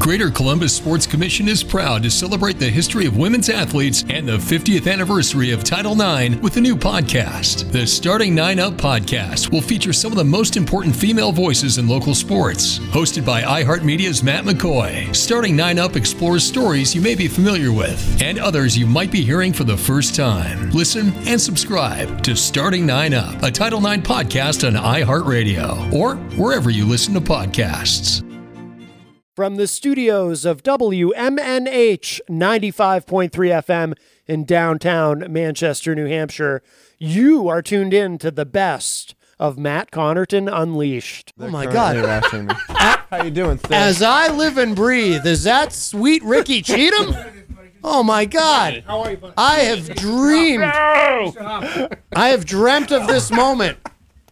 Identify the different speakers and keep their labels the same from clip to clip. Speaker 1: Greater Columbus Sports Commission is proud to celebrate the history of women's athletes and the 50th anniversary of Title IX with a new podcast. The Starting Nine Up podcast will feature some of the most important female voices in local sports. Hosted by iHeartMedia's Matt McCoy, Starting Nine Up explores stories you may be familiar with and others you might be hearing for the first time. Listen and subscribe to Starting Nine Up, a Title IX podcast on iHeartRadio or wherever you listen to podcasts.
Speaker 2: From the studios of WMNH 95.3 FM in downtown Manchester, New Hampshire, you are tuned in to the best of Matt Connerton Unleashed.
Speaker 3: They're
Speaker 2: oh my God.
Speaker 3: currently watching me. How you doing? Sid?
Speaker 2: As I live and breathe, is that sweet Ricky Cheatham? Oh my God. I have dreamed. I have dreamt of this moment.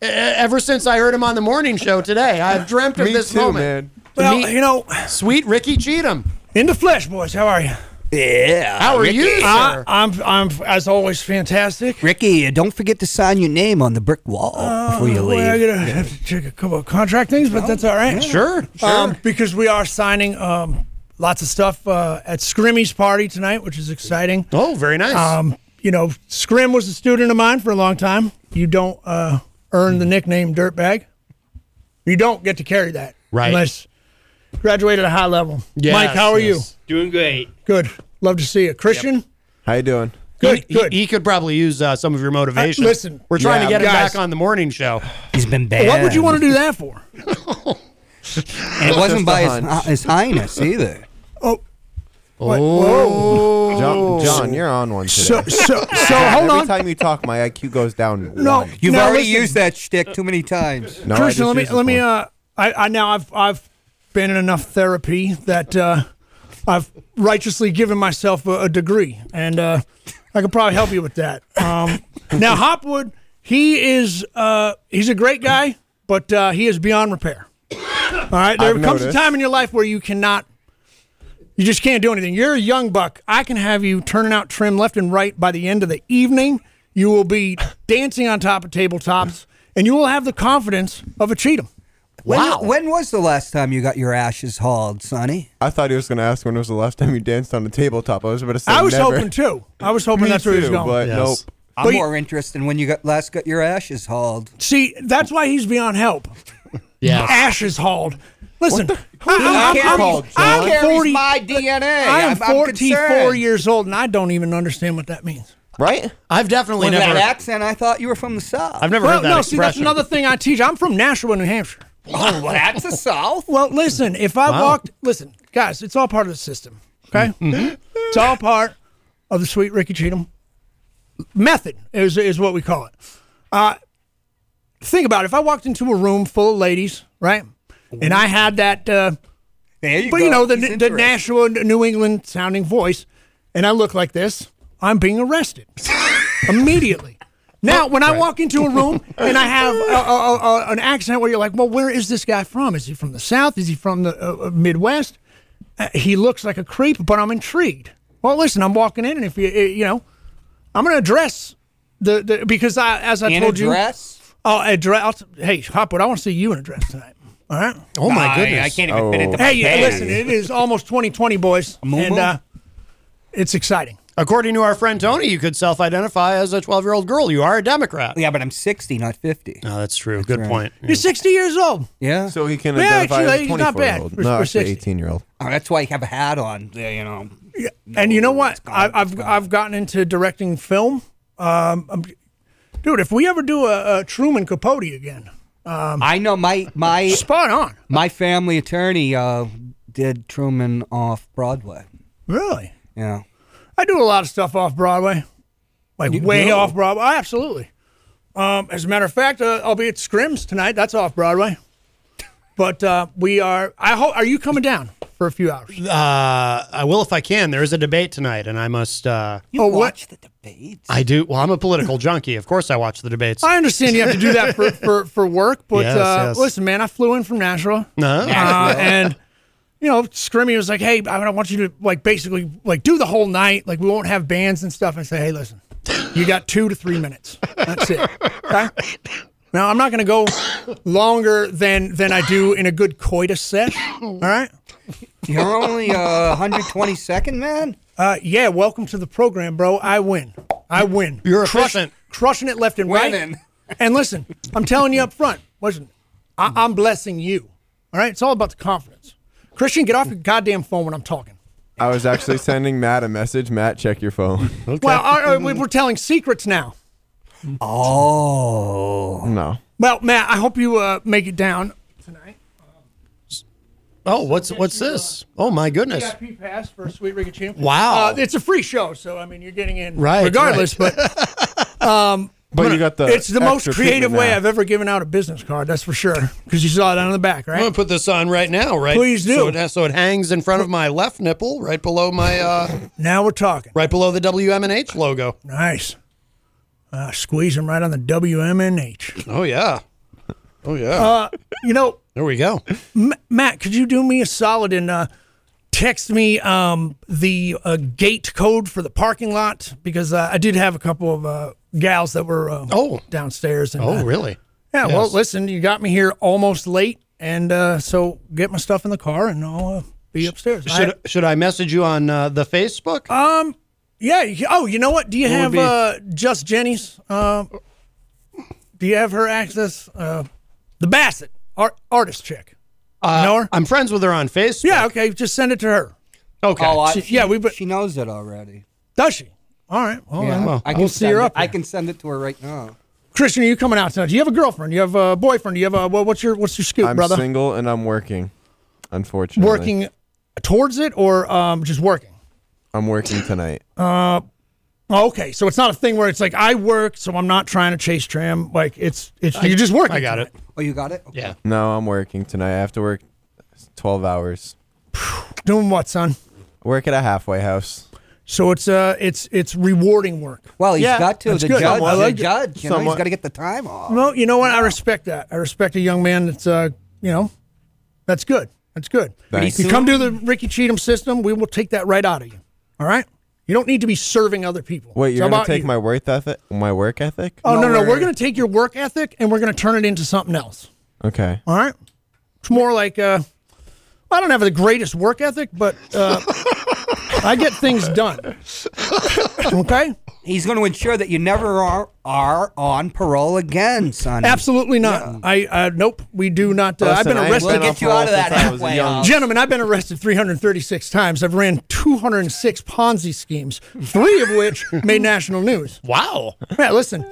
Speaker 2: E- Ever since I heard him on the morning show today, I've dreamt of
Speaker 3: me
Speaker 2: this
Speaker 3: too,
Speaker 2: moment.
Speaker 3: man.
Speaker 4: Well,
Speaker 2: meet-
Speaker 4: you know,
Speaker 2: Sweet Ricky Cheatham.
Speaker 4: in the flesh, boys. How are you? Uh,
Speaker 2: How are you,
Speaker 4: I,
Speaker 2: sir?
Speaker 4: I'm, I'm, as always, fantastic.
Speaker 5: Ricky, uh, don't forget to sign your name on the brick wall before you
Speaker 4: Uh, Well, I
Speaker 5: leave.
Speaker 4: gotta have to check a couple of contract things, but that's all right.
Speaker 2: Sure, sure.
Speaker 4: Um, because we are signing um, lots of stuff uh, at Scrimmy's party tonight, which is exciting.
Speaker 2: oh, very nice.
Speaker 4: Um, you know, Scrim was a student of mine for a long time. You don't uh, earn the nickname dirtbag. You don't get to carry that,
Speaker 2: Right.
Speaker 4: Unless you graduate at a high level.
Speaker 2: Yes,
Speaker 4: Mike, how are
Speaker 2: yes.
Speaker 6: Doing great.
Speaker 4: you? Good. Love to see you, Christian.
Speaker 3: How you doing?
Speaker 4: Good.
Speaker 2: He-
Speaker 4: good.
Speaker 2: He, could probably use uh, some of your motivation.
Speaker 4: Uh, listen,
Speaker 2: we're trying to
Speaker 4: yeah,
Speaker 2: get him
Speaker 4: guys.
Speaker 2: back on the morning show.
Speaker 5: He's been banned.
Speaker 4: What would you want to do that for?
Speaker 5: And it wasn't by
Speaker 3: Just a hunch.
Speaker 4: Uh,
Speaker 5: his, his highness either.
Speaker 4: Oh,
Speaker 3: John, John, you're on one today.
Speaker 4: so so so hold
Speaker 3: Every
Speaker 4: on.
Speaker 3: time you talk, my IQ goes down.
Speaker 4: No,
Speaker 3: one.
Speaker 5: You've
Speaker 4: no,
Speaker 5: already
Speaker 4: listen,
Speaker 5: used that shtick too many times.
Speaker 3: no I
Speaker 4: Christian,
Speaker 3: just
Speaker 4: let me
Speaker 3: used this
Speaker 4: let me.
Speaker 3: one.
Speaker 4: Uh, I, I now I've I've been in enough therapy that uh, I've righteously given myself a, a degree, and uh, I could probably help you with that. Um, now Hopwood, he is uh, he's a great guy, but uh, he is beyond repair. All right, there
Speaker 3: I've
Speaker 4: comes
Speaker 3: noticed.
Speaker 4: a time in your life where you cannot. You just can't do anything. You're a young buck. I can have you turning out trim left and right by the end of the evening. You will be dancing on top of tabletops, and you will have the confidence of a Cheatham.
Speaker 5: When,
Speaker 2: Wow.
Speaker 5: When was the last time you got your ashes hauled, Sonny?
Speaker 3: I thought he was going to ask when was the last time you danced on a tabletop. I was about to say
Speaker 4: I was
Speaker 3: never.
Speaker 4: hoping too. I was hoping
Speaker 3: Me
Speaker 4: that's where he was
Speaker 3: too,
Speaker 4: going.
Speaker 3: but nope.
Speaker 5: I'm
Speaker 4: But you-
Speaker 5: more interested in when you got last got your ashes hauled.
Speaker 4: See, that's why he's beyond help.
Speaker 2: Yeah.
Speaker 4: Ashes hauled. Listen,
Speaker 3: I
Speaker 4: I,
Speaker 3: can't
Speaker 4: am
Speaker 3: call John.
Speaker 5: Carries
Speaker 4: 40
Speaker 5: my DNA.
Speaker 4: I am
Speaker 5: I'm- I'm
Speaker 4: 44
Speaker 5: concerned.
Speaker 4: years old, and I don't even understand what that means.
Speaker 3: Right?
Speaker 2: I've definitely
Speaker 5: With
Speaker 2: never.
Speaker 5: that accent, I thought you were from the South.
Speaker 2: I've never
Speaker 4: Well,
Speaker 2: heard that
Speaker 4: no, see, that's
Speaker 2: expression.
Speaker 4: another thing I teach. I'm from Nashua, New Hampshire.
Speaker 5: oh, well, that's the South.
Speaker 4: Well, listen, if I walked, listen, guys, it's all part of the system. Okay,
Speaker 2: Mm-hmm.
Speaker 4: it's all part of the sweet Ricky Cheatham method is is what we call it. Uh, think about it. if I walked into a room full of ladies, right, and I had that, uh,
Speaker 5: There you
Speaker 4: but
Speaker 5: go.
Speaker 4: you know the
Speaker 5: He's
Speaker 4: the
Speaker 5: interested.
Speaker 4: Nashua, New England sounding voice, and I look like this, I'm being arrested immediately. Now, when I walk into a room and I have a, a, a- a- an accent where you're like, well, where is this guy from? Is he from the South? Is he from the uh, uh, Midwest? Uh, he looks like a creep, but I'm intrigued. Well, listen, I'm walking in, and if you, uh, you know, I'm going to address the, the because I, as I
Speaker 5: In a
Speaker 4: told you,
Speaker 5: dress.
Speaker 4: I'll address. I'll, hey, Hopwood, I want to see you in a dress tonight. All right.
Speaker 2: oh my goodness! Oh.
Speaker 5: I can't even fit into my
Speaker 4: Hey, listen, it is almost 2020, boys, and
Speaker 5: Mumu?
Speaker 4: uh, it's exciting.
Speaker 2: According to our friend Tony, you could self-identify as a 12-year-old girl. You are a Democrat.
Speaker 5: Yeah, but I'm 60, not 50.
Speaker 2: No, that's true. Good point.
Speaker 4: You're 60 years old.
Speaker 5: Yeah.
Speaker 3: So he can
Speaker 4: Yeah,
Speaker 3: identify
Speaker 4: actually,
Speaker 3: as a
Speaker 4: he's not
Speaker 3: 24 year
Speaker 4: bad
Speaker 3: old.
Speaker 4: for-
Speaker 3: No,
Speaker 4: for
Speaker 3: actually
Speaker 4: 60.
Speaker 3: 18 year old.
Speaker 5: Oh, that's why you have a hat on. there, You know.
Speaker 4: and you know
Speaker 5: No,
Speaker 4: what?
Speaker 5: it's gone,
Speaker 4: I,
Speaker 5: it's
Speaker 4: I've
Speaker 5: gone.
Speaker 4: I've gotten into directing film. Um, I'm- dude, if we ever do a, a Truman Capote again, um,
Speaker 5: I know my my
Speaker 4: spot on.
Speaker 5: my family attorney uh, did Truman off Broadway.
Speaker 4: Really,
Speaker 5: Yeah.
Speaker 4: I do a lot of stuff off Broadway, like way
Speaker 5: do?
Speaker 4: off Broadway. Oh, absolutely. Um, as a matter of fact, uh, I'll be at Scrims tonight. That's off Broadway. But uh, we are. I hope. Are you coming down for a few hours?
Speaker 2: Uh,
Speaker 6: I will if I can. There is a debate tonight, and I must. Uh,
Speaker 5: You
Speaker 4: Oh, what?
Speaker 5: watch the debates.
Speaker 6: I do. Well, I'm a political junkie. Of course, I watch the debates.
Speaker 4: I understand you have to do that for, for, for work, but
Speaker 6: Yes,
Speaker 4: uh,
Speaker 6: yes.
Speaker 4: listen, man, I flew in from Nashville.
Speaker 6: No.
Speaker 4: Uh, and you know, Scrimmy was like, "Hey, I I want you to like basically like do the whole night. Like we won't have bands and stuff." And say, "Hey, listen, you got two to three minutes. That's it." Okay. Now I'm not going to go longer than than I do in a good coitus set. All right.
Speaker 5: You're only uh, 122nd, man.
Speaker 4: Uh, yeah. Welcome to the program, bro. I win. I win.
Speaker 6: You're
Speaker 4: crushing,
Speaker 6: efficient.
Speaker 4: crushing it left and
Speaker 5: Winning.
Speaker 4: right. And listen, I'm telling you up front. Listen, I, I'm blessing you. All right. It's all about the confidence. Christian, get off your goddamn phone when I'm talking.
Speaker 3: I was actually sending Matt a message. Matt, check your phone.
Speaker 4: Well, all right, we- we're telling secrets now.
Speaker 5: Oh,
Speaker 3: no.
Speaker 4: Well, Matt, I hope you uh, make it down tonight.
Speaker 6: Oh, what's what's this? Oh my goodness!
Speaker 4: VIP pass for Sweet Rigatino.
Speaker 6: Wow.
Speaker 4: Uh, it's a free show, so I mean, you're getting in
Speaker 6: Right,
Speaker 4: regardless. But um,
Speaker 3: But you got the.
Speaker 4: it's the most
Speaker 3: extra
Speaker 4: creative
Speaker 3: treatment
Speaker 4: way
Speaker 3: now.
Speaker 4: I've ever given out a business card. That's for sure. Because you saw it on the back,
Speaker 6: I'm gonna
Speaker 4: right?
Speaker 6: put this on right now, right?
Speaker 4: Please do.
Speaker 6: So it, so it hangs in front of my left nipple, right below my, uh,
Speaker 4: Now we're talking.
Speaker 6: right below the WMNH logo.
Speaker 4: Nice. Uh, squeeze them right on the WMNH.
Speaker 6: Oh yeah, oh yeah.
Speaker 4: Uh, You know,
Speaker 6: there we go.
Speaker 4: M- Matt, could you do me a solid and uh, text me um, the uh, gate code for the parking lot because uh, I did have a couple of uh, gals that were uh,
Speaker 6: Oh.
Speaker 4: downstairs. And, uh,
Speaker 6: Oh really?
Speaker 4: Yeah. Well,
Speaker 6: yes.
Speaker 4: listen, you got me here almost late, and uh, so get my stuff in the car, and I'll uh, be upstairs.
Speaker 6: Should should I message you on uh, the Facebook?
Speaker 4: Um, Yeah. you- Oh, you know what? Do you have
Speaker 6: be-
Speaker 4: uh, just Jenny's? Uh, do you have her access? Uh, the Bassett art, artist chick.
Speaker 6: Uh,
Speaker 4: know her?
Speaker 6: I'm friends with her on Facebook.
Speaker 4: Yeah. Okay. Just send it to her.
Speaker 6: Okay.
Speaker 5: oh I,
Speaker 4: She-
Speaker 5: she,
Speaker 4: yeah, we put-
Speaker 5: she knows it already.
Speaker 4: Does she? All right. Well,
Speaker 5: Yeah,
Speaker 4: then
Speaker 6: well,
Speaker 5: I can
Speaker 4: we'll see
Speaker 5: send
Speaker 4: her
Speaker 5: it-
Speaker 4: up.
Speaker 5: I
Speaker 4: there.
Speaker 5: can send it to her right now.
Speaker 4: Christian, are you coming out tonight? Do you have a girlfriend? Do you have a boyfriend? Do you have a well, what's your what's your scoop,
Speaker 3: I'm
Speaker 4: brother?
Speaker 3: single and I'm working. Unfortunately,
Speaker 4: Working towards it or um, just working?
Speaker 3: I'm working tonight.
Speaker 4: Oh, okay, so it's not a thing where it's like I work, so I'm not trying to chase tram. Like it's it's you're just working.
Speaker 6: I got it.
Speaker 5: Oh, you got it? Okay.
Speaker 6: Yeah.
Speaker 3: No, I'm working tonight. I have to work 12 hours.
Speaker 4: Doing what, son?
Speaker 3: Work at a halfway house.
Speaker 4: So it's uh it's it's rewarding work.
Speaker 5: Well, he's
Speaker 4: Yeah,
Speaker 5: got to.
Speaker 4: that's
Speaker 5: The
Speaker 4: good.
Speaker 5: judge,
Speaker 4: Somewhat.
Speaker 5: the
Speaker 4: I like it.
Speaker 5: judge, you know, he's
Speaker 3: Somewhat.
Speaker 5: got to get the time off.
Speaker 4: Well, you know what? I respect that. I respect a young man that's uh you know, that's good. That's good.
Speaker 3: Thanks.
Speaker 4: If you come to the Ricky Cheatham system, we will take that right out of you. All right. You don't need to be serving other people.
Speaker 3: Wait,
Speaker 4: It's
Speaker 3: you're gonna
Speaker 4: about
Speaker 3: take
Speaker 4: you.
Speaker 3: my work ethic? My work ethic?
Speaker 4: Oh no, no,
Speaker 5: nowhere.
Speaker 4: we're gonna take your work ethic and we're gonna turn it into something else.
Speaker 3: Okay.
Speaker 4: All right. It's more like uh, I don't have the greatest work ethic, but uh, I get things done. Okay.
Speaker 5: He's going to ensure that you never are, are on parole again, son.
Speaker 4: Absolutely not. I uh, nope. We do not. Uh, I've been
Speaker 3: Listen, I ain't
Speaker 4: arrested.
Speaker 5: We'll
Speaker 3: Been on
Speaker 5: get you out of
Speaker 3: parole
Speaker 5: that
Speaker 3: since I was
Speaker 5: halfway
Speaker 3: young.
Speaker 5: house.
Speaker 4: Gentlemen, I've been arrested 336 times. I've ran 206 Ponzi schemes, three of which made national news.
Speaker 6: Wow.
Speaker 4: Yeah, listen,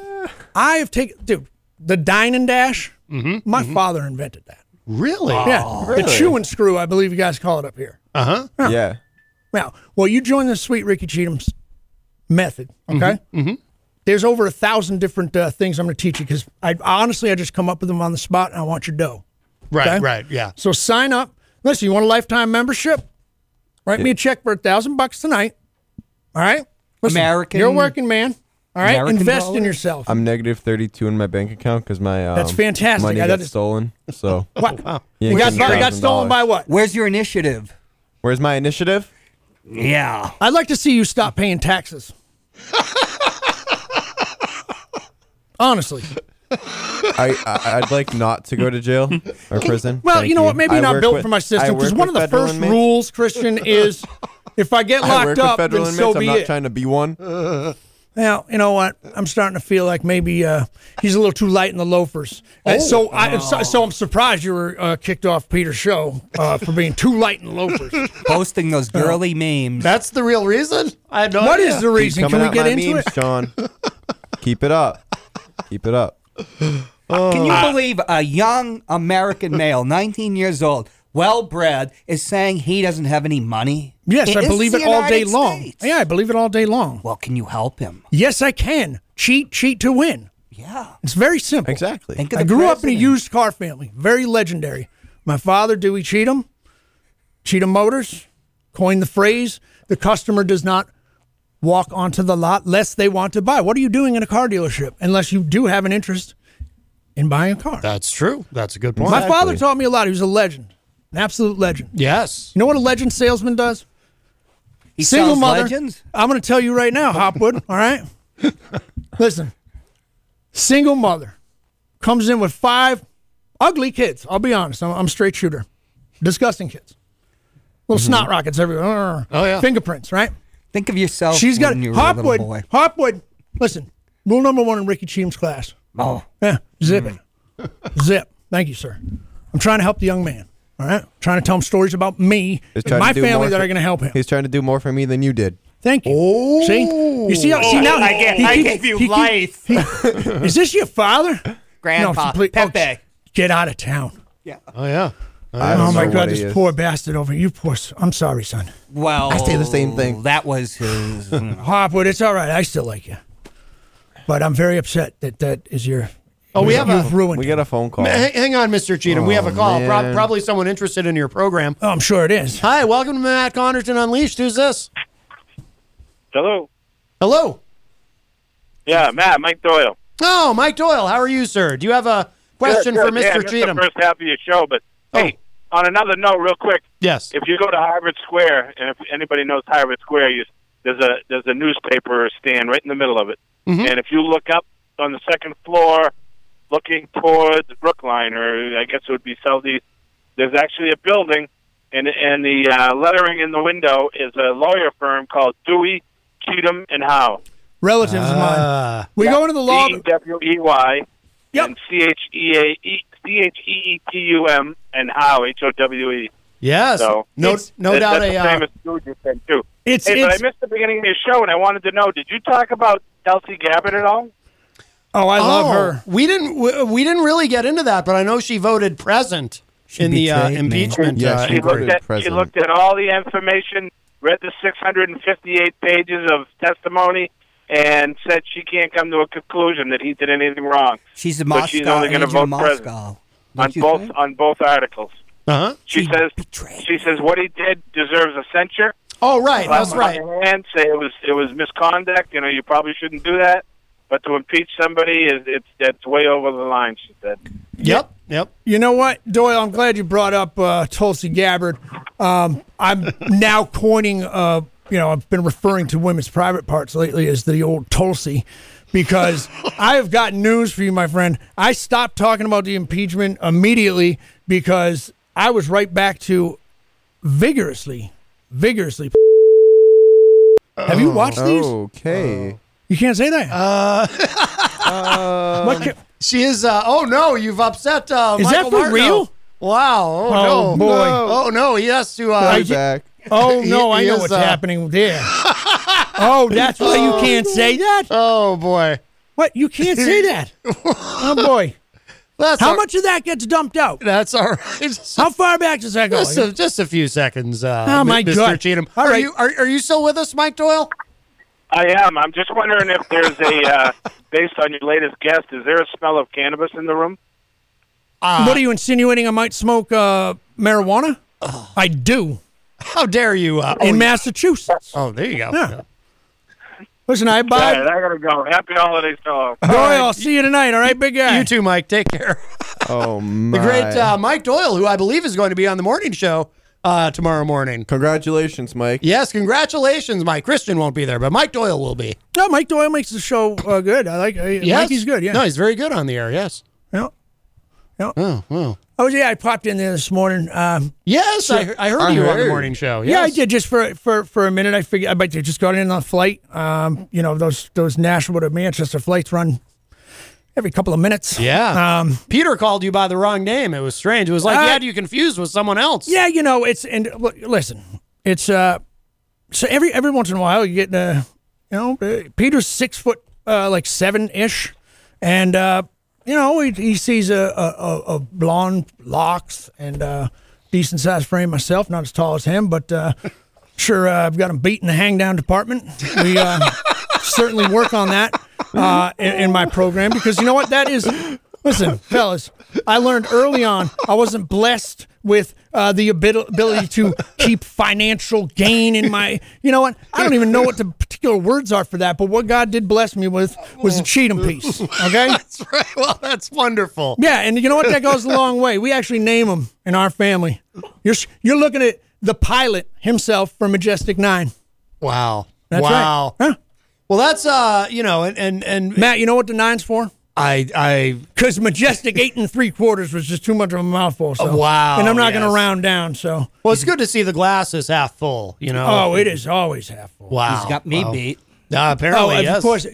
Speaker 4: I have taken, dude, the dine and dash.
Speaker 5: Mm-hmm,
Speaker 4: my father invented that.
Speaker 6: Really?
Speaker 4: Yeah, the
Speaker 3: really?
Speaker 4: chew and screw. I believe you guys call it up here.
Speaker 5: Uh-huh.
Speaker 3: Yeah.
Speaker 4: Now, well, you join the sweet Ricky Cheatham's method, okay? Mm-hmm. There's over a thousand different uh, things I'm going to teach you because I honestly I just come up with them on the spot and I want your dough.
Speaker 6: Right.
Speaker 4: Okay.
Speaker 6: Right. Yeah.
Speaker 4: So sign up. Listen, you want a lifetime membership? Write me a check for a thousand bucks tonight. All right. Listen,
Speaker 5: American-
Speaker 4: You're a working man. All right.
Speaker 5: American
Speaker 4: Invest in
Speaker 5: dollars?
Speaker 4: yourself.
Speaker 3: I'm negative 32 in my bank account because my um,
Speaker 4: That's fantastic.
Speaker 3: money
Speaker 4: I- that
Speaker 3: got
Speaker 4: is-
Speaker 3: stolen. So
Speaker 4: what?
Speaker 3: Oh, Yeah,
Speaker 4: We got,
Speaker 3: give me
Speaker 4: I got
Speaker 3: $1,000.
Speaker 4: stolen by what?
Speaker 5: Where's your initiative?
Speaker 3: where's my initiative?
Speaker 5: Yeah.
Speaker 4: I'd like to see you stop paying taxes. Honestly.
Speaker 3: I, I I'd like not to go to jail or prison.
Speaker 4: Well,
Speaker 3: Thank
Speaker 4: you know what? Maybe
Speaker 3: I
Speaker 4: not
Speaker 3: work
Speaker 4: built
Speaker 3: with-
Speaker 4: for my
Speaker 3: I
Speaker 4: system because
Speaker 3: work
Speaker 4: one of
Speaker 3: with
Speaker 4: the
Speaker 3: federal
Speaker 4: first
Speaker 3: inmates.
Speaker 4: rules, Christian, is if I get
Speaker 3: I work
Speaker 4: locked
Speaker 3: with
Speaker 4: up,
Speaker 3: federal
Speaker 4: then
Speaker 3: inmates.
Speaker 4: so
Speaker 3: I'm
Speaker 4: be
Speaker 3: not
Speaker 4: it.
Speaker 3: trying to be one.
Speaker 4: Uh, Now, you know what? I'm starting to feel like maybe uh, he's a little too light in the loafers.
Speaker 3: Oh,
Speaker 4: And so, I, so, so I'm surprised you were uh, kicked off Peter's show uh, for being too light in the loafers. Uh,
Speaker 5: Posting those girly memes.
Speaker 6: That's the real reason. I had no
Speaker 4: What
Speaker 6: idea.
Speaker 4: is the
Speaker 3: Keep
Speaker 4: reason? Can
Speaker 3: coming
Speaker 4: we
Speaker 3: out
Speaker 4: get
Speaker 3: my
Speaker 4: into
Speaker 3: memes,
Speaker 4: it?
Speaker 3: John? Keep it up. Keep it up.
Speaker 5: Can you
Speaker 4: Oh.
Speaker 5: believe a young American male, 19 years old, well bred, is saying he doesn't have any money?
Speaker 4: Yes,
Speaker 5: It
Speaker 4: I
Speaker 5: is
Speaker 4: believe
Speaker 5: the
Speaker 4: it all day
Speaker 5: United
Speaker 4: long.
Speaker 5: States.
Speaker 4: Yeah, I believe it all day long.
Speaker 5: Well, can you help him?
Speaker 4: Yes, I can. Cheat, cheat to win.
Speaker 5: Yeah.
Speaker 4: It's very simple.
Speaker 3: Exactly.
Speaker 5: Think of
Speaker 4: I
Speaker 5: the
Speaker 4: grew up in a
Speaker 5: president.
Speaker 4: used car family, very legendary. My father, Dewey Cheatham, Cheatham Motors, coined the phrase the customer does not walk onto the lot lest they want to buy. What are you doing in a car dealership unless you do have an interest in buying a car?
Speaker 6: That's true. That's a good point.
Speaker 4: My father taught me a lot. He was a legend, an absolute legend.
Speaker 6: Yes.
Speaker 4: You know what a legend salesman does?
Speaker 5: He
Speaker 4: Single
Speaker 5: sells
Speaker 4: mother.
Speaker 5: legends.
Speaker 4: I'm going to tell you right now, Hopwood. all right. Listen, single mother comes in with five ugly kids. I'll be honest. I'm, I'm a straight shooter. Disgusting kids. Little snot rockets everywhere.
Speaker 6: Mm-hmm. Oh, yeah.
Speaker 4: Fingerprints, right?
Speaker 5: Think of yourself.
Speaker 4: She's got
Speaker 5: when you were a little
Speaker 4: Hopwood.
Speaker 5: boy.
Speaker 4: Hopwood. Listen, rule number one in Ricky Cheatham's class.
Speaker 5: Oh,
Speaker 4: Yeah, zip
Speaker 3: Mm.
Speaker 4: it. zip. Thank you, sir. I'm trying to help the young man. All right? trying to tell him stories about me and
Speaker 3: He's trying
Speaker 4: my
Speaker 3: to do
Speaker 4: family
Speaker 3: more
Speaker 4: that
Speaker 3: for-
Speaker 4: are going to help him.
Speaker 3: He's trying to do more for me than you did.
Speaker 4: Thank you. see, you see, how, see now
Speaker 7: Oh, I get- I gave you
Speaker 4: keep-
Speaker 7: life.
Speaker 4: he- is this your father?
Speaker 7: Grandpa,
Speaker 4: please- oh,
Speaker 7: Pepe.
Speaker 4: get out of town.
Speaker 6: Oh yeah.
Speaker 3: I don't
Speaker 4: Oh my
Speaker 3: know
Speaker 4: God,
Speaker 3: what he
Speaker 4: this
Speaker 3: is.
Speaker 4: poor bastard over here. You poor. s- I'm sorry, son.
Speaker 5: well.
Speaker 3: I say the same thing.
Speaker 5: That was his.
Speaker 4: Hopwood, it's all right. I still like you, but I'm very upset that that is your.
Speaker 2: Oh, we have
Speaker 4: You've
Speaker 2: a.
Speaker 4: ruined.
Speaker 3: We got a phone call. Oh,
Speaker 2: Hang hang on, Mr. Cheatham. we have a call. Prob-
Speaker 3: man.
Speaker 2: probably someone interested in your program.
Speaker 4: oh, I'm sure it is.
Speaker 2: Hi, welcome to Matt Connerton Unleashed. Who's this?
Speaker 8: Hello.
Speaker 2: Hello.
Speaker 8: Yeah, Matt, Mike Doyle.
Speaker 2: Oh, Mike Doyle. How are you, sir? Do you have a question
Speaker 8: Good,
Speaker 2: for
Speaker 8: good. Yeah, I
Speaker 2: Mr.
Speaker 8: missed
Speaker 2: Cheatham? Oh.
Speaker 8: The first half of your show, but hey, on another note, real quick,
Speaker 6: Yes.
Speaker 8: if you go to Harvard Square, and if anybody knows Harvard Square, you, there's a there's a newspaper stand right in the middle of it,
Speaker 2: Mm-hmm.
Speaker 8: and if you look up on the second floor, looking towards Brookline, or I guess it would be southeast, there's actually a building, and and the uh, lettering in the window is a lawyer firm called Dewey, Cheatham and Howe.
Speaker 4: Relatives of
Speaker 2: Ah.
Speaker 4: mine. We go into the law.
Speaker 8: D W E Y
Speaker 4: Yep.
Speaker 8: and C H E A E C H E E T U M and how H O W E.
Speaker 6: Yes.
Speaker 8: So
Speaker 2: No,
Speaker 8: It's-
Speaker 2: no
Speaker 8: that-
Speaker 2: doubt
Speaker 8: that's
Speaker 2: a.
Speaker 8: a
Speaker 2: Uh,
Speaker 8: famous Stooges thing too.
Speaker 4: It's-
Speaker 8: hey,
Speaker 4: it's-
Speaker 8: but I missed the beginning of your show, and I wanted to know: Did you talk about Elsie Gabbard at all?
Speaker 4: Oh, I
Speaker 2: oh,
Speaker 4: love her.
Speaker 2: We didn't. We, we didn't really get into that, but I know she voted present in the uh,
Speaker 5: betrayed me.
Speaker 2: impeachment.
Speaker 3: Yeah,
Speaker 2: uh,
Speaker 3: she
Speaker 8: She
Speaker 3: voted
Speaker 8: looked at she
Speaker 3: president.
Speaker 8: looked at all the information, read the 658 pages of testimony, and said she can't come to a conclusion that he did anything wrong.
Speaker 5: She's a
Speaker 8: So
Speaker 5: Moscow.
Speaker 8: she's only gonna
Speaker 5: Andrew
Speaker 8: vote
Speaker 5: Moscow.
Speaker 8: president.
Speaker 5: Don't
Speaker 8: on
Speaker 5: you
Speaker 8: both
Speaker 5: think?
Speaker 8: on both articles.
Speaker 6: Uh huh.
Speaker 2: Uh-huh.
Speaker 8: She,
Speaker 5: She
Speaker 8: says
Speaker 5: betrayed
Speaker 8: she says what he did deserves a censure.
Speaker 2: oh, right. That's
Speaker 8: Clap
Speaker 2: right.
Speaker 8: on your hands, say it was it was misconduct. You know, you probably shouldn't do that. But to impeach somebody is it's that's way over the line. She said.
Speaker 6: Yep. Yep.
Speaker 4: You know what, Doyle? I'm glad you brought up uh, Tulsi Gabbard. Um, I'm now coining, uh, you know, I've been referring to women's private parts lately as the old Tulsi because I have got news for you, my friend. I stopped talking about the impeachment immediately because I was right back to vigorously, vigorously. have you watched these?
Speaker 3: Oh. Okay.
Speaker 4: You can't say that. Uh,
Speaker 2: um, She is. Uh, oh no, you've upset. Uh,
Speaker 4: Is that
Speaker 2: Michael
Speaker 4: for
Speaker 2: Martineau.
Speaker 4: real?
Speaker 2: Wow. Oh,
Speaker 4: Oh,
Speaker 2: no.
Speaker 4: boy.
Speaker 2: Oh no. He has to.
Speaker 3: I'll
Speaker 2: Uh,
Speaker 3: be back.
Speaker 4: oh,
Speaker 2: he-
Speaker 4: no, I
Speaker 2: he
Speaker 4: know
Speaker 2: is,
Speaker 4: what's
Speaker 2: uh,
Speaker 4: happening there. oh, that's why you can't say that?
Speaker 2: oh boy.
Speaker 4: What? You can't say that. oh boy.
Speaker 2: That's
Speaker 4: How
Speaker 2: all-
Speaker 4: much of that gets dumped out?
Speaker 2: That's all right.
Speaker 4: How far back does that go?
Speaker 2: Just a, just a few seconds. Uh,
Speaker 4: Oh,
Speaker 2: Mi-
Speaker 4: my
Speaker 2: Mr.
Speaker 4: God.
Speaker 2: Cheatham.
Speaker 4: All
Speaker 2: are
Speaker 4: right.
Speaker 2: you are, are you still with us, Mike Doyle?
Speaker 8: I am. I'm just wondering if there's a uh, based on your latest guest, is there a smell of cannabis in the room?
Speaker 2: uh,
Speaker 4: what are you insinuating? I might smoke uh, marijuana? I do
Speaker 2: How dare you? Uh,
Speaker 4: in
Speaker 2: oh,
Speaker 4: Massachusetts.
Speaker 2: oh, there you go.
Speaker 4: Yeah. Listen, I
Speaker 8: All
Speaker 4: buy.
Speaker 8: right, I gotta go. Happy holidays to all.
Speaker 4: Doyle, I'll see you tonight. All right, big guy.
Speaker 2: You too, Mike. Take care.
Speaker 3: Oh my.
Speaker 2: The great uh, Mike Doyle, who I believe is going to be on the morning show uh, tomorrow morning.
Speaker 3: Congratulations, Mike.
Speaker 2: Yes, congratulations, Mike. Christian won't be there, but Mike Doyle will be.
Speaker 4: No, Mike Doyle makes the show uh, good. I like. I,
Speaker 2: Yes,
Speaker 4: Mikey's good. Yeah.
Speaker 2: no, he's very good on the air. Yes.
Speaker 4: Yeah.
Speaker 2: Oh, wow.
Speaker 4: Oh yeah, I popped in there this morning. Um,
Speaker 2: Yes, I, I heard
Speaker 3: I
Speaker 2: you on the
Speaker 3: heard.
Speaker 2: morning show.
Speaker 4: Yeah, I
Speaker 2: Yes.
Speaker 4: did just for for for a minute. I figured I might have just got in on a flight. Um, you know those those Nashville to Manchester flights run every couple of minutes.
Speaker 2: Yeah.
Speaker 4: Um,
Speaker 2: Peter called you by the wrong name. It was strange. It was like he
Speaker 4: Uh,
Speaker 2: had you confused with someone else.
Speaker 4: yeah, you know it's and l- listen, it's uh, so every every once in a while you get uh, you know uh, Peter's six foot uh, like seven ish, and uh, you know he, he sees a, a a- a blonde locks and uh, decent sized frame myself, not as tall as him, but uh, sure uh, I've got him beat in the hang down department. We uh, certainly work on that uh, in, in my program because you know what that is. Listen, fellas, I learned early on I wasn't blessed with uh, the abil- ability to keep financial gain in my. You know what? I don't even know what the particular words are for that, but what God did bless me with was a cheating piece. Okay.
Speaker 2: That's right. Well, that's wonderful.
Speaker 4: Yeah, and you know what? That goes a long way. We actually name him in our family. You're you're looking at the pilot himself from Majestic Nine.
Speaker 2: Wow.
Speaker 4: That's right.
Speaker 2: wow.
Speaker 4: Huh?
Speaker 2: Well, that's uh, you know, and and and
Speaker 4: Matt, you know what the nine's for?
Speaker 2: I I
Speaker 4: Because Majestic eight and three quarters was just too much of a mouthful. So.
Speaker 2: Oh, Wow,
Speaker 4: And I'm not going
Speaker 2: yes.
Speaker 4: to round down. So.
Speaker 2: well, it's good to see the glass is half full. You know.
Speaker 4: Oh, it is always half full.
Speaker 2: Wow.
Speaker 5: He's got me
Speaker 2: wow.
Speaker 5: beat.
Speaker 2: Uh,
Speaker 4: Oh,
Speaker 2: apparently,
Speaker 4: of
Speaker 2: yes.
Speaker 4: course.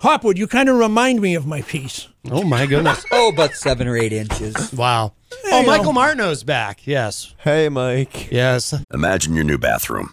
Speaker 4: Hopwood, you kind of remind me of my piece.
Speaker 2: Oh my goodness.
Speaker 5: Oh, about seven or eight inches.
Speaker 2: Wow. Oh, Michael Martineau's back. Yes.
Speaker 3: Hey, Mike.
Speaker 2: Yes.
Speaker 9: Imagine your new bathroom.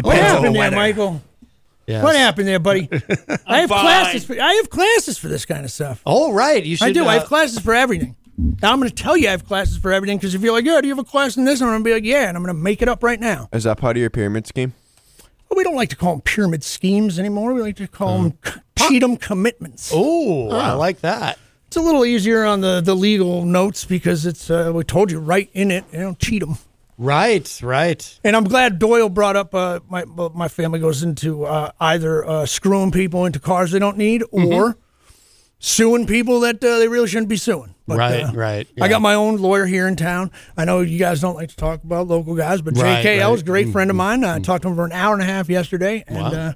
Speaker 4: What
Speaker 2: Depends on
Speaker 4: happened
Speaker 2: the
Speaker 4: there,
Speaker 2: weather.
Speaker 4: Michael?
Speaker 2: Yes.
Speaker 4: What happened there, buddy? I have
Speaker 6: fine.
Speaker 4: classes. For, I have classes for this kind of stuff.
Speaker 2: Oh, right. You should.
Speaker 4: I do. I
Speaker 2: uh,
Speaker 4: have classes for everything. Now, I'm going to tell you I have classes for everything because if you're like, yeah, do you have a class in this? I'm going to be like, yeah, and I'm going to make it up right now.
Speaker 3: Is that part of your pyramid scheme?
Speaker 4: But we don't like to call them pyramid schemes anymore. We like to call them Cheatham commitments.
Speaker 2: Oh, Uh-huh. I like that.
Speaker 4: It's a little easier on the, the legal notes because it's uh, we told you right in it. You know, Cheatham.
Speaker 2: Right. Right.
Speaker 4: And I'm glad Doyle brought up uh, my well, my family goes into uh, either uh, screwing people into cars they don't need
Speaker 2: Mm-hmm.
Speaker 4: or suing people that uh, they really shouldn't be suing. But,
Speaker 2: Right,
Speaker 4: uh,
Speaker 2: right,
Speaker 4: I
Speaker 2: yeah.
Speaker 4: got my own lawyer here in town. I know you guys don't like to talk about local guys, but
Speaker 2: Right,
Speaker 4: JKL is
Speaker 2: right. Mm-hmm.
Speaker 4: a great friend of mine. I talked to him for an hour and a half yesterday, and uh,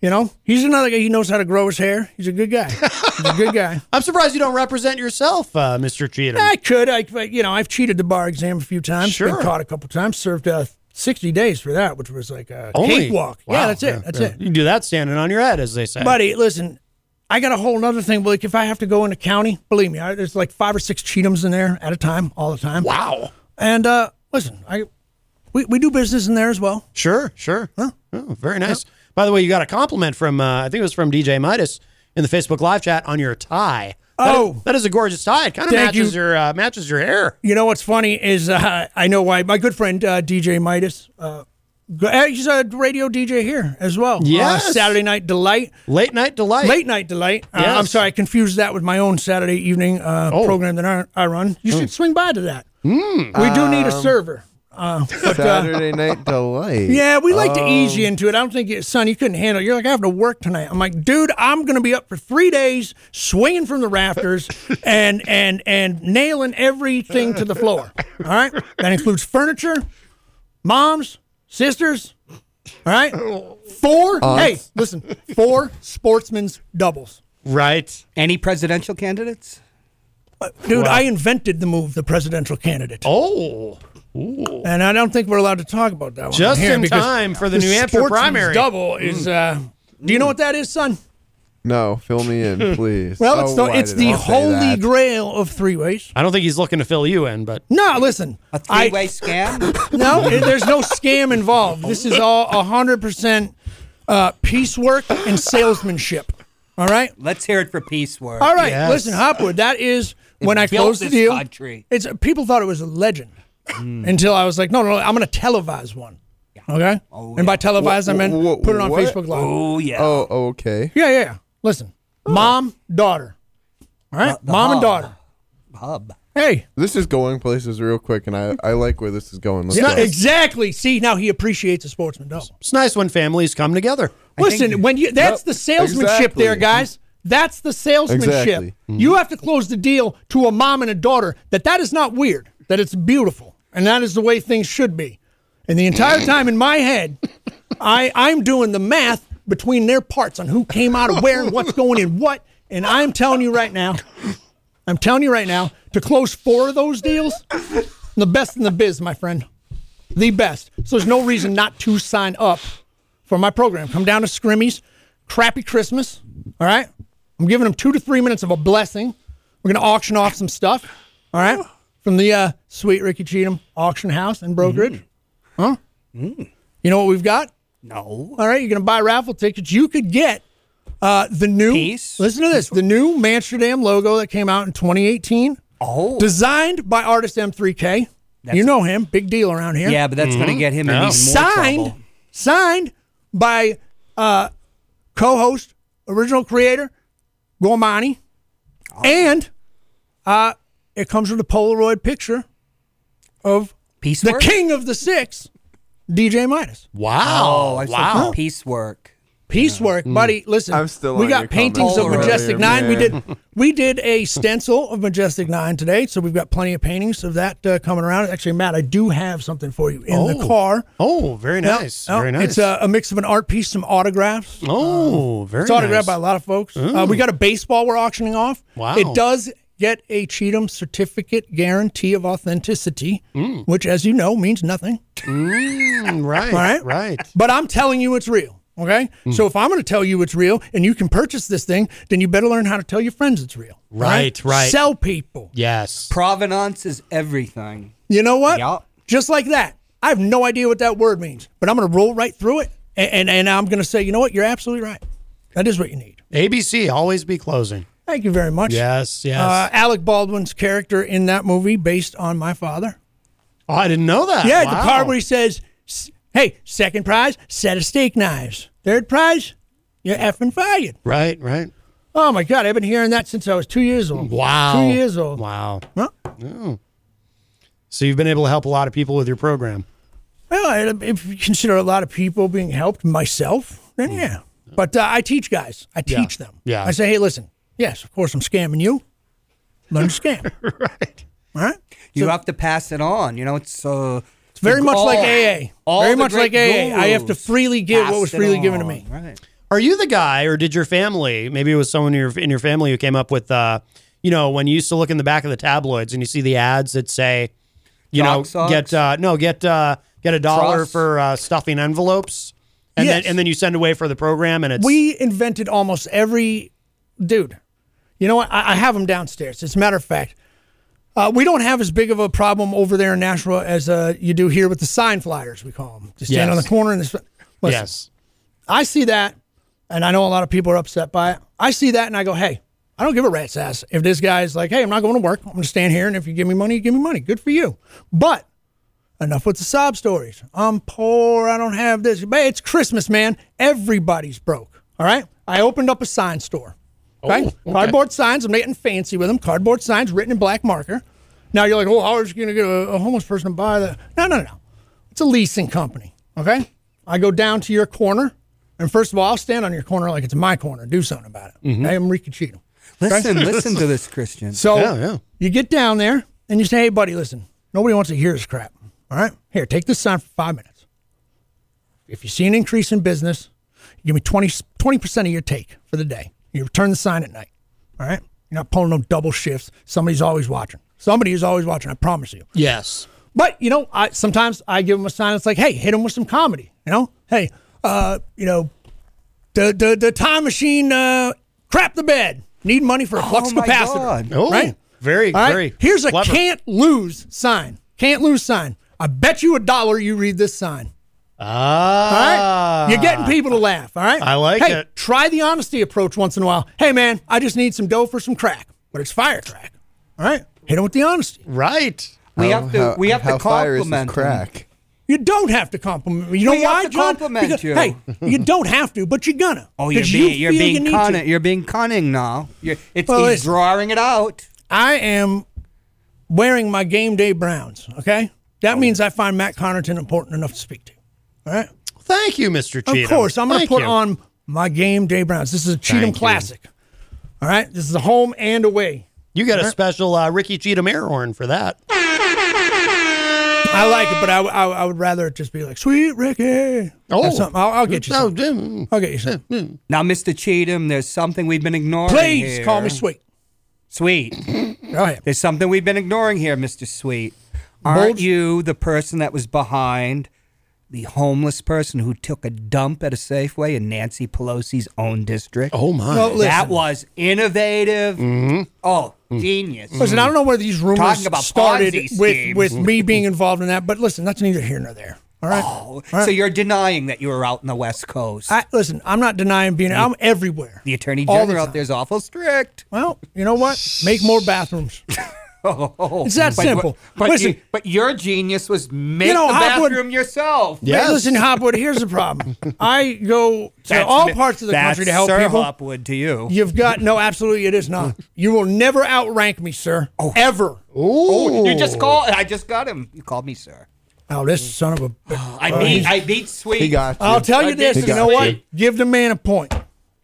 Speaker 4: you know he's another guy. He knows how to grow his hair. He's a good guy. He's a good guy.
Speaker 2: I'm surprised you don't represent yourself, uh, Mr. Cheatham.
Speaker 4: I could. I, I- you know, I've cheated the bar exam a few times.
Speaker 2: Sure.
Speaker 4: Been caught a couple times. Served uh, 60 days for that, which was like a
Speaker 2: Uh, Only-
Speaker 4: cakewalk.
Speaker 2: Wow,
Speaker 4: Yeah, that's it.
Speaker 2: yeah,
Speaker 4: That's it.
Speaker 2: You do that standing on your head, as they say.
Speaker 4: Buddy, listen, I got a whole nother thing. Like, if I have to go into county, believe me, I, there's like five or six Cheatums in there at a time, all the time.
Speaker 2: wow.
Speaker 4: And uh, listen, I we, we do business in there as well.
Speaker 2: Sure, sure. Oh, very nice. By the way, you got a compliment from uh, I think it was from DJ Midas in the Facebook live chat on your tie. That is-
Speaker 4: Oh.
Speaker 2: that is a gorgeous tie. It kind of
Speaker 4: Thank
Speaker 2: matches
Speaker 4: you.
Speaker 2: your uh, matches your hair.
Speaker 4: You know what's funny is uh, I know why my good friend uh, DJ Midas. Uh, go- uh, He's a radio DJ here as well. Uh,
Speaker 2: Yes.
Speaker 4: Saturday Night Delight.
Speaker 2: Late night delight.
Speaker 4: Late Night Delight. Uh,
Speaker 2: Yes. Oh.
Speaker 4: I'm sorry, I confused that with my own Saturday evening uh, program that I, I run.
Speaker 2: Hmm.
Speaker 4: You should swing by to that. We do need a server. Uh, but, uh,
Speaker 3: Saturday night delight. Um,
Speaker 4: yeah, we like to ease you into it. I don't think, you, son, you couldn't handle it. You're like, I have to work tonight. I'm like, dude, I'm going to be up for three days swinging from the rafters and, and, and nailing everything to the floor. All right? That includes furniture, moms, sisters. All right? Four, hey, listen, four sportsman's doubles.
Speaker 2: Right.
Speaker 5: Any presidential candidates?
Speaker 4: Uh, Dude, I invented the move, the presidential candidate.
Speaker 2: Oh,
Speaker 4: And I don't think we're allowed to talk about that one.
Speaker 2: Just
Speaker 4: here
Speaker 2: in
Speaker 4: because
Speaker 2: time for the
Speaker 4: this
Speaker 2: New Hampshire
Speaker 4: sportsman's
Speaker 2: primary. Mm.
Speaker 4: Double is. Uh, do you know what that is, son?
Speaker 3: No, fill me in, please.
Speaker 4: Well,
Speaker 3: Oh,
Speaker 4: it's the
Speaker 3: why
Speaker 4: it's
Speaker 3: did
Speaker 4: the
Speaker 3: I say
Speaker 4: holy
Speaker 3: that?
Speaker 4: grail of three ways.
Speaker 2: I don't think he's looking to fill you in, but
Speaker 4: No, listen.
Speaker 5: A
Speaker 4: I-
Speaker 5: three-way scam?
Speaker 4: no, it- there's no scam involved. This is all hundred percent uh, piecework and salesmanship. All right.
Speaker 5: Let's hear it for peace work.
Speaker 4: All right,
Speaker 2: Yes.
Speaker 4: listen, Hopwood. That is when I
Speaker 5: built
Speaker 4: closed the
Speaker 5: this Hmm.
Speaker 4: deal.
Speaker 5: country.
Speaker 4: It's people thought it was a legend until I was like, no, no, no, I'm going to televise one. Okay, and by televise I meant
Speaker 3: Wh- wh-
Speaker 4: put it on
Speaker 3: what?
Speaker 4: Facebook Live.
Speaker 5: Oh, yeah.
Speaker 3: Oh, okay.
Speaker 4: Yeah, yeah, yeah. Listen, mom, daughter. All right,
Speaker 5: Oh. The
Speaker 4: mom
Speaker 5: hub.
Speaker 4: and daughter.
Speaker 5: Hub.
Speaker 4: Hey,
Speaker 3: This is going places real quick, and I, I like where this is going. Let's
Speaker 4: yeah,
Speaker 3: go.
Speaker 4: exactly. See, now he appreciates a sportsman double.
Speaker 2: it's nice when families come together.
Speaker 4: Listen, when you that's
Speaker 3: Yep,
Speaker 4: the salesmanship
Speaker 3: exactly.
Speaker 4: there, guys. That's the salesmanship.
Speaker 3: Exactly.
Speaker 4: You have to close the deal to a mom and a daughter that that is not weird, that it's beautiful, and that is the way things should be. And the entire time in my head, I I'm doing the math between their parts on who came out of where and what's going in what, and I'm telling you right now, I'm telling you right now, to close four of those deals, the best in the biz, my friend. The best. So there's no reason not to sign up for my program. Come down to Scrimmies, crappy Christmas. All right. I'm giving them two to three minutes of a blessing. We're going to auction off some stuff. All right. From the uh, sweet Ricky Cheatham auction house and brokerage. Huh? You know what we've got?
Speaker 5: Mm, No.
Speaker 4: All right, you're going to buy raffle tickets. You could get uh, the new.
Speaker 5: Piece?
Speaker 4: Listen to this: the new Amsterdam logo that came out in 2018,
Speaker 5: Oh.
Speaker 4: designed by artist M3K. you know him, big deal around here.
Speaker 5: Mm-hmm. yeah, but that's going to get him in even more
Speaker 4: signed,
Speaker 5: trouble.
Speaker 4: signed by uh, co-host, original creator, Gormani, and uh, it comes with a Polaroid picture of the
Speaker 5: Piecework?
Speaker 4: king of the six, DJ Midas.
Speaker 5: Oh,
Speaker 6: Wow.
Speaker 5: I said
Speaker 6: wow.
Speaker 5: Piecework.
Speaker 4: Piecework, Mm. buddy. Listen,
Speaker 3: I'm still
Speaker 4: we
Speaker 3: on
Speaker 4: got
Speaker 3: your
Speaker 4: paintings of
Speaker 5: comment
Speaker 4: Majestic
Speaker 3: earlier,
Speaker 4: Nine. We did
Speaker 3: man.
Speaker 4: we did a stencil of Majestic Nine today, so we've got plenty of paintings of that uh, coming around. Actually, Matt, I do have something for you in the
Speaker 6: Oh.
Speaker 4: car.
Speaker 6: Oh, very nice.
Speaker 4: Oh,
Speaker 6: very nice.
Speaker 4: It's a, a mix of an art piece, some autographs. Uh,
Speaker 6: oh, very
Speaker 4: it's autographed
Speaker 6: nice.
Speaker 4: by a lot of folks. Uh, we got a baseball we're auctioning off.
Speaker 6: Wow.
Speaker 4: It does get a Cheatham certificate guarantee of authenticity, which, as you know, means nothing.
Speaker 6: Mm, right.
Speaker 4: Right?
Speaker 6: Right. Hmm.
Speaker 4: But I'm telling you it's real. Okay? So if I'm going to tell you it's real and you can purchase this thing, then you better learn how to tell your friends it's real.
Speaker 6: Right, right.
Speaker 4: Sell people.
Speaker 6: Yes.
Speaker 5: Provenance is everything.
Speaker 4: You know what?
Speaker 5: Yup.
Speaker 4: Just like that. I have no idea what that word means, but I'm going to roll right through it and, and, and I'm going to say, you know what? You're absolutely right. That is what you need.
Speaker 6: ABC always be closing.
Speaker 4: Thank you very much.
Speaker 6: Yes. Yes.
Speaker 4: Uh, Alec Baldwin's character in that movie, based on my father.
Speaker 6: oh, I didn't know that.
Speaker 4: Yeah,
Speaker 6: wow.
Speaker 4: the part where he says, "S- "Hey, second prize, set of steak knives. Third prize, you're effing fired."
Speaker 6: Right. Right.
Speaker 4: Oh my God, I've been hearing that since I was two years old.
Speaker 6: Wow.
Speaker 4: two years old.
Speaker 6: Wow. Oh.
Speaker 4: Huh?
Speaker 6: So you've been able to help a lot of people with your program.
Speaker 4: Well, I- if you consider a lot of people being helped, myself, then yeah. But uh, I teach guys. I
Speaker 6: Hmm. Yeah.
Speaker 4: teach them.
Speaker 6: Yeah.
Speaker 4: I say, hey, listen. Yes, of course, I'm scamming you. Learn to scam.
Speaker 6: right.
Speaker 4: All right.
Speaker 5: You have to pass it on. You know, it's uh, it's
Speaker 4: Very much like
Speaker 5: all-
Speaker 4: AA.
Speaker 5: all
Speaker 4: Very
Speaker 5: the
Speaker 4: much
Speaker 5: great
Speaker 4: like AA. I have to
Speaker 5: gurus
Speaker 4: freely give what was
Speaker 5: passed it
Speaker 4: freely given to
Speaker 5: on.
Speaker 4: me.
Speaker 5: Right.
Speaker 6: Are you the guy, or did your family? Maybe it was someone in your in your family who came up with, uh, you know, when you used to look in the back of the tabloids and you see the ads that say, you
Speaker 5: Dog
Speaker 6: know,
Speaker 5: socks?
Speaker 6: get uh, no, get uh, get a dollar
Speaker 5: Trust?
Speaker 6: for uh, stuffing envelopes, and
Speaker 4: Yes.
Speaker 6: then and then you send away for the program, and it's
Speaker 4: We invented almost every dude. You know what? I, I have them downstairs. As a matter of fact, uh, we don't have as big of a problem over there in Nashville as uh, you do here with the sign flyers. We call them. Just stand on
Speaker 6: Yes.
Speaker 4: the corner and this. Listen,
Speaker 6: yes,
Speaker 4: I see that, and I know a lot of people are upset by it. I see that, and I go, hey, I don't give a rat's ass if this guy's like, hey, I'm not going to work. I'm going to stand here, and if you give me money, you give me money. Good for you. But enough with the sob stories. I'm poor. I don't have this. But it's Christmas, man. Everybody's broke. All right. I opened up a sign store. Okay? Cardboard signs. I'm getting fancy with them. Cardboard signs written in black marker. Now you're like, oh, how are you going to get a, a homeless person to buy that? No, no, no. It's a leasing company. Okay. I go down to your corner. And first of all, I'll stand on your corner like it's my corner. Do something about it. Hey, I'm Ricky Cheatham.
Speaker 5: Listen, listen to this, Christian.
Speaker 4: So
Speaker 6: Yeah, yeah.
Speaker 4: you get down there and you say, hey, buddy, listen, nobody wants to hear this crap. All right? Here, take this sign for five minutes. If you see an increase in business, give me 20, 20% of your take for the day. You return the sign at night. All right? You're not pulling no double shifts. Somebody's always watching. Somebody is always watching, I promise you.
Speaker 6: yes,
Speaker 4: But you know, I sometimes I give them a sign. It's like, hey, hit them with some comedy. You know, hey, uh, you know, the the the time machine uh, crap the bed. Need money for a flux
Speaker 5: my
Speaker 4: capacitor.
Speaker 5: God.
Speaker 6: oh,
Speaker 4: Right?
Speaker 6: very
Speaker 4: All right?
Speaker 6: very.
Speaker 4: Here's a
Speaker 6: clever.
Speaker 4: can't lose sign. Can't lose sign. I bet you a dollar you read this sign. All
Speaker 6: ah,
Speaker 4: right? You're getting people to laugh. All right?
Speaker 6: I like
Speaker 4: hey,
Speaker 6: it.
Speaker 4: Try the honesty approach once in a while. Hey, man, I just need some dough for some crack, but it's fire crack. All right? Hit them with the honesty.
Speaker 6: right.
Speaker 5: we
Speaker 3: How-
Speaker 5: have to
Speaker 3: how-
Speaker 5: we have
Speaker 3: how
Speaker 5: to
Speaker 3: fire is this
Speaker 5: compliment him.
Speaker 3: crack.
Speaker 4: You don't have to compliment me. You know
Speaker 5: We have
Speaker 4: why,
Speaker 5: to
Speaker 4: John?
Speaker 5: compliment
Speaker 4: Because-
Speaker 5: you.
Speaker 4: Hey, you don't have to, but you're gonna.
Speaker 5: Oh, you're
Speaker 4: 'Cause
Speaker 5: being you are
Speaker 4: feel
Speaker 5: being
Speaker 4: you need to.
Speaker 5: cunning. You're being cunning now. You're, it's
Speaker 4: Well,
Speaker 5: he's
Speaker 4: listen.
Speaker 5: drawing it out.
Speaker 4: I am wearing my game day Browns. Okay,
Speaker 5: Oh.
Speaker 4: that means I find Matt Connerton important enough to speak to. All right.
Speaker 6: Thank you, Mr. Cheatham.
Speaker 4: Of course, I'm going to
Speaker 6: Thank
Speaker 4: put
Speaker 6: you.
Speaker 4: on my game day Browns. This is a Cheatham
Speaker 6: Thank you.
Speaker 4: Classic. All right, this is a home and away.
Speaker 6: You got a special uh, Ricky Cheatham air horn for that.
Speaker 4: I like it, but I, I, I would rather it just be like Sweet Ricky. or something. I'll, I'll get you.
Speaker 6: Oh,
Speaker 4: Something.
Speaker 6: mm,
Speaker 4: I'll get you. Something.
Speaker 5: Now, Mr. Cheatham, there's something we've been ignoring.
Speaker 4: Please
Speaker 5: here.
Speaker 4: call me sweet.
Speaker 5: Sweet.
Speaker 4: Go ahead.
Speaker 5: There's something we've been ignoring here, Mr. Sweet. Aren't you the person that was behind the homeless person who took a dump at a Safeway in Nancy Pelosi's own district?
Speaker 6: Oh my.
Speaker 4: Well, listen.
Speaker 5: that was innovative. Oh, genius.
Speaker 4: Mm-hmm. Listen, I don't know where these rumors
Speaker 5: Talking about
Speaker 4: started
Speaker 5: Ponzi
Speaker 4: with
Speaker 5: schemes. Oh.
Speaker 4: with me being involved in that, but listen, that's neither here nor there. All right.
Speaker 5: So you're denying that you were out in the West Coast.
Speaker 4: I, listen, I'm not denying being. I'm everywhere.
Speaker 5: the attorney
Speaker 4: All the
Speaker 5: general
Speaker 4: time.
Speaker 5: out there is awful strict.
Speaker 4: Well, you know what? Make more bathrooms.
Speaker 5: Oh,
Speaker 4: It's that simple.
Speaker 5: But,
Speaker 4: Listen-
Speaker 5: you- but your genius was make
Speaker 4: know,
Speaker 5: the
Speaker 4: I would-
Speaker 5: bathroom yourself.
Speaker 4: Yeah. Listen, Hopwood. Here's the problem. I go to all parts of the
Speaker 5: That's
Speaker 4: country to help
Speaker 5: Sir
Speaker 4: people.
Speaker 5: Hopwood to you.
Speaker 4: You've got no. Absolutely, it is not. You will never outrank me, sir. Ever.
Speaker 5: Oh, you just called. I just got him. You called me sir.
Speaker 4: Oh, this son of a.
Speaker 5: I beat. I beat Sweet.
Speaker 3: He got you.
Speaker 4: I'll tell you
Speaker 5: I
Speaker 4: this.
Speaker 5: did
Speaker 4: You know
Speaker 5: see.
Speaker 4: what? Give the man a point.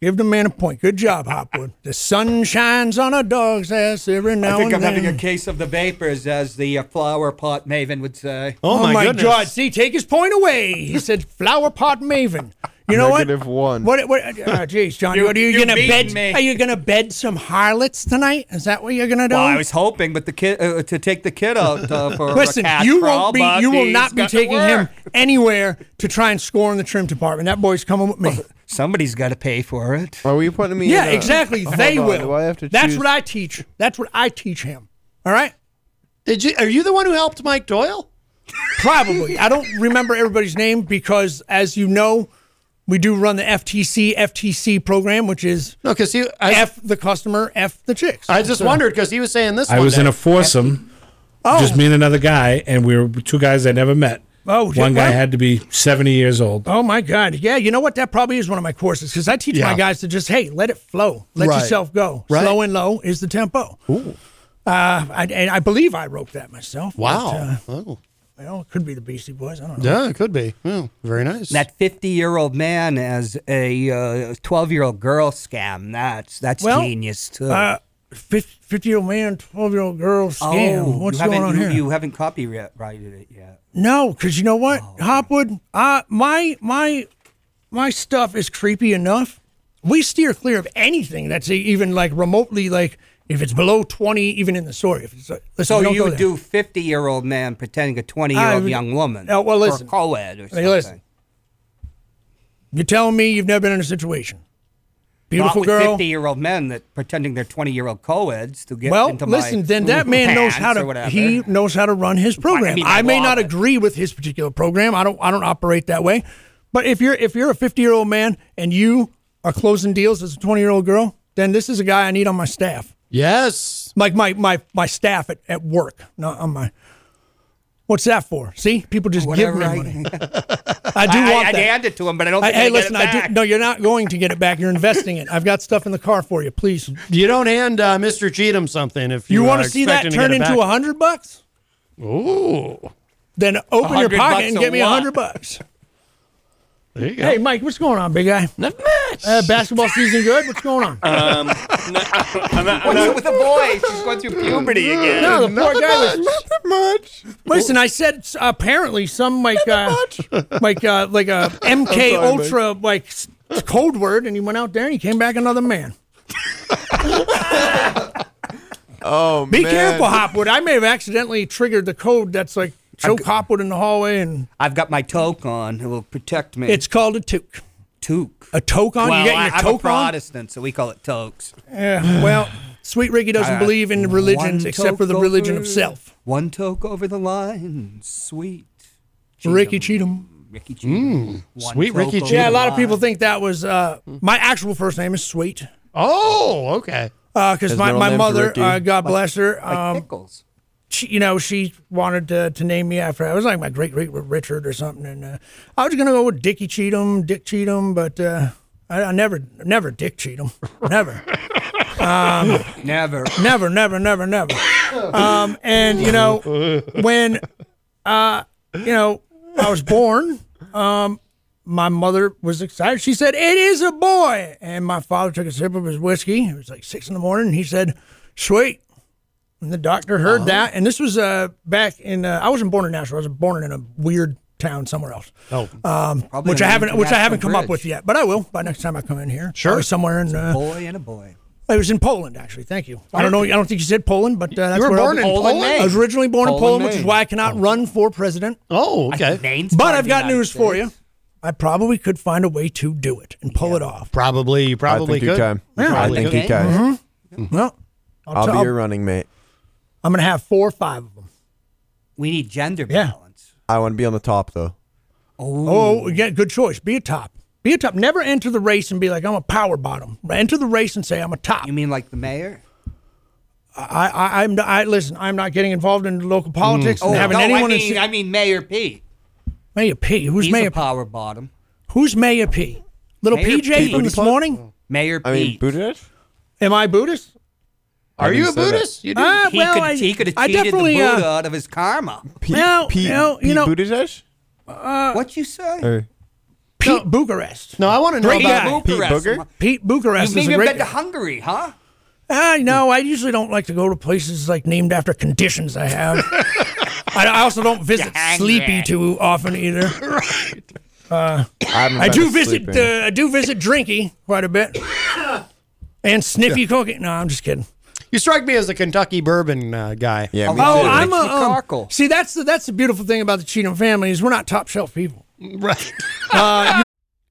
Speaker 4: Give the man a point. Good job, Hopwood. The sun shines on a dog's ass every now
Speaker 5: I think I'm
Speaker 4: and
Speaker 5: having
Speaker 4: then.
Speaker 5: a case of the vapors, as the uh, flower pot maven would say.
Speaker 4: oh, my,
Speaker 6: goodness.
Speaker 4: God! See, take his point away. He said, "Flower pot maven." You know
Speaker 3: Negative
Speaker 4: what?
Speaker 3: one.
Speaker 4: What? What? Oh, jeez, John.
Speaker 5: You-
Speaker 4: what, are you,
Speaker 5: you
Speaker 4: gonna
Speaker 5: beat
Speaker 4: bed?
Speaker 5: me.
Speaker 4: Are you gonna bed some harlots tonight? Is that what you're gonna do?
Speaker 5: Well, I was hoping, but the kid uh, to take the kid out uh, for a
Speaker 4: Listen,
Speaker 5: cat
Speaker 4: you
Speaker 5: crawl,
Speaker 4: won't be.
Speaker 5: but
Speaker 4: You will
Speaker 5: he's
Speaker 4: not be
Speaker 5: got to
Speaker 4: taking him
Speaker 5: work.
Speaker 4: anywhere to try and score in the trim department. That boy's coming with me.
Speaker 5: Somebody's got to pay for it.
Speaker 3: Are we putting me?
Speaker 4: Yeah,
Speaker 3: in a-
Speaker 4: exactly.
Speaker 3: Hold
Speaker 4: They
Speaker 3: on,
Speaker 4: will.
Speaker 3: Do I have to
Speaker 4: That's
Speaker 3: choose?
Speaker 4: what I teach. That's what I teach him. All right.
Speaker 2: Did you? Are you the one who helped Mike Doyle?
Speaker 4: Probably. I don't remember everybody's name because, as you know, we do run the FTC FTC program, which is
Speaker 2: No, because he. I,
Speaker 4: F the customer, F the chicks.
Speaker 2: I just wondered because he was saying this.
Speaker 7: I
Speaker 2: one
Speaker 7: was
Speaker 2: day.
Speaker 7: in a foursome, just me and another guy, and we were two guys I never met.
Speaker 4: Oh,
Speaker 7: One
Speaker 4: yeah,
Speaker 7: guy
Speaker 4: well-
Speaker 7: had to be 70 years old.
Speaker 4: Oh my God! Yeah, you know what? That probably is one of my courses because I teach my
Speaker 7: Yeah.
Speaker 4: guys to just hey, let it flow, let
Speaker 3: Right.
Speaker 4: yourself go.
Speaker 3: Right.
Speaker 4: Slow and low is the tempo. Ooh. Uh, I, and I believe I wrote that myself. but, uh,
Speaker 6: Wow. oh.
Speaker 4: well, it could be the Beastie Boys. I don't know.
Speaker 6: Yeah, it could be.
Speaker 4: Hmm.
Speaker 6: Yeah, very nice.
Speaker 5: That 50 year old man as a 12 year old girl scam. That's that's
Speaker 4: Well,
Speaker 5: genius too.
Speaker 4: Uh, fifty-year-old man, twelve-year-old girl scam.
Speaker 5: Oh,
Speaker 4: What's
Speaker 5: you haven't-
Speaker 4: going on
Speaker 5: you,
Speaker 4: here?
Speaker 5: You haven't copyrighted it yet.
Speaker 4: No, because you know what,
Speaker 5: Oh,
Speaker 4: Hopwood. Uh, my my my stuff is creepy enough. We steer clear of anything that's e- even like remotely like if it's below twenty, even in the story. If it's, uh, listen,
Speaker 5: So
Speaker 4: don't go
Speaker 5: Oh, you
Speaker 4: there.
Speaker 5: do 50 year old man pretending a 20 year
Speaker 4: I
Speaker 5: old
Speaker 4: would-
Speaker 5: young woman.
Speaker 4: Oh, well, listen.
Speaker 5: Or co ed or something.
Speaker 4: Hey, listen. You're telling me you've never been in a situation. Beautiful girl.
Speaker 5: 50 year old men that pretending they're 20 year old co eds to get
Speaker 4: Well,
Speaker 5: into my
Speaker 4: listen. Then that man knows
Speaker 5: pants
Speaker 4: how
Speaker 5: or
Speaker 4: to.
Speaker 5: whatever.
Speaker 4: He knows how to run his program. I,
Speaker 5: mean, my
Speaker 4: may not
Speaker 5: wallet.
Speaker 4: agree with his particular program. I don't. I don't operate that way. But if you're if you're a 50 year old man and you are closing deals as a 20 year old girl, then this is a guy I need on my staff.
Speaker 6: yes.
Speaker 4: Like my my my staff at, at work. No, on my. What's that for? See, people just
Speaker 5: Whatever
Speaker 4: give me
Speaker 5: I-
Speaker 4: money. I do
Speaker 5: I,
Speaker 4: want
Speaker 5: I'd
Speaker 4: that.
Speaker 5: hand it to him, but I don't
Speaker 4: I,
Speaker 5: think
Speaker 4: hey,
Speaker 5: I'd
Speaker 4: listen,
Speaker 5: get it
Speaker 4: I
Speaker 5: back.
Speaker 4: do, no, you're not going to get it back. You're investing it. I've got stuff in the car for you. Please.
Speaker 6: You don't hand uh, Mr. Cheatham something if
Speaker 4: You
Speaker 6: you
Speaker 4: want
Speaker 6: are
Speaker 4: to see that
Speaker 6: expecting
Speaker 4: turn
Speaker 6: to get it
Speaker 4: into a
Speaker 6: back.
Speaker 4: hundred bucks?
Speaker 6: Ooh.
Speaker 4: Then open your
Speaker 5: 100
Speaker 4: pocket
Speaker 5: bucks
Speaker 4: and
Speaker 5: a
Speaker 4: get me a
Speaker 5: lot.
Speaker 4: hundred bucks.
Speaker 6: There you go.
Speaker 4: Hey, Mike, what's going on, big guy? Not much. Uh, basketball season good? What's going on?
Speaker 5: Um, What's up with the boy? She's going through puberty again.
Speaker 4: no, the poor guy was.
Speaker 3: Nothing much.
Speaker 4: Listen, I said s- apparently some like uh, like uh, like a MK Ultra like s- code word, and he went out there and he came back another man.
Speaker 3: Oh
Speaker 4: Be
Speaker 3: man.
Speaker 4: careful, Hopwood. I may have accidentally triggered the code that's like choke Hopwood in the hallway, and
Speaker 5: I've got my toque on. It will protect me.
Speaker 4: it's called a toque.
Speaker 5: toque.
Speaker 4: A toque on?
Speaker 5: Well,
Speaker 4: you getting
Speaker 5: I,
Speaker 4: your
Speaker 5: I'm a
Speaker 4: toque on?
Speaker 5: Protestant, so we call it toques.
Speaker 4: Yeah. Well, Sweet Ricky doesn't believe in religions
Speaker 5: One
Speaker 4: except for the
Speaker 5: toke
Speaker 4: religion
Speaker 5: over-
Speaker 4: of self.
Speaker 5: One toke over the line, sweet.
Speaker 4: Ricky Cheatham.
Speaker 5: Ricky Cheatham. One
Speaker 6: sweet
Speaker 5: toke
Speaker 6: Ricky
Speaker 5: over
Speaker 6: Cheatham.
Speaker 4: Yeah,
Speaker 5: the
Speaker 4: a lot of
Speaker 5: line.
Speaker 4: people think that was uh,
Speaker 5: Hmm.
Speaker 4: my actual first name is Sweet
Speaker 6: Oh, okay.
Speaker 4: because
Speaker 3: His
Speaker 4: my,
Speaker 3: middle
Speaker 4: my
Speaker 3: name's
Speaker 4: mother,
Speaker 3: Ricky.
Speaker 4: uh, God bless her,
Speaker 5: Like
Speaker 4: um,
Speaker 5: pickles.
Speaker 4: she, you know, she wanted to, to name me after I was like my great great Richard or something, and uh, I was gonna go with Dickie Cheatham, Dick Cheatham, but uh, I, I never never Dick Cheatham, never.
Speaker 5: Never.
Speaker 4: Um, never, never, never, never. Um, and you know, when uh, you know, I was born, um, my mother was excited. She said, "It is a boy," and my father took a sip of his whiskey. It was like six in the morning, and he said, "Sweet." And the doctor
Speaker 5: Uh-huh.
Speaker 4: heard that, and this was uh, back in. Uh, I wasn't born in Nashville. I was born in a weird town somewhere else Um,
Speaker 5: Probably
Speaker 4: Oh. which I
Speaker 5: on
Speaker 4: haven't, which I haven't come up
Speaker 5: Bridge.
Speaker 4: with yet, but I will by next time I come in here. Sure, somewhere in. Uh,
Speaker 5: Boy and a boy.
Speaker 4: I was in Poland actually. Thank you. I don't know. I don't think you said Poland, but uh, that's
Speaker 6: were
Speaker 4: where I
Speaker 6: born
Speaker 4: was-
Speaker 6: in Poland, Poland?
Speaker 4: I was originally born in
Speaker 3: Poland,
Speaker 4: Poland, which is
Speaker 3: Maine.
Speaker 4: why I cannot run for president.
Speaker 6: Oh, okay.
Speaker 5: Oh. Names
Speaker 4: But
Speaker 5: part of
Speaker 4: I've
Speaker 5: the
Speaker 4: got
Speaker 5: United
Speaker 4: news for you.
Speaker 5: States.
Speaker 4: I probably could find a way to do it and pull it off.
Speaker 6: Probably, you
Speaker 3: I
Speaker 6: probably
Speaker 3: think you
Speaker 6: could.
Speaker 3: can. I
Speaker 6: Probably
Speaker 3: think
Speaker 6: could. Mm-hmm.
Speaker 3: you can.
Speaker 4: Mm-hmm. Well,
Speaker 3: I'll
Speaker 4: tell-
Speaker 3: be your running mate.
Speaker 4: I'm gonna have four or five of them.
Speaker 5: We need gender
Speaker 4: Yeah.
Speaker 5: balance.
Speaker 3: I want to be on the top though.
Speaker 4: Oh, yeah, good choice. Be a top. Be a top. Never enter the race and be like, I'm a power bottom. Enter the race and say, I'm a top.
Speaker 5: You mean like the mayor?
Speaker 4: I, I, I'm, I listen. I'm not getting involved in local politics and having
Speaker 5: Mm. oh, no,
Speaker 4: Hmm. anyone.
Speaker 5: I mean,
Speaker 4: in, ci-
Speaker 5: I mean Mayor P.
Speaker 4: Mayor P. Who's
Speaker 5: He's
Speaker 4: Mayor?
Speaker 5: a power bottom.
Speaker 4: Who's Mayor P? Little
Speaker 5: Mayor
Speaker 4: PJ
Speaker 5: P.
Speaker 4: from this morning.
Speaker 5: Mayor P.
Speaker 3: I mean, Buttigieg.
Speaker 4: Am I Buddhist?
Speaker 2: Are you a Buddhist? You do-
Speaker 4: Ah,
Speaker 5: he,
Speaker 4: well,
Speaker 5: could,
Speaker 4: I,
Speaker 5: he could have
Speaker 4: I
Speaker 5: cheated the
Speaker 4: definitely.
Speaker 5: Buddha
Speaker 4: uh,
Speaker 5: out of his karma.
Speaker 3: P,
Speaker 4: No,
Speaker 3: P,
Speaker 4: no, you
Speaker 3: P
Speaker 4: know- uh,
Speaker 3: Buttigieg.
Speaker 5: What you say?
Speaker 3: Or
Speaker 4: Pete Bucharest.
Speaker 6: No, I want to know
Speaker 4: Great
Speaker 6: about.
Speaker 4: guy.
Speaker 5: Pete Bucharest.
Speaker 3: Booger?
Speaker 4: Pete Bucharest
Speaker 5: You've
Speaker 4: is a
Speaker 5: even
Speaker 4: great. Ah,
Speaker 5: been to Hungary, huh?
Speaker 4: I know. I usually don't like to go to places like named after conditions I have. I, I also don't visit
Speaker 5: hang
Speaker 4: Sleepy
Speaker 5: there.
Speaker 4: too often either. Uh,
Speaker 3: I'm
Speaker 4: I do
Speaker 3: about to
Speaker 4: visit.
Speaker 3: sleep in.
Speaker 4: Uh, I do visit Drinky quite a bit, and Sniffy Cookie. No, I'm just kidding.
Speaker 6: You strike me as a Kentucky bourbon uh, guy.
Speaker 3: yeah, me
Speaker 4: Oh,
Speaker 3: too.
Speaker 4: I'm a
Speaker 5: Richie
Speaker 4: um,
Speaker 5: Carkle.
Speaker 4: see. That's the that's the beautiful thing about the Cheatham family is we're not top shelf people. Uh,
Speaker 6: Right.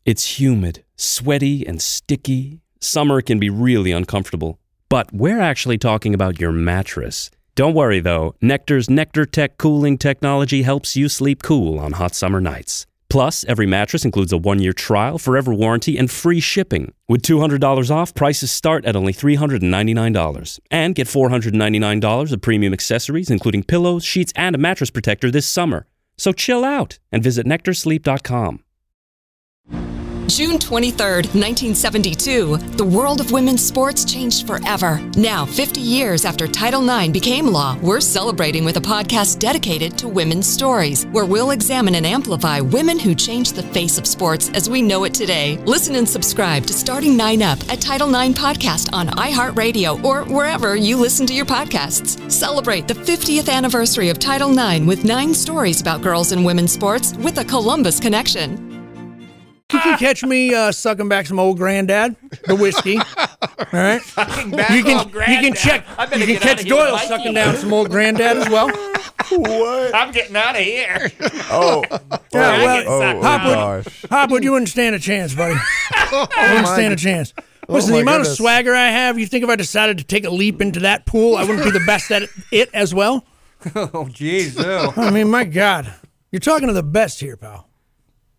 Speaker 10: It's humid, sweaty, and sticky. Summer can be really uncomfortable. But we're actually talking about your mattress. Don't worry though, Nectar's Nectar Tech cooling technology helps you sleep cool on hot summer nights. Plus, every mattress includes a one year trial, forever warranty, and free shipping. With $200 off, prices start at only $399. And get $499 of premium accessories, including pillows, sheets, and a mattress protector this summer. So chill out and visit NectarSleep.com.
Speaker 11: June 23rd, 1972, the world of women's sports changed forever. Now, 50 years after Title IX became law, we're celebrating with a podcast dedicated to women's stories, where we'll examine and amplify women who changed the face of sports as we know it today. Listen and subscribe to Starting Nine Up, a Title IX podcast on iHeartRadio or wherever you listen to your podcasts. Celebrate the 50th anniversary of Title IX with nine stories about girls and women's sports with a Columbus connection.
Speaker 4: You can catch me uh, sucking back some old granddad, the whiskey. All right,
Speaker 5: Fucking back
Speaker 4: you can
Speaker 5: off,
Speaker 4: you can
Speaker 5: Granddad.
Speaker 4: check.
Speaker 5: I better
Speaker 4: You can
Speaker 5: get outta
Speaker 4: catch
Speaker 5: here with
Speaker 4: Doyle
Speaker 5: Mikey.
Speaker 4: sucking down some old granddad as well.
Speaker 5: I'm getting out of here.
Speaker 3: Oh,
Speaker 4: Yeah,
Speaker 3: oh,
Speaker 4: well,
Speaker 3: oh, oh,
Speaker 4: Hopwood,
Speaker 3: gosh.
Speaker 4: Hopwood, you wouldn't stand a chance, buddy. I wouldn't stand a chance. Listen, the
Speaker 3: my
Speaker 4: amount of
Speaker 3: goodness.
Speaker 4: swagger I have, you think if I decided to take a leap into that pool, I wouldn't be the best at it as well?
Speaker 5: oh, jeez. ew.
Speaker 4: I mean, my God. You're talking to the best here, pal.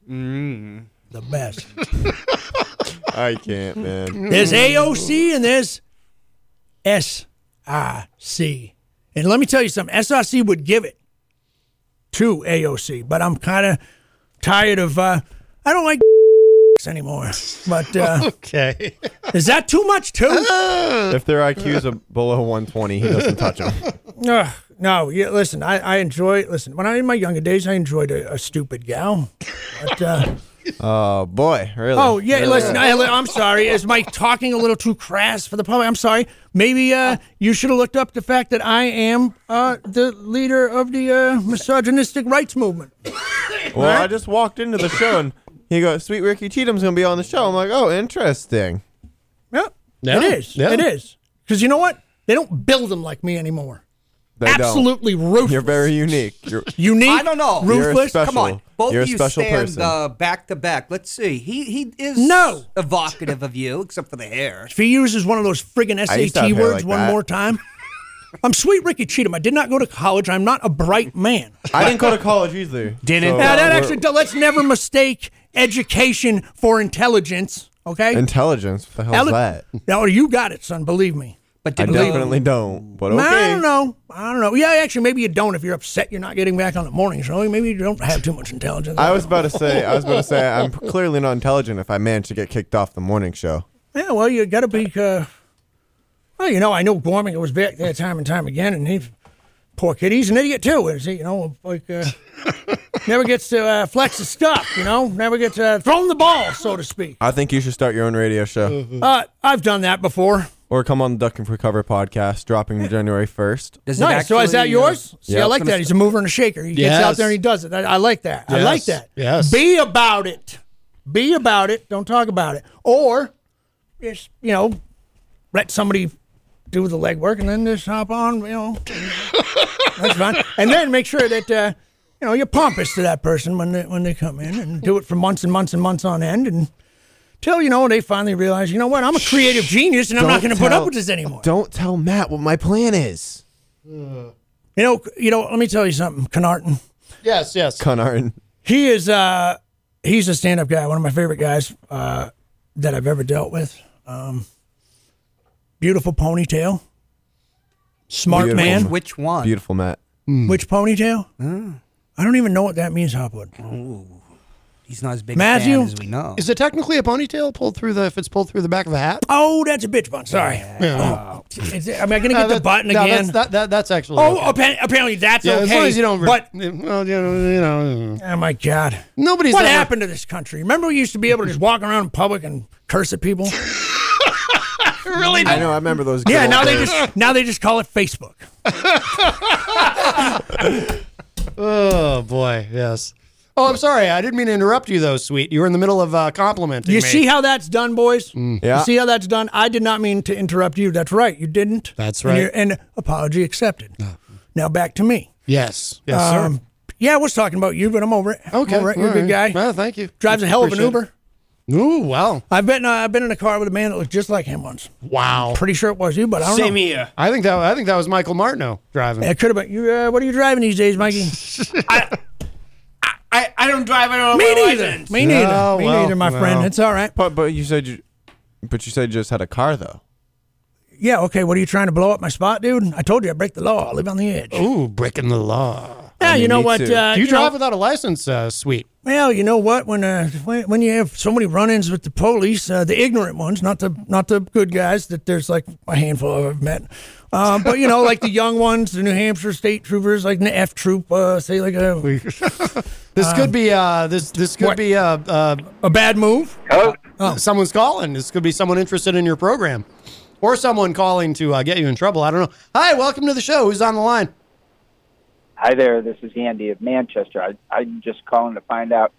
Speaker 4: Mm. The best.
Speaker 3: I can't,
Speaker 12: Mm.
Speaker 3: man.
Speaker 4: There's AOC and there's SIC. And let me tell you something SIC would give it to AOC, but I'm kind of tired of, uh, I don't like anymore. But uh,
Speaker 6: Okay.
Speaker 4: is that too much, too?
Speaker 3: If their IQs are below 120, he doesn't touch them.
Speaker 4: Ugh, no, yeah, listen, I, I enjoy, listen, when I in my younger days, I enjoyed a, a stupid gal. But, uh,
Speaker 3: Oh boy, really?
Speaker 4: oh, yeah,
Speaker 3: Really?
Speaker 4: listen, I, I'm sorry. Is my talking a little too crass for the public? I'm sorry. Maybe uh, you should have looked up the fact that I am uh, the leader of the uh, misogynistic rights movement.
Speaker 3: Well, I just walked into the show and he goes, "Sweet Ricky Cheatham's gonna be on the show." I'm like, "Oh, interesting."
Speaker 4: Yeah,
Speaker 6: Yeah,
Speaker 4: it is.
Speaker 6: yeah.
Speaker 4: It is. Because you know what? They don't build them like me anymore.
Speaker 3: They don't.
Speaker 4: Absolutely ruthless.
Speaker 3: You're very unique. You're,
Speaker 4: unique.
Speaker 5: I don't know.
Speaker 3: You're
Speaker 4: Ruthless.
Speaker 3: special.
Speaker 5: Come on, both
Speaker 3: You're a
Speaker 5: of you
Speaker 3: special
Speaker 5: stand
Speaker 3: person.
Speaker 5: Uh, back to back. Let's see. He he is
Speaker 4: No.
Speaker 5: evocative of you, except for the hair.
Speaker 4: If he uses one of those friggin'
Speaker 3: I used to
Speaker 4: SAT
Speaker 3: have hair
Speaker 4: words
Speaker 3: like
Speaker 4: one
Speaker 3: that.
Speaker 4: more time, I'm sweet Ricky Cheatham. I did not go to college. I'm not a bright man.
Speaker 3: I didn't go to college either.
Speaker 5: Didn't.
Speaker 3: So, uh,
Speaker 4: now, that
Speaker 3: we're-
Speaker 4: actually, let's never mistake education for intelligence, okay?
Speaker 3: intelligence. What the hell's
Speaker 4: Ele-
Speaker 3: that?
Speaker 4: No, you got it, son. Believe me.
Speaker 5: But
Speaker 3: I
Speaker 5: did uh,
Speaker 3: definitely don't. But okay.
Speaker 4: I don't know. I don't know. Yeah, actually, maybe you don't if you're upset you're not getting back on the morning show. Maybe you don't have too much intelligence.
Speaker 3: I was about to say. I was about to say. I'm clearly not intelligent if I manage to get kicked off the morning show.
Speaker 4: Yeah, well, you got to be. Uh, well, you know, I know Gorminger was back there time and time again, and he, poor kid, he's an idiot too. Is he? You know, like uh, never gets to uh, flex his stuff. You know, never gets uh, thrown the ball, so to speak.
Speaker 3: I think you should start your own radio show,
Speaker 4: Uh, I've done that before.
Speaker 3: or come on the Ducking for Cover podcast, dropping January first.
Speaker 5: does it
Speaker 4: nice. so is that
Speaker 5: actually, uh,
Speaker 4: yours? See, I
Speaker 3: yeah.
Speaker 4: like that. He's a mover and a shaker. He gets out
Speaker 6: Yes.
Speaker 4: there and he does it. I, I like that. I
Speaker 6: Yes.
Speaker 4: like that.
Speaker 6: Yes.
Speaker 4: Be about it. Be about it. Don't talk about it. Or just you know, let somebody do the legwork and then just hop on. You know, that's fine. And then make sure that. Uh, you know, you're pompous to that person when they, when they come in and do it for months and months and months on end and till, you know, they finally realize, you know what, I'm a creative genius and I'm not going to put up with this anymore.
Speaker 3: Don't tell Matt what my plan is.
Speaker 4: You know, you know, let me tell you something, Canarton.
Speaker 6: Yes. Yes.
Speaker 3: Cunard.
Speaker 4: He is uh he's a stand up guy, one of my favorite guys uh that I've ever dealt with. Um beautiful ponytail. Smart
Speaker 3: Beautiful.
Speaker 4: man. Hmm.
Speaker 5: Which one? Hmm.
Speaker 3: Beautiful Matt.
Speaker 4: Which ponytail? I don't even know what that means, Hopwood.
Speaker 5: He's not as big
Speaker 4: Matthew?
Speaker 5: a fan as we know.
Speaker 2: Is it technically a ponytail pulled through the if it's pulled through the back of a hat?
Speaker 4: Oh, that's a bitch bun. Sorry.
Speaker 2: Yeah.
Speaker 4: Is it- am I gonna get the button
Speaker 2: no,
Speaker 4: again?
Speaker 2: that's, that, that, that's actually. okay.
Speaker 4: Oh, appa- apparently that's
Speaker 2: Yeah,
Speaker 4: okay.
Speaker 2: as long as you don't re-
Speaker 4: But
Speaker 2: well, you know, you know.
Speaker 4: Oh my God!
Speaker 2: Nobody's.
Speaker 4: what
Speaker 2: ever-
Speaker 4: happened to this country? Remember, we used to be able to just walk around in public and curse at people.
Speaker 2: really?
Speaker 3: I know. I remember those. good
Speaker 4: yeah,
Speaker 3: old
Speaker 4: now they
Speaker 3: days.
Speaker 4: just now they just call it Facebook.
Speaker 6: Oh boy, yes.
Speaker 2: Oh, I'm sorry. I didn't mean to interrupt you, though, sweet. You were in the middle of uh, complimenting
Speaker 4: You
Speaker 2: me.
Speaker 4: see how that's done, boys?
Speaker 2: Mm.
Speaker 3: Yeah.
Speaker 4: You see how that's done? I did not mean to interrupt you. That's right, you didn't.
Speaker 6: That's
Speaker 4: And
Speaker 6: right.
Speaker 4: you're- And, apology accepted. Now back to me.
Speaker 6: Yes. Yes, sir.
Speaker 4: Um, yeah, I was talking about you, but I'm over it. I'm
Speaker 2: Okay,
Speaker 4: over it. You're a
Speaker 2: all
Speaker 4: good guy.
Speaker 2: right. Well, thank you.
Speaker 4: Drives a hell of an
Speaker 2: Appreciate it.
Speaker 4: Uber.
Speaker 6: Ooh, wow.
Speaker 4: I've been uh, I've been in a car with a man that looked just like him once.
Speaker 6: Wow.
Speaker 4: Pretty sure it was you, but I don't know.
Speaker 6: Same here. I think that I think that was Michael Martineau driving.
Speaker 4: It could have been. You, uh, what are you driving these days, Mikey?
Speaker 13: I, I don't drive at all.
Speaker 4: Me
Speaker 13: my
Speaker 4: neither.
Speaker 13: license.
Speaker 4: Me neither.
Speaker 6: Oh,
Speaker 4: Me
Speaker 6: well,
Speaker 4: neither, my friend.
Speaker 6: well.
Speaker 4: It's all right.
Speaker 3: But but you said you, but you said you just had a car though.
Speaker 4: Yeah, okay. What are you trying to blow up my spot, dude? I told you I break the law. I live on the edge.
Speaker 6: Ooh, breaking the law.
Speaker 4: Yeah,
Speaker 3: mean,
Speaker 4: you know
Speaker 3: me
Speaker 4: what?
Speaker 3: too.
Speaker 4: Uh,
Speaker 6: Do you,
Speaker 4: know-
Speaker 6: drive without a license, uh, sweet?
Speaker 4: Well, you know what? When uh, when, when you have so many run-ins with the police, uh, the ignorant ones, not the not the good guys that there's like a handful of I've met, um, but you know, like the young ones, the New Hampshire State Troopers, like an F Troop, uh, say like uh, a
Speaker 6: This could be uh, this this could
Speaker 4: Um, what?
Speaker 6: be uh, uh,
Speaker 4: a bad move. Oh.
Speaker 8: Hello?
Speaker 6: someone's calling. This could be someone interested in your program, or someone calling to uh, get you in trouble. I don't know. Hi, welcome to the show. Who's on the line?
Speaker 14: Hi there, this is Andy of Manchester. I, I'm just calling to find out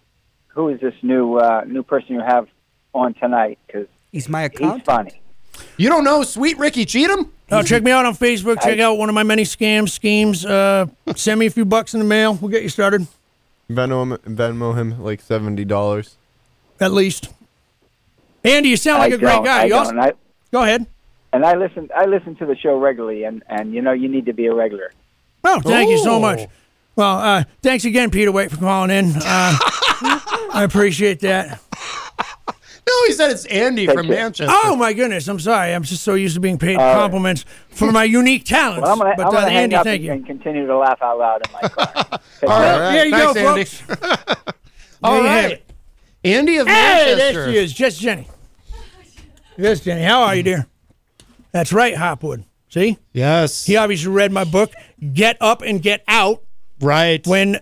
Speaker 14: who is this new uh, new person you have on tonight because
Speaker 5: He's my
Speaker 14: he's
Speaker 5: account.
Speaker 14: funny.
Speaker 6: You don't know Sweet Ricky Cheatham?
Speaker 4: Oh, check me out on Facebook. Check out one of my many scam schemes. Uh, send me a few bucks in the mail. We'll get you started,
Speaker 3: Venmo him, Venmo him like seventy dollars.
Speaker 4: at least. Andy, you sound like
Speaker 14: I
Speaker 4: a great
Speaker 14: don't-
Speaker 4: guy.
Speaker 14: I
Speaker 4: You
Speaker 14: don't,
Speaker 4: also-
Speaker 14: and I,
Speaker 4: go ahead.
Speaker 14: and I listen. I listen to the show regularly, and and you know you need to be a regular.
Speaker 4: Oh, thank you so much.
Speaker 6: Oh.
Speaker 4: Well, uh, thanks again, Peter Wait, for calling in. Uh, I appreciate that.
Speaker 6: No, he said it's Andy from Manchester.
Speaker 4: Oh my goodness, I'm sorry. I'm just so used to being paid
Speaker 14: right.
Speaker 4: compliments for my unique talents.
Speaker 14: Well, I'm gonna,
Speaker 4: but
Speaker 14: I'm
Speaker 4: uh,
Speaker 14: gonna hang
Speaker 4: Andy,
Speaker 14: up
Speaker 4: thank
Speaker 14: and,
Speaker 4: you.
Speaker 14: and continue to laugh out loud in my car. Take
Speaker 6: All
Speaker 14: care.
Speaker 6: right,
Speaker 4: There you go,
Speaker 6: thanks, Andy.
Speaker 4: folks.
Speaker 6: All
Speaker 4: There you have
Speaker 6: right, Andy of
Speaker 4: Hey, there
Speaker 6: Manchester.
Speaker 4: she is, just Jenny. Yes, Jenny. How are you, dear? That's right, Hopwood. See,
Speaker 6: Yes,
Speaker 4: he obviously read my book, Get Up and Get Out.
Speaker 6: right.
Speaker 4: When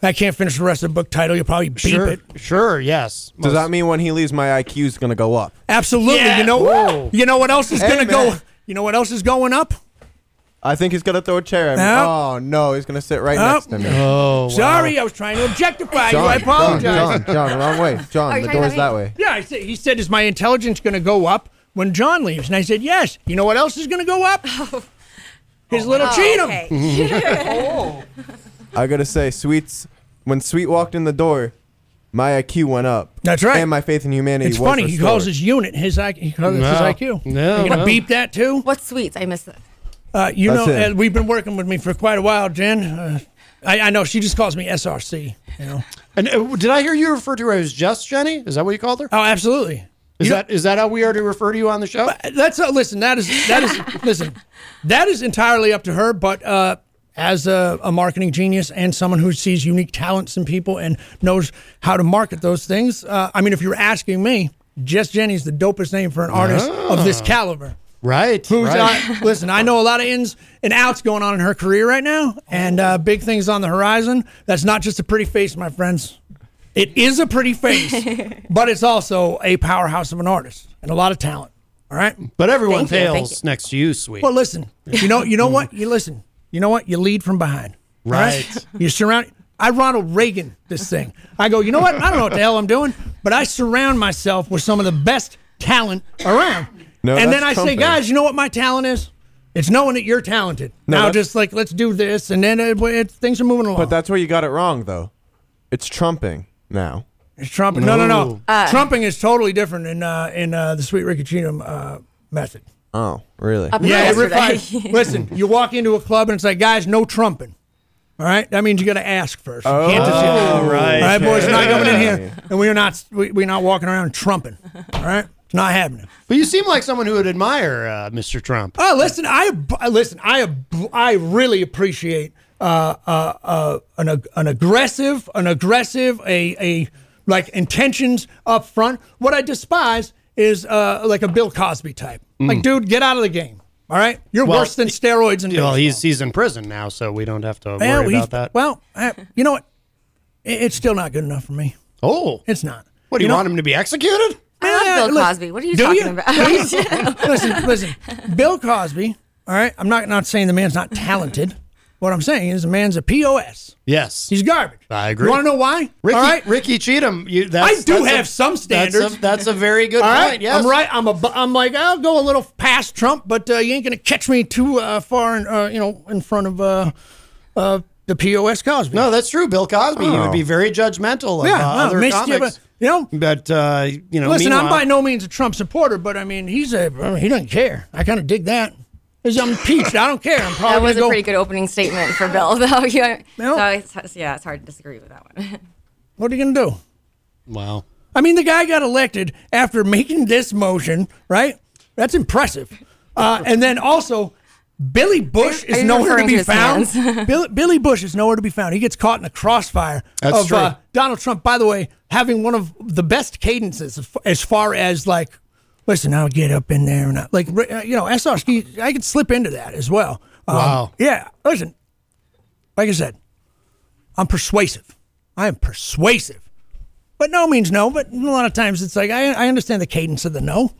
Speaker 4: I can't finish the rest of the book title, you'll probably beep
Speaker 6: sure,
Speaker 4: it.
Speaker 6: sure, yes.
Speaker 3: Does that mean when he leaves, my IQ is gonna go up?
Speaker 4: Absolutely. You know.
Speaker 6: Whoa.
Speaker 4: You know what else is
Speaker 3: Hey,
Speaker 4: gonna go?
Speaker 3: man.
Speaker 4: You know what else is going up?
Speaker 3: I think he's gonna throw a chair at me.
Speaker 4: Nope.
Speaker 3: Oh no, he's gonna sit right
Speaker 4: Nope.
Speaker 3: next to me.
Speaker 6: Oh, wow.
Speaker 4: Sorry, I was trying to objectify you.
Speaker 3: John,
Speaker 4: I apologize.
Speaker 3: John, John, John, wrong way. John, the door's that way.
Speaker 4: Yeah, I said, he said, is my intelligence going to go up when John leaves? And I said, yes. You know what else is going to go up?
Speaker 15: Oh.
Speaker 4: His little Cheatham.
Speaker 3: I gotta say, Sweet's when Sweet walked in the door, my IQ went up.
Speaker 4: That's right.
Speaker 3: And my faith in humanity.
Speaker 4: It's
Speaker 3: was
Speaker 4: funny. He
Speaker 3: restored.
Speaker 4: calls his unit his IQ. He calls it
Speaker 6: No.
Speaker 4: his IQ.
Speaker 6: No,
Speaker 4: you gonna
Speaker 6: no.
Speaker 4: beep that too?
Speaker 15: What's sweets? I miss that.
Speaker 4: Uh, you
Speaker 3: That's
Speaker 4: know,
Speaker 3: it.
Speaker 4: uh, we've been working with me for quite a while, Jen. Uh, I, I know she just calls me SRC. You know.
Speaker 6: And uh, did I hear you refer to her as Just Jenny? Is that what you called her?
Speaker 4: Oh, absolutely.
Speaker 6: Is that is that how we are to refer to you on the show?
Speaker 4: That's uh, listen. That is that is listen. That is entirely up to her. But uh, as a, a marketing genius and someone who sees unique talents in people and knows how to market those things, uh, I mean, if you're asking me, Jess Jenny's the dopest name for an artist of this caliber.
Speaker 6: Ah. Right.
Speaker 4: Who's
Speaker 6: right.
Speaker 4: I, listen? I know a lot of ins and outs going on in her career right now, and uh, big things on the horizon. That's not just a pretty face, my friends. It is a pretty face, but it's also a powerhouse of an artist and a lot of talent. All right.
Speaker 6: But everyone
Speaker 15: Thank you,
Speaker 6: fails
Speaker 15: thank
Speaker 6: next to you, sweet.
Speaker 4: Well, listen. You know. You know what? You listen. You know what? You lead from behind. all
Speaker 6: Right.
Speaker 4: You surround. I Ronald Reagan this thing. I go. You know what? I don't know what the hell I'm doing, but I surround myself with some of the best talent around.
Speaker 3: No,
Speaker 4: and then
Speaker 3: that's
Speaker 4: I say,
Speaker 3: comforting.
Speaker 4: guys, you know what my talent is? It's knowing that you're talented.
Speaker 3: No,
Speaker 4: now,
Speaker 3: that's-
Speaker 4: just like let's do this, and then it, it, things are moving along.
Speaker 3: But that's where you got it wrong, though. It's trumping now.
Speaker 4: It's trumping. No, no, no.
Speaker 6: No.
Speaker 4: trumping is totally different in uh, in uh, the Sweet Ricky Cheatham uh, method.
Speaker 3: Oh, really?
Speaker 15: Up
Speaker 4: Yeah, it
Speaker 15: yesterday.
Speaker 4: requires- listen, you walk into a club and it's like, guys, no trumping. All right, that means you got to ask first. You
Speaker 3: Oh,
Speaker 4: can't just- All
Speaker 3: right.
Speaker 4: right, boys, we're not coming in
Speaker 3: Hey.
Speaker 4: here, and we are not we, we're not walking around trumping. All right, it's not happening.
Speaker 2: But you seem like someone who would admire uh, Mr. Trump.
Speaker 4: Oh, listen, I ab- listen, I ab- I really appreciate uh, uh, uh, an ag- an aggressive, an aggressive, a a like intentions up front. What I despise is uh, like a Bill Cosby type. Like,
Speaker 6: Mm.
Speaker 4: dude, get out of the game. All right, you're
Speaker 6: Well,
Speaker 4: worse than steroids and
Speaker 6: Well, he's he's in prison now, so we don't have to worry
Speaker 4: Yeah, he's-
Speaker 6: about that.
Speaker 4: Well, I, you know what? It- it's still not good enough for me.
Speaker 6: Oh,
Speaker 4: it's not.
Speaker 6: What do you, want him to be executed?
Speaker 4: I
Speaker 13: love Bill Cosby. What are you talking about?
Speaker 4: listen, listen. Bill Cosby. All right, I'm not not saying the man's not talented. What I'm saying is the man's a pos.
Speaker 6: Yes,
Speaker 4: he's garbage.
Speaker 6: I agree.
Speaker 4: You want to know why?
Speaker 6: Ricky-
Speaker 4: all right,
Speaker 2: Ricky Cheatham. You,
Speaker 4: I do
Speaker 6: that's a-
Speaker 4: have some standards.
Speaker 6: That's a, that's a very good
Speaker 4: All right,
Speaker 6: point. Yes,
Speaker 4: I'm right. I'm a. bu- I'm like I'll go a little past Trump, but uh, you ain't gonna catch me too uh, far, in, uh, you know, in front of uh, uh, the pos Cosby. Oh.
Speaker 6: No, that's true. Bill Cosby, he would be very judgmental of
Speaker 4: Yeah,
Speaker 6: uh,
Speaker 4: no,
Speaker 6: other
Speaker 4: Miss
Speaker 6: comics.
Speaker 4: Gibbon- you know,
Speaker 6: but uh, you know,
Speaker 4: Listen, I'm
Speaker 6: meanwhile-
Speaker 4: by no means a Trump supporter, but I mean, he's a I mean, he doesn't care. I kind of dig that. Is I'm impeached. I don't care. I'm probably
Speaker 13: that was a
Speaker 4: gonna go,
Speaker 13: pretty good opening statement for Bill, though. Yeah.
Speaker 4: No.
Speaker 13: So it's, yeah, it's hard to disagree with that one.
Speaker 4: What are you gonna do?
Speaker 6: Wow.
Speaker 4: I mean, the guy got elected after making this motion, right? That's impressive. Uh, and then also, Billy Bush
Speaker 13: Are you- are
Speaker 4: is
Speaker 13: you
Speaker 4: nowhere to
Speaker 13: referring
Speaker 4: be
Speaker 13: to his
Speaker 4: found.
Speaker 13: hands?
Speaker 4: Bill, Billy Bush is nowhere to be found. He gets caught in a crossfire
Speaker 6: That's
Speaker 4: of
Speaker 6: true.
Speaker 4: Uh, Donald Trump. By the way, having one of the best cadences as f- as far as like, listen, I'll get up in there and I, like, re- uh, you know, SRSky, I could slip into that as well. Um,
Speaker 6: Wow.
Speaker 4: Yeah. Listen, like I said, I'm persuasive. I am persuasive. But no means no. But a lot of times it's like I, I understand the cadence of the no.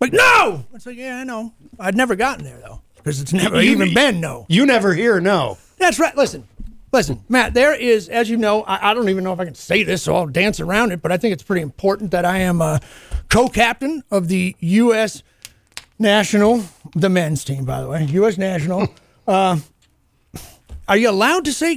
Speaker 4: Like no, it's like yeah, I know. I'd never gotten there though because it's never
Speaker 6: You-
Speaker 4: even been no.
Speaker 6: You never hear no.
Speaker 4: That's right. Listen, listen, Matt. There is, as you know, I, I don't even know if I can say this, so I'll dance around it. But I think it's pretty important that I am uh, co-captain of the U.S. national, the men's team, by the way, U.S.
Speaker 6: Hmm.
Speaker 4: national. uh, are you allowed to say?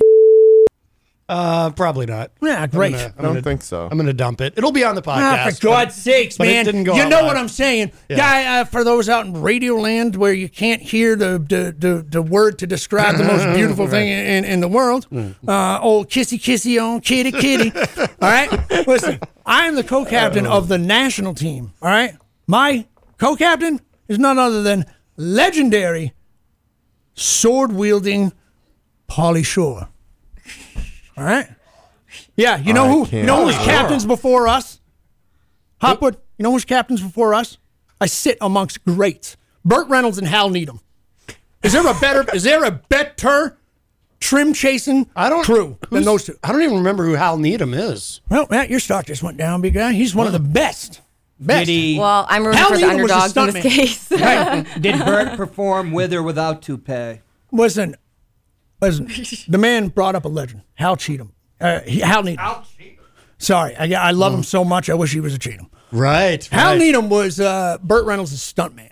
Speaker 6: Uh, probably not.
Speaker 4: Yeah, Ah, great.
Speaker 6: I'm gonna,
Speaker 4: Don't
Speaker 6: think so. I'm going to dump it. It'll be on the podcast.
Speaker 4: Ah, for God's
Speaker 6: but-
Speaker 4: sakes,
Speaker 6: but
Speaker 4: man!
Speaker 6: It didn't go
Speaker 4: you
Speaker 6: out
Speaker 4: know
Speaker 6: live.
Speaker 4: what I'm saying,
Speaker 6: Yeah.
Speaker 4: guy. Uh, for those out in Radio Land where you can't hear the the, the, the word to describe the most beautiful thing in, in the world,
Speaker 6: Hmm.
Speaker 4: uh, old kissy kissy on kitty kitty. all right, listen. I am the co-captain
Speaker 6: Uh.
Speaker 4: of the national team. All right, my co-captain is none other than legendary sword wielding Paulie Shore. All right. Yeah, you know
Speaker 3: I
Speaker 4: who? You
Speaker 3: can't
Speaker 4: know who was
Speaker 3: believe it.
Speaker 4: captains before us? Hopwood. You know who's captains before us? I sit amongst greats: Burt Reynolds and Hal Needham. Is there a better? is there a better trim chasing I don't, crew than those two?
Speaker 6: I don't even remember who Hal Needham is.
Speaker 4: Well, Matt, your stock just went down, big guy. He's one of the best. Best.
Speaker 13: Well, I'm rooting
Speaker 4: Hal
Speaker 13: for the
Speaker 4: Needham was a
Speaker 13: underdogs in this
Speaker 4: stuntman.
Speaker 13: case.
Speaker 5: Did Bert perform with or without toupee?
Speaker 4: Listen, listen. the man brought up a legend, Hal Cheatham. Uh, he, Hal Needham. Hal Cheatham. Sorry, I, I love him so much. I wish he was a Cheatham.
Speaker 6: Right.
Speaker 4: Hal
Speaker 6: right.
Speaker 4: Needham was uh, Burt Reynolds' stuntman.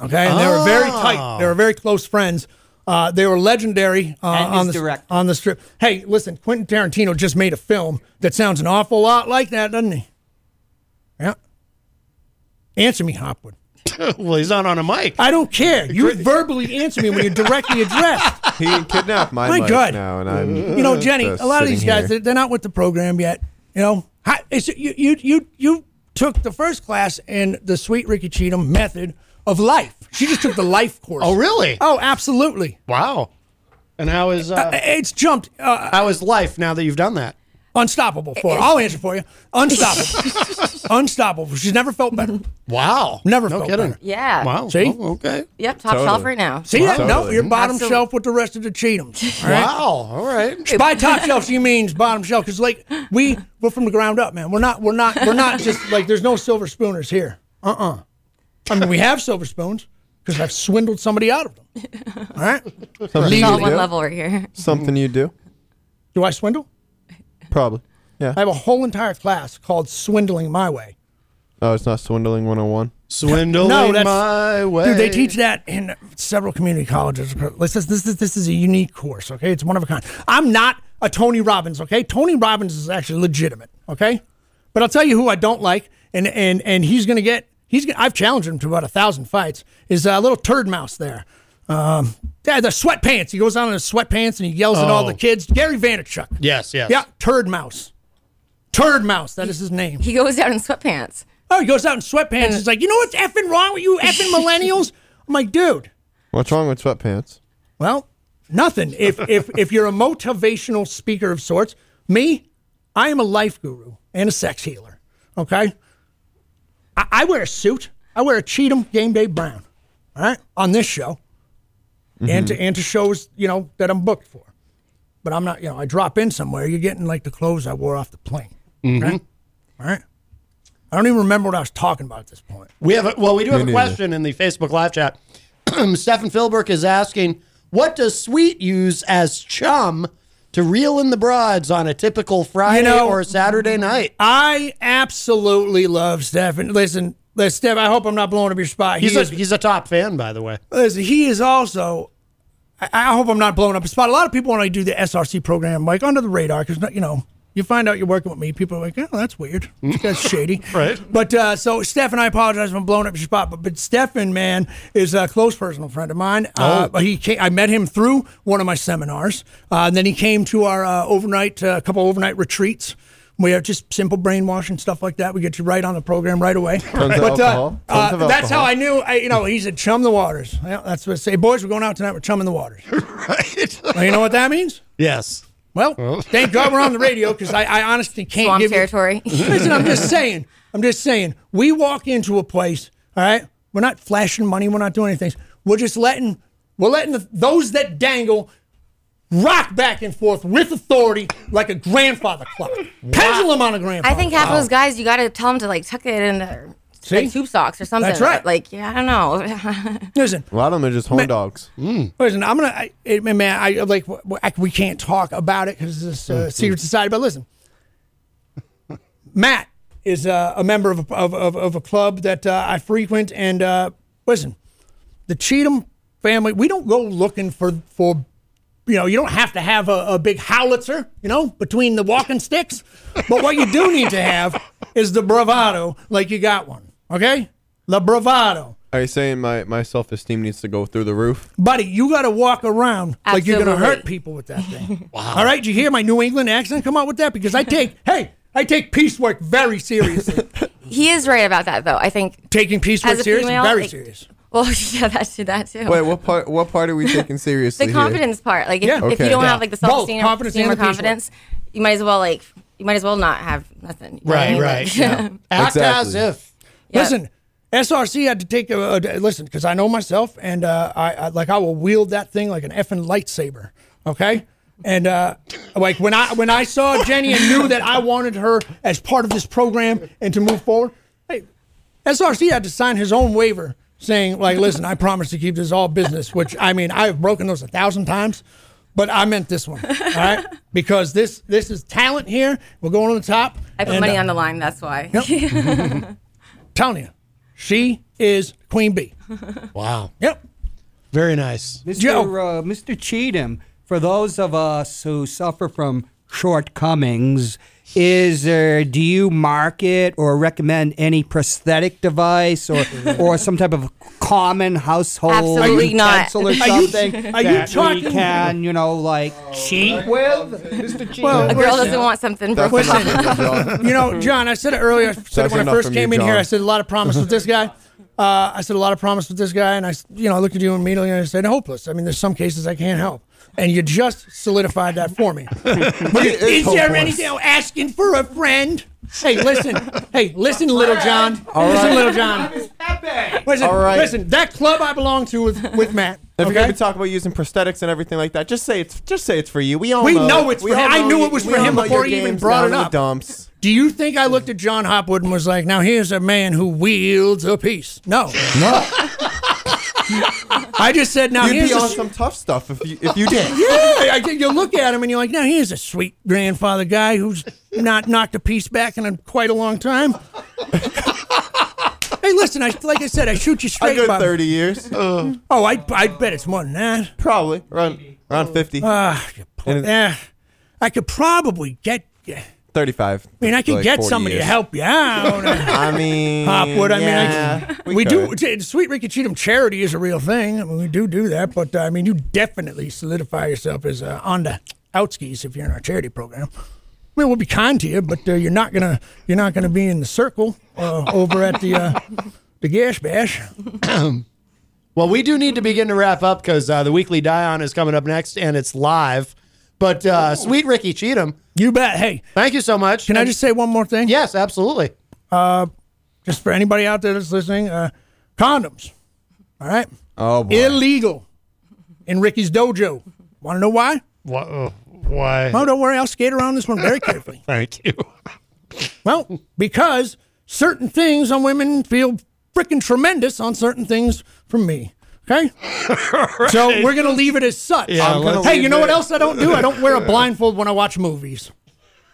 Speaker 4: Okay, and they were very tight. They were very close friends. Uh, they were legendary uh,
Speaker 5: And his
Speaker 4: on the
Speaker 5: director.
Speaker 4: on the strip. Hey, listen, Quentin Tarantino just made a film that sounds an awful lot like that, doesn't he? Yeah. Answer me, Hopwood.
Speaker 6: well, he's not on a mic.
Speaker 4: I don't care. You verbally answer me when you directly address.
Speaker 3: He kidnapped my,
Speaker 4: My
Speaker 3: mic
Speaker 4: God.
Speaker 3: now, and I'm.
Speaker 4: You know, Jenny,
Speaker 3: just
Speaker 4: a lot of
Speaker 3: sitting
Speaker 4: these guys, they're,
Speaker 3: here.
Speaker 4: they're not with the program yet. You know, Hi- it's, you, you, you, you took the first class in the sweet Ricky Cheatham method of life. She just took the life course.
Speaker 6: Oh, really?
Speaker 4: Oh, absolutely.
Speaker 6: Wow. And how is uh,
Speaker 4: it's jumped? Uh,
Speaker 6: how is life now that you've done that?
Speaker 4: Unstoppable for her. I'll answer for you. Unstoppable. Unstoppable. She's never felt better.
Speaker 6: Wow.
Speaker 4: Never
Speaker 6: No
Speaker 4: felt
Speaker 6: kidding.
Speaker 4: better.
Speaker 13: Yeah.
Speaker 6: Wow.
Speaker 4: See?
Speaker 6: Oh, okay.
Speaker 13: Yep, top shelf right now.
Speaker 4: See that? No, you're bottom
Speaker 13: Absolutely.
Speaker 4: shelf with the rest of the Cheatums. all right?
Speaker 6: Wow. All right.
Speaker 4: By top shelf, she means bottom shelf, because like we we're from the ground up, man. We're not we're not we're not just like there's no silver spooners here. Uh uh I mean, we have silver spoons because I've swindled somebody out of them. All right.
Speaker 3: Something
Speaker 13: It's
Speaker 3: you
Speaker 13: all
Speaker 3: do?
Speaker 13: one level right here.
Speaker 3: Something you do?
Speaker 4: Do I swindle?
Speaker 3: Probably. Yeah.
Speaker 4: I have a whole entire class called "Swindling My Way."
Speaker 3: Oh, it's not swindling 101.
Speaker 6: Swindling
Speaker 4: No, that's-
Speaker 6: my way.
Speaker 4: Dude, they teach that in several community colleges. This is this is this is a unique course. Okay, it's one of a kind. I'm not a Tony Robbins. Okay, Tony Robbins is actually legitimate. Okay, but I'll tell you who I don't like, and and and he's gonna get he's gonna, I've challenged him to about a thousand fights. Is a little turd mouse there? Um, yeah, the sweatpants. He goes out in his sweatpants and he yells at all
Speaker 6: Oh.
Speaker 4: the kids. Gary Vaynerchuk.
Speaker 6: Yes, yes.
Speaker 4: Yeah, Turd Mouse. Turd Mouse. That is his name.
Speaker 13: He goes out in sweatpants.
Speaker 4: Oh, he goes out in sweatpants. He's like, you know what's effing wrong with you effing millennials? I'm like, dude.
Speaker 3: What's wrong with sweatpants?
Speaker 4: Well, nothing. If if if you're a motivational speaker of sorts, me, I am a life guru and a sex healer. Okay, I, I wear a suit. I wear a Cheatham game day brown. All right, on this show,
Speaker 6: Mm-hmm.
Speaker 4: and to and to shows you know that I'm booked for. But I'm not. You know, I drop in somewhere. You're getting like the clothes I wore off the plane. Right. All right. I don't even remember what I was talking about at this point.
Speaker 6: We have a, well, we do
Speaker 4: Me
Speaker 6: have a
Speaker 4: neither.
Speaker 6: question in the Facebook live chat. Stefan Philbrick is asking, "What does Sweet use as chum to reel in the broads on a typical Friday or a Saturday night?"
Speaker 4: I absolutely love Stefan. Listen, listen, Steph, I hope I'm not blowing up your spot.
Speaker 6: He's
Speaker 4: He
Speaker 6: a,
Speaker 4: is-
Speaker 6: he's a top fan, by the way.
Speaker 4: Listen, he is also. I, I hope I'm not blowing up a spot. A lot of people when I do the SRC program, like under the radar, because you know you find out you're working with me, people are like, "Oh, that's weird. That's shady." right. But uh, so Steph and I apologize if I'm blowing up your spot, but but Stefan, man, is a close personal friend of mine. Uh,
Speaker 6: Oh.
Speaker 4: but he came, I met him through one of my seminars, uh, and then he came to our uh, overnight, uh, couple overnight retreats. We have just simple brainwashing stuff like that. We get you right on the program right away.
Speaker 3: Tons of
Speaker 4: But, uh,
Speaker 3: alcohol. Tons
Speaker 4: uh,
Speaker 3: of
Speaker 4: that's how
Speaker 3: alcohol.
Speaker 4: I knew. I, you know, he said chum the waters. Yeah, that's what I say. Boys, we're going out tonight. We're chumming the waters. right. Well, you know what that means?
Speaker 6: Yes.
Speaker 4: Well, thank God we're on the radio because I, I honestly can't
Speaker 13: Swamp
Speaker 4: give you-
Speaker 13: territory.
Speaker 4: Listen, I'm just saying. I'm just saying. We walk into a place. All right. We're not flashing money. We're not doing anything. We're just letting. We're letting the, those that dangle rock back and forth with authority like a grandfather clock. Pendulum on a grandfather.
Speaker 13: I think half
Speaker 4: clock.
Speaker 13: of those guys, you got to tell them to like tuck it in their
Speaker 4: See?
Speaker 13: like, tube socks or something.
Speaker 4: That's right.
Speaker 13: Like, yeah, I don't know.
Speaker 4: Listen,
Speaker 3: A lot of them are just horn dogs.
Speaker 4: Listen, I'm gonna, I, it, man, I like w- w- I- we can't talk about it because it's a
Speaker 3: Mm,
Speaker 4: secret society. But listen, Matt is uh, a member of a, of, of, of a club that uh, I frequent, and uh, listen, the Cheatham family, we don't go looking for for. You know, you don't have to have a, a big howitzer, you know, between the walking sticks. But what you do need to have is the bravado, like you got one. Okay? The bravado.
Speaker 3: Are you saying my, my self esteem needs to go through the roof?
Speaker 4: Buddy, you got to walk around like you're going to
Speaker 3: Absolutely.
Speaker 4: hurt people with that thing. wow. All right, you hear my New England accent come out with that? Because I take, hey, I take piecework very seriously.
Speaker 13: he is right about that, though. I think
Speaker 4: Taking piecework
Speaker 13: As a
Speaker 4: seriously,
Speaker 13: female,
Speaker 4: very
Speaker 13: like-
Speaker 4: serious.
Speaker 13: Well, yeah, that too. That too.
Speaker 3: Wait, what part? What part are we taking seriously?
Speaker 13: the
Speaker 3: here?
Speaker 13: confidence part. Like, if, if you don't have like the
Speaker 3: Both,
Speaker 13: self esteem
Speaker 3: confidence and
Speaker 13: or
Speaker 3: the piecework.
Speaker 13: confidence, you might as well like you might as well not have nothing. You know what I
Speaker 4: Right,
Speaker 13: mean?
Speaker 4: right.
Speaker 13: Like-
Speaker 4: yeah. Act as
Speaker 13: Exactly.
Speaker 4: if. Listen, SRC had to take a, a- listen because I know myself, and uh, I, I like I will wield that thing like an effing lightsaber. Okay. And uh, like when I when I saw Jenny and knew that I wanted her as part of this program and to move forward, hey, SRC had to sign his own waiver saying like, listen, I promise to keep this all business. Which I mean, I have broken those a thousand times, but I meant this one, all right? Because this this is talent here. We're going to the top.
Speaker 13: I put
Speaker 4: and,
Speaker 13: money
Speaker 4: uh,
Speaker 13: on the line. That's why.
Speaker 4: telling you, she is Queen Bee.
Speaker 6: Wow.
Speaker 4: Yep.
Speaker 6: Very nice.
Speaker 5: Mr. Uh, Mr. Cheatham, for those of us who suffer from shortcomings, is there, do you market or recommend any prosthetic device or, or some type of common household
Speaker 13: Absolutely not.
Speaker 5: utensil or
Speaker 13: Are you-
Speaker 5: something
Speaker 13: are you
Speaker 5: that we
Speaker 13: talking-
Speaker 5: can, you know, like cheat with? Mr. Cheatham.
Speaker 13: a girl doesn't want something
Speaker 5: That's
Speaker 13: broken.
Speaker 5: enough
Speaker 13: off.
Speaker 4: you know, John, I said it earlier. I said it
Speaker 5: That's
Speaker 4: when I
Speaker 5: enough
Speaker 4: first
Speaker 5: from
Speaker 4: came
Speaker 5: you,
Speaker 4: in here.
Speaker 5: John.
Speaker 4: I said a lot of promise with this guy. Uh, I said a lot of promise with this guy, and I, s- you know, I looked at you immediately and I said, "Hopeless." I mean, there's some cases I can't help, and you just solidified that for me.
Speaker 2: It is
Speaker 4: is there
Speaker 2: hopeless.
Speaker 4: anything asking for a friend? Hey, listen. hey, listen, little John.
Speaker 2: All
Speaker 4: listen,
Speaker 2: right.
Speaker 4: little John. Listen,
Speaker 3: All right.
Speaker 4: listen. That club I belong to with with Matt.
Speaker 3: If
Speaker 4: okay?
Speaker 3: you're gonna talk about using prosthetics and everything like that, just say it's just say it's for you. We all
Speaker 4: we
Speaker 3: know,
Speaker 4: know
Speaker 3: it.
Speaker 4: it's
Speaker 3: We
Speaker 4: for him.
Speaker 3: all
Speaker 4: I
Speaker 3: know
Speaker 4: knew
Speaker 3: you-
Speaker 4: it was
Speaker 3: we
Speaker 4: for
Speaker 3: all
Speaker 4: him
Speaker 3: know
Speaker 4: before
Speaker 3: your
Speaker 4: he even
Speaker 3: games
Speaker 4: brought
Speaker 3: down
Speaker 4: it
Speaker 3: in the
Speaker 4: up.
Speaker 3: Dumps.
Speaker 4: Do you think I looked at John Hopwood and was like, now here's a man who wields a piece? No. No. I just said, now
Speaker 3: You'd
Speaker 4: here's
Speaker 3: be
Speaker 4: a
Speaker 3: on
Speaker 4: s-
Speaker 3: some tough stuff if you if you did.
Speaker 4: yeah, I think you look at him and you're like, now here's a sweet grandfather guy who's not knocked a piece back in a, quite a long time. hey, listen, I like I said, I shoot you straight.
Speaker 3: I go
Speaker 4: Bob.
Speaker 3: thirty years.
Speaker 4: Oh, I I bet it's more than that.
Speaker 3: Probably around around fifty.
Speaker 4: Ah, yeah, I could eh, probably get.
Speaker 3: Thirty-five.
Speaker 4: I mean, I could
Speaker 3: Like
Speaker 4: get
Speaker 3: 40
Speaker 4: somebody
Speaker 3: years.
Speaker 4: to help you out.
Speaker 3: I mean,
Speaker 4: Hopwood. I
Speaker 3: yeah,
Speaker 4: mean, I, we,
Speaker 3: we
Speaker 4: do.
Speaker 3: could.
Speaker 4: t- Sweet Ricky Cheatham charity is a real thing. I mean, we do do that, but uh, I mean, you definitely solidify yourself as uh, on the outskis if you're in our charity program. I mean, we'll be kind to you, but uh, you're not gonna you're not gonna be in the circle uh, over at the uh, the Gash Bash.
Speaker 6: well, we do need to begin to wrap up because uh, the weekly Dion is coming up next and it's live. But uh, sweet Ricky Cheatham.
Speaker 4: Oh. You bet. Hey.
Speaker 6: Thank you so much.
Speaker 4: Can I just say one more thing?
Speaker 6: Yes, absolutely.
Speaker 4: Uh, just for anybody out there that's listening, uh, condoms. All right.
Speaker 3: Oh boy.
Speaker 4: Illegal in Ricky's dojo. Want to know why?
Speaker 6: Why? uh, Why?
Speaker 4: Oh, don't worry. I'll skate around this one very carefully.
Speaker 6: Thank you.
Speaker 4: Well, because certain things on women feel freaking tremendous on certain things from me. Okay? So we're going to leave it as such.
Speaker 6: Yeah, I'm gonna
Speaker 4: hey,
Speaker 6: leave
Speaker 4: you know what
Speaker 6: it-
Speaker 4: else I don't do? I don't wear a blindfold when I watch movies.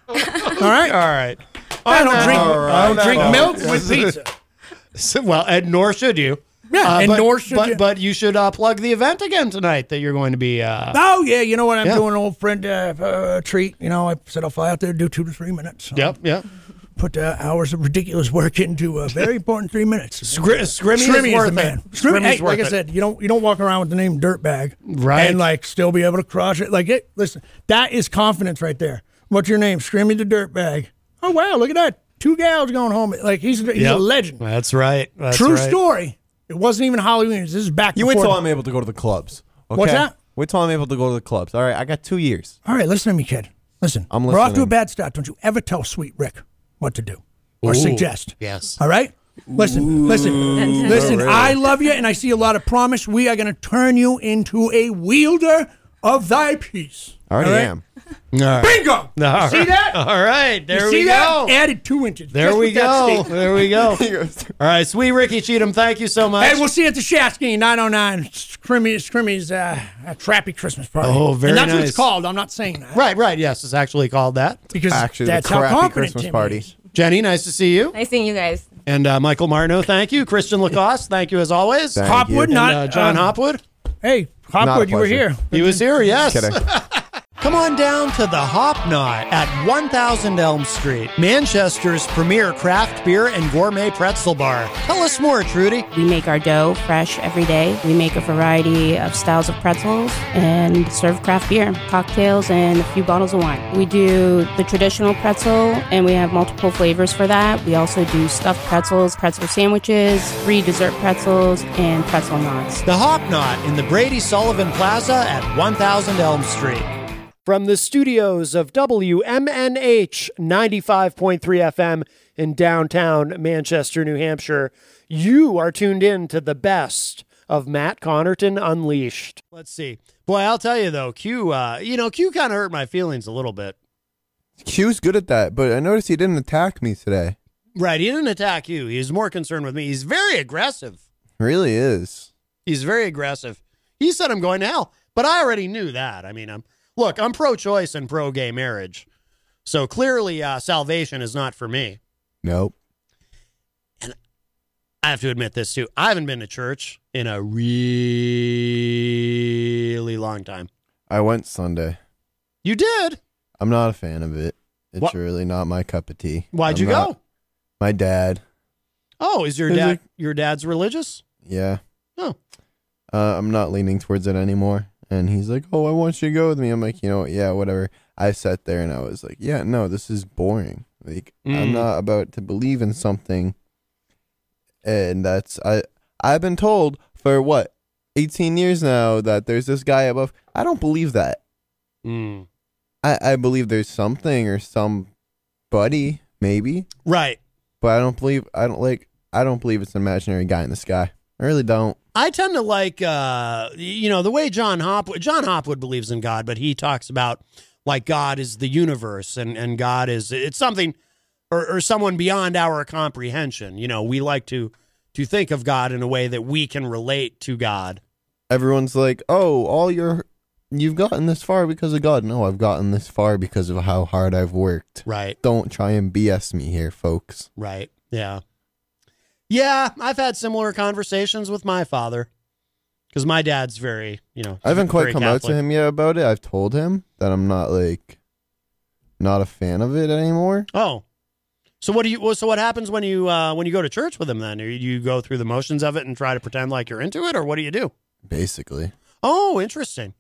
Speaker 4: All right? All
Speaker 6: right.
Speaker 4: I don't drink,
Speaker 6: All right.
Speaker 4: I don't drink
Speaker 6: All
Speaker 4: milk
Speaker 6: right.
Speaker 4: with pizza.
Speaker 6: So- well, and nor should you. Uh,
Speaker 4: Yeah, and
Speaker 6: but,
Speaker 4: nor should
Speaker 6: but,
Speaker 4: you.
Speaker 6: But you should uh, plug the event again tonight that you're going to be. Uh,
Speaker 4: Oh yeah, you know what? I'm
Speaker 6: Yeah.
Speaker 4: doing an old friend uh, uh, treat. You know, I said I'll fly out there, do two to three minutes.
Speaker 6: Yep, yep.
Speaker 4: Put uh, hours of ridiculous work into a very important three minutes.
Speaker 6: Scri- Scrimmy is
Speaker 4: Scrimmy
Speaker 6: worth
Speaker 4: the
Speaker 6: it.
Speaker 4: man.
Speaker 6: Scrimmy
Speaker 4: Scrimmy,
Speaker 6: is
Speaker 4: hey, like
Speaker 6: worth
Speaker 4: I
Speaker 6: it.
Speaker 4: said, you don't you don't walk around with the name dirtbag,
Speaker 6: Right.
Speaker 4: And like still be able to crush it. Like it. Listen, that is confidence right there. What's your name? Scrimmy the dirtbag. Oh wow, look at that. Two gals going home. Like he's he's
Speaker 6: Yep.
Speaker 4: a legend.
Speaker 6: That's right. That's
Speaker 4: True
Speaker 6: right.
Speaker 4: story. It wasn't even Halloween. This is back.
Speaker 3: You wait
Speaker 4: before
Speaker 3: till
Speaker 4: the-
Speaker 3: I'm able to go to the clubs. Okay?
Speaker 4: What's that?
Speaker 3: Wait till I'm able to go to the clubs. All right, I got two years.
Speaker 4: All right, listen to me, kid. Listen,
Speaker 3: I'm
Speaker 4: we're off to a
Speaker 3: listening.
Speaker 4: bad start. Don't you ever tell Sweet Rick what to do or
Speaker 3: Ooh.
Speaker 4: suggest.
Speaker 6: Yes.
Speaker 4: All right. Listen, listen, listen. I love you, and I see a lot of promise. We are going to turn you into a wielder of thy peace.
Speaker 3: already
Speaker 4: All right.
Speaker 3: am.
Speaker 4: Bingo.
Speaker 6: All
Speaker 4: See
Speaker 6: right.
Speaker 4: that?
Speaker 6: All right. There
Speaker 4: you see
Speaker 6: we
Speaker 4: that?
Speaker 6: go.
Speaker 4: Added two inches.
Speaker 6: There
Speaker 4: just
Speaker 6: we
Speaker 4: with that
Speaker 6: go.
Speaker 4: statement.
Speaker 6: There we go. All right, sweet Ricky Cheatham, thank you so much.
Speaker 4: Hey, we'll see you at the Shatsky 909 Scrimmy, Scrimmy's uh, a trappy Christmas party.
Speaker 6: Oh, very
Speaker 4: And that's what
Speaker 6: nice.
Speaker 4: it's called. I'm not saying that.
Speaker 6: Right, right. Yes, it's actually called that.
Speaker 4: Because
Speaker 3: Actually, the that's how crappy confident Christmas Tim party. is.
Speaker 6: Jenny, nice to see you.
Speaker 13: Nice seeing you guys.
Speaker 6: And uh, Michael Martineau, thank you. Christian Lacoste, thank you as always.
Speaker 3: Thank Hopwood,
Speaker 6: And,
Speaker 3: you.
Speaker 4: not,
Speaker 6: uh, John
Speaker 4: uh,
Speaker 6: Hopwood.
Speaker 4: Hey,
Speaker 6: Not a
Speaker 4: Hopwood, you were
Speaker 6: pleasure.
Speaker 4: here.
Speaker 6: He was here, yes.
Speaker 3: Kidding.
Speaker 6: Come on down to the Hop Knot at 1000 Elm Street, Manchester's premier craft beer and gourmet pretzel bar. Tell us more, Trudy.
Speaker 15: We make our dough fresh every day. We make a variety of styles of pretzels and serve craft beer, cocktails, and a few bottles of wine. We do the traditional pretzel, and we have multiple flavors for that. We also do stuffed pretzels, pretzel sandwiches, free dessert pretzels, and pretzel knots.
Speaker 6: The Hop Knot in the Brady Sullivan Plaza at 1000 Elm Street. From the studios of WMNH 95.3 FM in downtown Manchester, New Hampshire, you are tuned in to the best of Matt Connerton Unleashed. Let's see. Boy, I'll tell you though, Q, uh, you know, Q kind of hurt my feelings a little bit.
Speaker 3: Q's good at that, but I noticed he didn't attack me today.
Speaker 6: Right. He didn't attack you. He's more concerned with me. He's very aggressive.
Speaker 3: Really is.
Speaker 6: He's very aggressive. He said, I'm going to hell. But I already knew that. I mean, I'm look, I'm pro choice and pro gay marriage. So clearly, uh, salvation is not for me.
Speaker 3: Nope.
Speaker 6: I have to admit this too. I haven't been to church in a really long time.
Speaker 3: I went Sunday.
Speaker 6: You did?
Speaker 3: I'm not a fan of it. It's
Speaker 6: What-
Speaker 3: really not my cup of tea.
Speaker 6: Why'd
Speaker 3: I'm
Speaker 6: you
Speaker 3: not-
Speaker 6: go?
Speaker 3: My dad.
Speaker 6: Oh, is your
Speaker 3: Is
Speaker 6: dad
Speaker 3: it-
Speaker 6: your dad's religious?
Speaker 3: Yeah.
Speaker 6: Oh.
Speaker 3: Uh, I'm not leaning towards it anymore. And he's like, "Oh, I want you to go with me." I'm like, "You know, what? yeah, whatever." I sat there and I was like, "Yeah, no, this is boring. Like,
Speaker 16: Mm.
Speaker 3: I'm not about to believe in something." And that's I. I've been told for what 18 years now that there's this guy above. I don't believe that.
Speaker 6: Mm.
Speaker 3: I I believe there's something or somebody maybe.
Speaker 6: Right.
Speaker 3: But I don't believe I don't like I don't believe it's an imaginary guy in the sky. I really don't.
Speaker 6: I tend to like, uh, you know, the way John Hopwood. John Hopwood believes in God, but he talks about like God is the universe, and and God is it's something or, or someone beyond our comprehension. You know, we like to to think of God in a way that we can relate to God.
Speaker 3: everyone's like, "Oh, all your you've gotten this far because of God." No, I've gotten this far because of how hard I've worked.
Speaker 6: Right.
Speaker 3: Don't try and BS me here, folks.
Speaker 6: Right. Yeah. Yeah, I've had similar conversations with my father because my dad's very, you know,
Speaker 3: I haven't quite
Speaker 6: very
Speaker 3: come out
Speaker 6: Catholic.
Speaker 3: to him yet about it. I've told him that I'm not like not a fan of it anymore.
Speaker 6: Oh, so what do you? well, So what happens when you uh, when you go to church with them? Then Or you go through the motions of it and try to pretend like you're into it, or what do you do?
Speaker 3: Basically,
Speaker 6: Oh, interesting.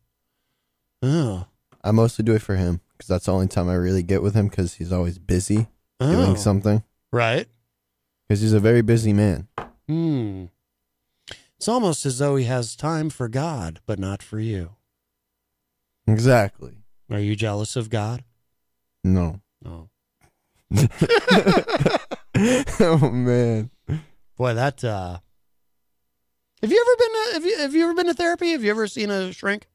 Speaker 6: Oh.
Speaker 3: I mostly do it for him because that's the only time I really get with him because he's always busy
Speaker 6: Oh.
Speaker 3: doing something.
Speaker 6: Right.
Speaker 3: Because he's a very busy man.
Speaker 6: Hmm. It's almost as though he has time for God, but not for you.
Speaker 3: Exactly.
Speaker 6: Are you jealous of God?
Speaker 3: No.
Speaker 6: No.
Speaker 3: oh man.
Speaker 6: Boy, that. uh Have you ever been? To, have you Have you ever been to therapy? Have you ever seen a shrink?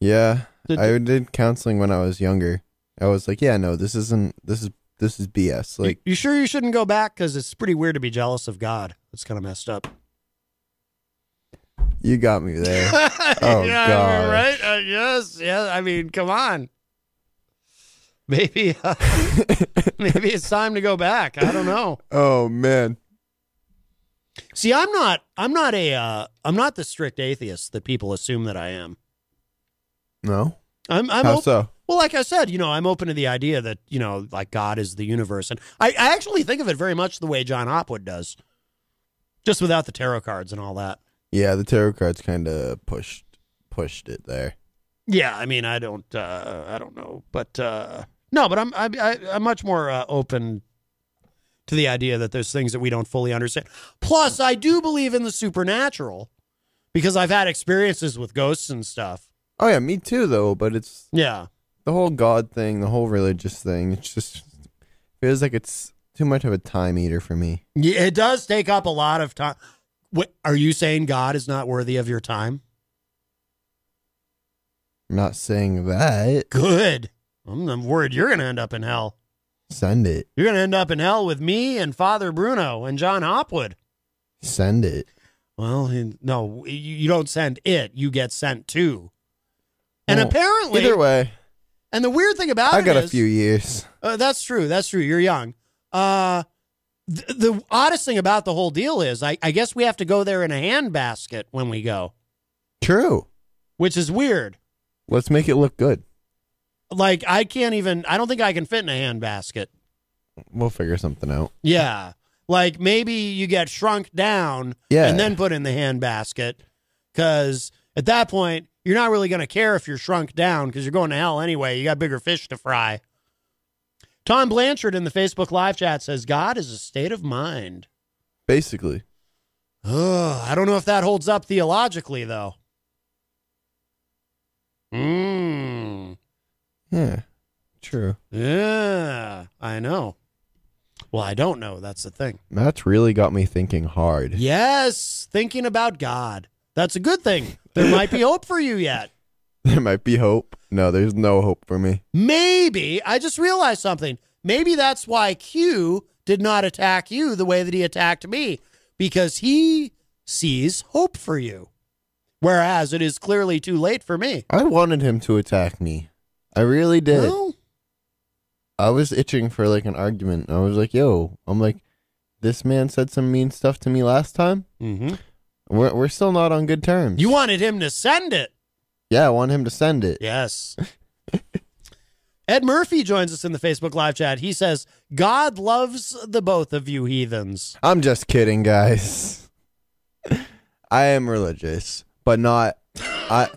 Speaker 3: Yeah,
Speaker 6: Did-
Speaker 3: I did counseling when I was younger. I was like, yeah, no, this isn't. This is this is BS. Like,
Speaker 6: You sure you shouldn't go back? Because it's pretty weird to be jealous of God. It's kind of messed up.
Speaker 3: you got me there. oh
Speaker 6: yeah,
Speaker 3: god.
Speaker 6: Right? Uh, yes. Yeah. I mean, come on. Maybe. Uh, maybe it's time to go back. I don't know.
Speaker 3: Oh man.
Speaker 6: See, I'm not. I'm not a. Uh, I'm not the strict atheist that people assume that I am.
Speaker 3: No.
Speaker 6: I'm. I'm
Speaker 3: How
Speaker 6: op-
Speaker 3: so?
Speaker 6: Well, like I said, you know, I'm open to the idea that you know, like God is the universe, and I, I actually think of it very much the way John Hopwood does, just without the tarot cards and all that.
Speaker 3: Yeah, the tarot cards kind of pushed pushed it there.
Speaker 6: Yeah, I mean, I don't, uh, I don't know, but uh, no, but I'm, I, I, I'm much more uh, open to the idea that there's things that we don't fully understand. Plus, I do believe in the supernatural because I've had experiences with ghosts and stuff.
Speaker 3: Oh yeah, me too though. But it's
Speaker 6: yeah,
Speaker 3: the whole God thing, the whole religious thing. It's just feels like it's too much of a time eater for me.
Speaker 6: Yeah, it does take up a lot of time. What, are you saying God is not worthy of your time?
Speaker 3: I'm not saying that.
Speaker 6: Good. I'm, I'm worried you're going to end up in hell.
Speaker 3: Send it.
Speaker 6: You're going to end up in hell with me and Father Bruno and John Hopwood.
Speaker 3: Send it.
Speaker 6: Well, he- no, you, you don't send it. You get sent to. And
Speaker 3: Well,
Speaker 6: apparently,
Speaker 3: Oh. either way,
Speaker 6: And the weird thing about
Speaker 3: I
Speaker 6: it
Speaker 3: got a
Speaker 6: is-
Speaker 3: few years.
Speaker 6: Uh, that's true. That's true. You're young. Uh, th- the oddest thing about the whole deal is, I, I guess we have to go there in a handbasket when we go,
Speaker 3: True.
Speaker 6: which is weird.
Speaker 3: Let's make it look good.
Speaker 6: Like I can't even. I don't think I can fit in a handbasket.
Speaker 3: We'll figure something out.
Speaker 6: Yeah. Like maybe you get shrunk down
Speaker 3: Yeah.
Speaker 6: and then put in the handbasket because at that point, you're not really going to care if you're shrunk down because you're going to hell anyway. You got bigger fish to fry. Tom Blanchard in the Facebook live chat says, God is a state of mind.
Speaker 3: Basically.
Speaker 6: Ugh, I don't know if that holds up theologically, though. Mm.
Speaker 3: Yeah. True.
Speaker 6: Yeah, I know. Well, I don't know. That's the thing.
Speaker 3: That's really got me thinking hard.
Speaker 6: Yes, thinking about God. That's a good thing. There might be hope for you yet.
Speaker 3: There might be hope. No, there's no hope for me.
Speaker 6: Maybe, I just realized something. Maybe that's why Q did not attack you the way that he attacked me, because he sees hope for you. Whereas it is clearly too late for me.
Speaker 3: I wanted him to attack me. I really did.
Speaker 6: Well,
Speaker 3: I was itching for like an argument. I was like, "Yo, I'm like, this man said some mean stuff to me last time.
Speaker 6: Mhm.
Speaker 3: We're we're still not on good terms.
Speaker 6: you wanted him to send it.
Speaker 3: yeah, I want him to send it.
Speaker 6: Yes. Ed Murphy joins us in the Facebook live chat. He says, God loves the both of you heathens.
Speaker 3: I'm just kidding, guys. I am religious, but not. I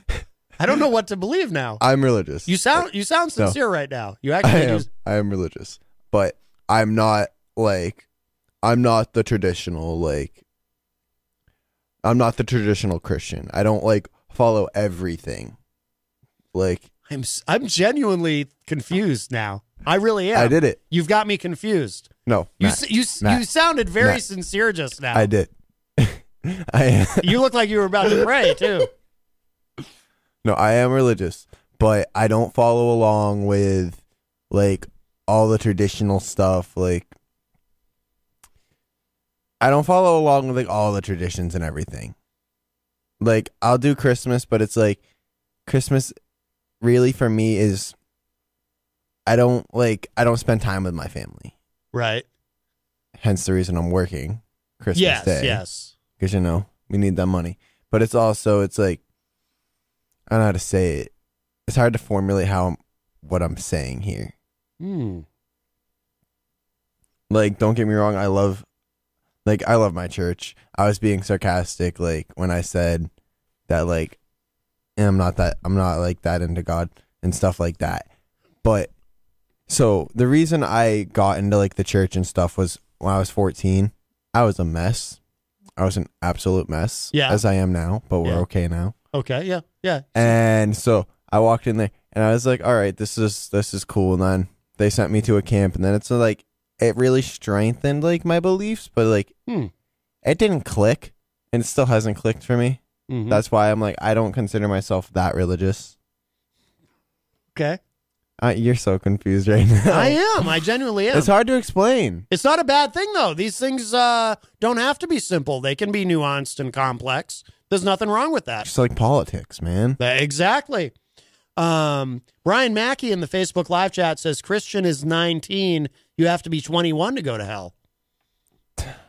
Speaker 6: I don't know what to believe now.
Speaker 3: I'm religious.
Speaker 6: You sound you sound
Speaker 3: No.
Speaker 6: sincere right now. You
Speaker 3: I
Speaker 6: actually
Speaker 3: am.
Speaker 6: do
Speaker 3: I am religious, but I'm not like I'm not the traditional like I'm not the traditional Christian. I don't like follow everything. Like
Speaker 6: I'm s- I'm genuinely confused now. I really am.
Speaker 3: I did it.
Speaker 6: You've got me confused.
Speaker 3: no,
Speaker 6: You
Speaker 3: Matt,
Speaker 6: s- you s-
Speaker 3: Matt,
Speaker 6: you sounded very
Speaker 3: Matt.
Speaker 6: sincere just now.
Speaker 3: I did. I am,
Speaker 6: You look like you were about to pray too.
Speaker 3: no, I am religious, but I don't follow along with like all the traditional stuff. Like I don't follow along with like all the traditions and everything. Like I'll do Christmas, but it's like Christmas really for me is I don't like I don't spend time with my family.
Speaker 6: Right.
Speaker 3: Hence the reason I'm working Christmas
Speaker 6: Yes,
Speaker 3: Day.
Speaker 6: yes.
Speaker 3: Because you know we need that money, but it's also it's like I don't know how to say it. It's hard to formulate how I'm, what I'm saying here.
Speaker 6: Hmm.
Speaker 3: Like, don't get me wrong, I love like I love my church. I was being sarcastic like when I said that like "Eh, I'm not that I'm not like that into God and stuff like that. But so the reason I got into like the church and stuff was when I was 14, I was a mess. I was an absolute mess
Speaker 6: Yeah.
Speaker 3: as I am now, but we're
Speaker 6: Yeah.
Speaker 3: okay now.
Speaker 6: Okay. Yeah. Yeah.
Speaker 3: And so I walked in there and I was like, all right, this is this is cool. And then they sent me to a camp and then it's uh, like it really strengthened like my beliefs, but like
Speaker 6: Hmm.
Speaker 3: it didn't click and it still hasn't clicked for me.
Speaker 6: Mhm.
Speaker 3: That's why I'm like I don't consider myself that religious.
Speaker 6: Okay.
Speaker 3: Uh, you're so confused right now.
Speaker 6: I am. I genuinely am.
Speaker 3: It's hard to explain.
Speaker 6: It's not a bad thing though. These things uh, don't have to be simple. They can be nuanced and complex. There's nothing wrong with that.
Speaker 3: It's like politics, man.
Speaker 6: That- Exactly. Um, Brian Mackey in the Facebook live chat says Christian is 19. You have to be 21 to go to hell.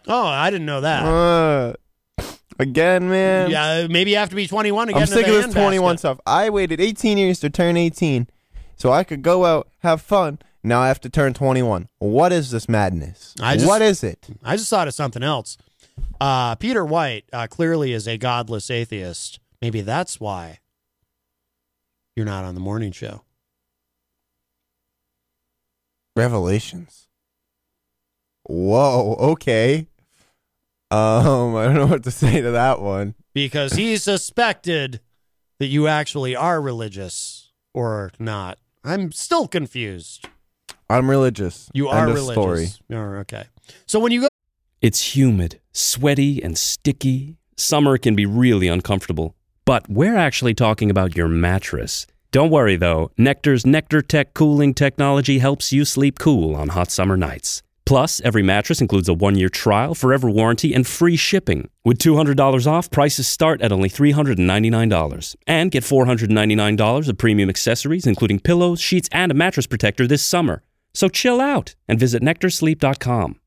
Speaker 6: Oh, I didn't know that.
Speaker 3: Uh, again, man.
Speaker 6: yeah, maybe you have to be 21 to get
Speaker 3: I'm
Speaker 6: into
Speaker 3: sick
Speaker 6: the
Speaker 3: of this
Speaker 6: handbasket.
Speaker 3: 21 stuff. I waited 18 years to turn 18 so I could go out, have fun. Now I have to turn 21. What is this madness?
Speaker 6: I just-
Speaker 3: what is it?
Speaker 6: I just thought of something else. Uh, Peter White uh, clearly is a godless atheist. Maybe that's why you're not on the morning show.
Speaker 3: Revelations. Whoa, okay. Um, I don't know what to say to that one.
Speaker 6: because he suspected that you actually are religious or not. I'm still confused.
Speaker 3: I'm religious.
Speaker 6: You are
Speaker 3: End of
Speaker 6: religious.
Speaker 3: Story.
Speaker 6: You're okay. So when you go
Speaker 10: It's humid, sweaty, and sticky. Summer can be really uncomfortable. But we're actually talking about your mattress. Don't worry though, Nectar's Nectar Tech cooling technology helps you sleep cool on hot summer nights. Plus, every mattress includes a one year trial, forever warranty, and free shipping. With $200 off, prices start at only $399. And get $499 of premium accessories, including pillows, sheets, and a mattress protector this summer. So chill out and visit NectarSleep.com.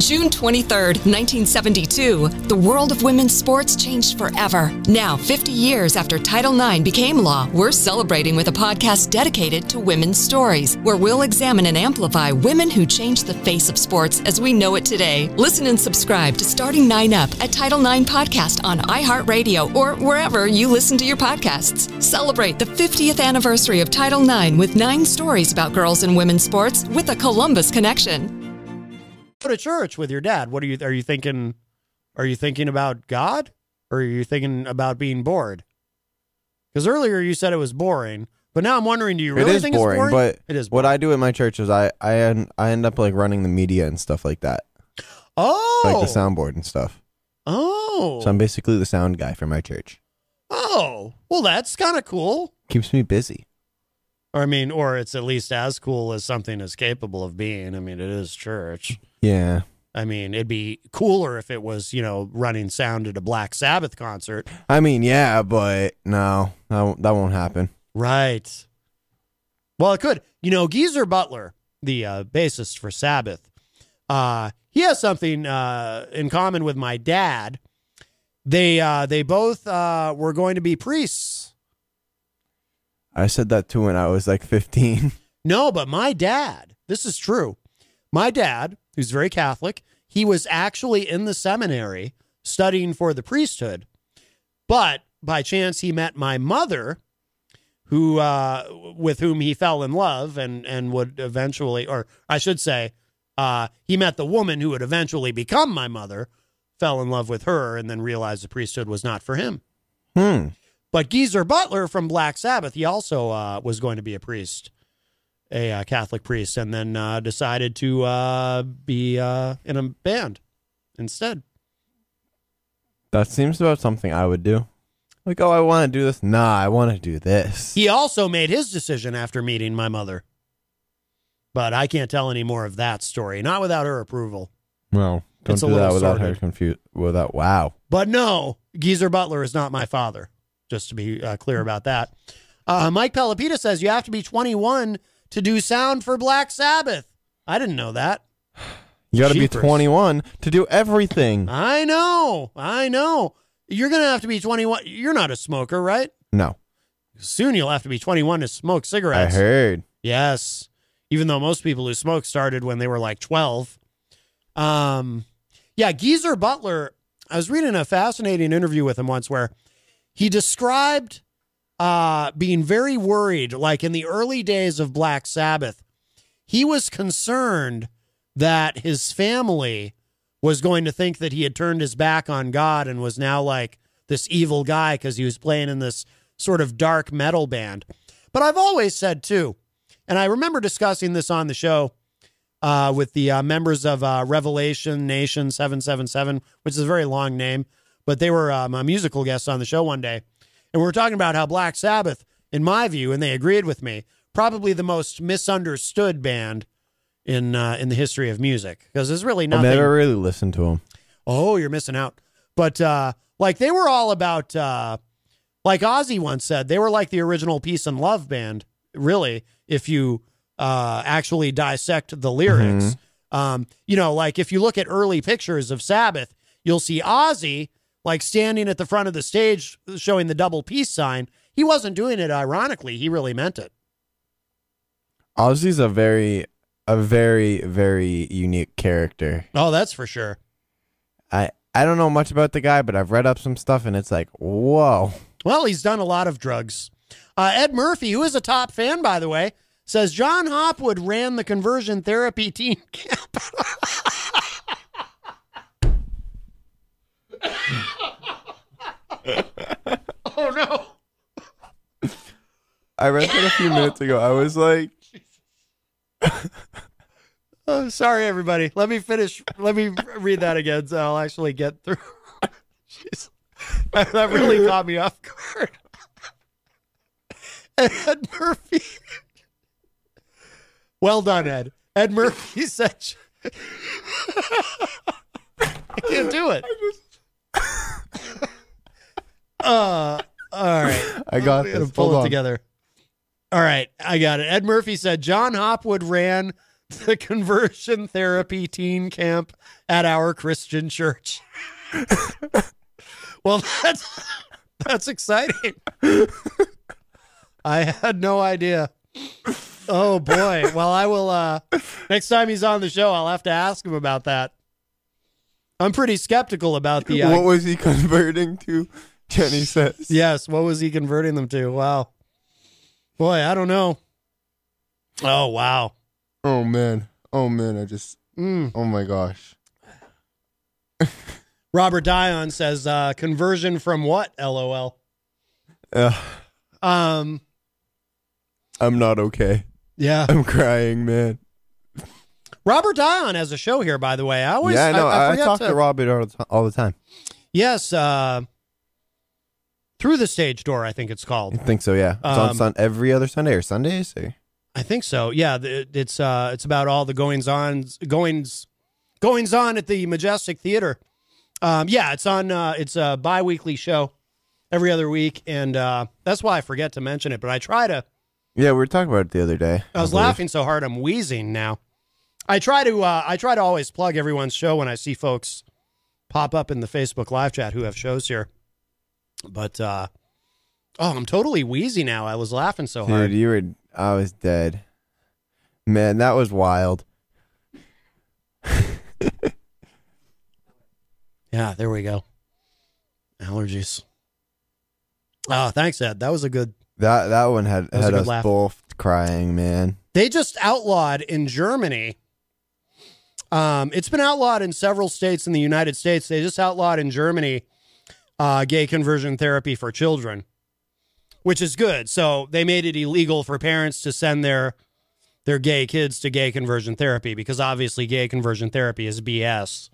Speaker 11: June 23rd, 1972, the world of women's sports changed forever. Now, 50 years after Title IX became law, we're celebrating with a podcast dedicated to women's stories, where we'll examine and amplify women who changed the face of sports as we know it today. Listen and subscribe to Starting Nine Up, a Title IX podcast on iHeartRadio or wherever you listen to your podcasts. Celebrate the 50th anniversary of Title IX with nine stories about girls and women's sports with a Columbus connection.
Speaker 6: go to church with your dad, what are you are you thinking are you thinking about God or are you thinking about being bored? Cuz earlier you said it was boring, but now I'm wondering do you really
Speaker 3: it is
Speaker 6: think
Speaker 3: boring,
Speaker 6: it's boring?
Speaker 3: but what I do at my church is I I end, I end up like running the media and stuff like that,
Speaker 6: oh.
Speaker 3: like the soundboard and stuff.
Speaker 6: Oh.
Speaker 3: So I'm basically the sound guy for my church.
Speaker 6: oh. Well, that's kind of cool.
Speaker 3: Keeps me busy.
Speaker 6: Or I mean, or it's at least as cool as something is capable of being. I mean, it is church.
Speaker 3: Yeah.
Speaker 6: I mean, it'd be cooler if it was, you know, running sound at a Black Sabbath concert.
Speaker 3: I mean, yeah, but no, that won't, that won't happen.
Speaker 6: Right. Well, it could. You know, Geezer Butler, the uh, bassist for Sabbath, uh, he has something uh, in common with my dad. They uh, they both uh, were going to be priests.
Speaker 3: I said that too when I was like 15.
Speaker 6: No, but my dad, this is true. My dad, who's very Catholic, he was actually in the seminary studying for the priesthood. But by chance, he met my mother, who uh, with whom he fell in love and and would eventually, or I should say, uh, he met the woman who would eventually become my mother, fell in love with her, and then realized the priesthood was not for him.
Speaker 3: Hmm.
Speaker 6: But Geezer Butler from Black Sabbath, he also uh, was going to be a priest, a uh, Catholic priest, and then uh, decided to uh, be uh, in a band instead.
Speaker 3: That seems about something I would do. Like, oh, I want to do this. Nah, I want to do this.
Speaker 6: He also made his decision after meeting my mother. But I can't tell any more of that story, not without her approval.
Speaker 3: No, don't
Speaker 6: It's a
Speaker 3: do that
Speaker 6: little
Speaker 3: without her
Speaker 6: sordid.
Speaker 3: confused. Without wow.
Speaker 6: But no, Geezer Butler is not my father, just to be uh, clear about that. Uh, Mike Pelopita says you have to be 21 to do sound for Black Sabbath. I didn't know that.
Speaker 3: You got to be
Speaker 6: Jeepers.
Speaker 3: 21 to do everything.
Speaker 6: I know. I know. You're going to have to be 21. You're not a smoker, right?
Speaker 3: No,
Speaker 6: Soon you'll have to be 21 to smoke
Speaker 3: I
Speaker 6: cigarettes.
Speaker 3: heard.
Speaker 6: Yes. Even though most people who smoke started when they were like 12. Um, yeah, Geezer Butler, I was reading a fascinating interview with him once where he described uh, being very worried, like in the early days of Black Sabbath, he was concerned that his family was going to think that he had turned his back on God and was now like this evil guy because he was playing in this sort of dark metal band. But I've always said, too, and I remember discussing this on the show uh, with the uh, members of uh, Revelation Nation 777, which is a very long name, but they were um, a musical guest on the show one day. And we were talking about how Black Sabbath, in my view, and they agreed with me, probably the most misunderstood band in uh, in the history of music because there's really
Speaker 3: Oh, I
Speaker 6: nothing.
Speaker 3: never really listened to him.
Speaker 6: Oh, you're missing out. But uh, like they were all about, uh, like Ozzy once said, they were like the original Peace and Love band. Really, if you uh, actually dissect the lyrics, um, you know, like if you look at early pictures of Sabbath, you'll see Ozzy like standing at the front of the stage showing the double peace sign. He wasn't doing it ironically; he really meant it.
Speaker 3: Ozzy's a very, a very, very unique character.
Speaker 6: Oh, that's for sure.
Speaker 3: I I don't know much about the guy, but I've read up some stuff, and it's like, whoa.
Speaker 6: Well, he's done a lot of drugs. Uh, Ed Murphy, who is a top fan, by the way, says John Hopwood ran the conversion therapy team camp. oh no!
Speaker 3: I read that a few minutes ago. I was like,
Speaker 6: Oh, sorry, everybody. Let me finish. Let me read that again, so I'll actually get through. Jeez. That that really caught me off guard. Ed Murphy. Well done, Ed. Ed Murphy said. I can't do it. Uh, all right.
Speaker 3: I got
Speaker 6: We gotta
Speaker 3: this.
Speaker 6: Pull
Speaker 3: Hold
Speaker 6: it
Speaker 3: on.
Speaker 6: together. All right, I got it. Ed Murphy said John Hopwood ran the conversion therapy teen camp at our Christian church. well, that's that's exciting. I had no idea. Oh boy. Well, I will uh next time he's on the show, I'll have to ask him about that. I'm pretty skeptical about the uh,
Speaker 3: what was he converting to? Jenny says,
Speaker 6: Yes. What was he converting them to? Wow. Boy, I don't know. Oh wow. Hmm.
Speaker 3: oh man, oh man, I just, oh my gosh.
Speaker 6: Robert Dion says uh, conversion from what? LOL.
Speaker 3: Ugh,
Speaker 6: Um.
Speaker 3: I'm not okay.
Speaker 6: Yeah,
Speaker 3: I'm crying, man.
Speaker 6: Robert Dion has a show here, by the way. I always
Speaker 3: yeah, I know. I, I,
Speaker 6: forget
Speaker 3: talk to, Robert all the, ti- all the time.
Speaker 6: Yes. Uh, through the stage door, I think it's called.
Speaker 3: I think so. Yeah, it's on
Speaker 6: Um,
Speaker 3: sun- every other Sunday or Sundays. Or?
Speaker 6: I think so. Yeah, th- it's uh, it's about all the goings on, goings, goings on at the Majestic Theater. Um, yeah, it's on. Uh, it's a biweekly show every other week, and uh, that's why I forget to mention it. But I try to.
Speaker 3: Yeah, we were talking about it the other day.
Speaker 6: I was
Speaker 3: believe.
Speaker 6: laughing so hard I'm wheezing now. I try to. Uh, I try to always plug everyone's show when I see folks pop up in the Facebook live chat who have shows here. But uh, oh, I'm totally wheezy now. I was laughing so hard.
Speaker 3: Dude, you were. I was dead. Man, that was wild.
Speaker 6: Yeah, there we go. Allergies. Oh, thanks, Ed. That was a good.
Speaker 3: That that one had
Speaker 6: That was a
Speaker 3: had
Speaker 6: good
Speaker 3: us
Speaker 6: laugh.
Speaker 3: both crying, man.
Speaker 6: They just outlawed in Germany. Um, it's been outlawed in several states in the United States. They just outlawed in Germany uh, gay conversion therapy for children, which is good. So they made it illegal for parents to send their their gay kids to gay conversion therapy because obviously gay conversion therapy is BS.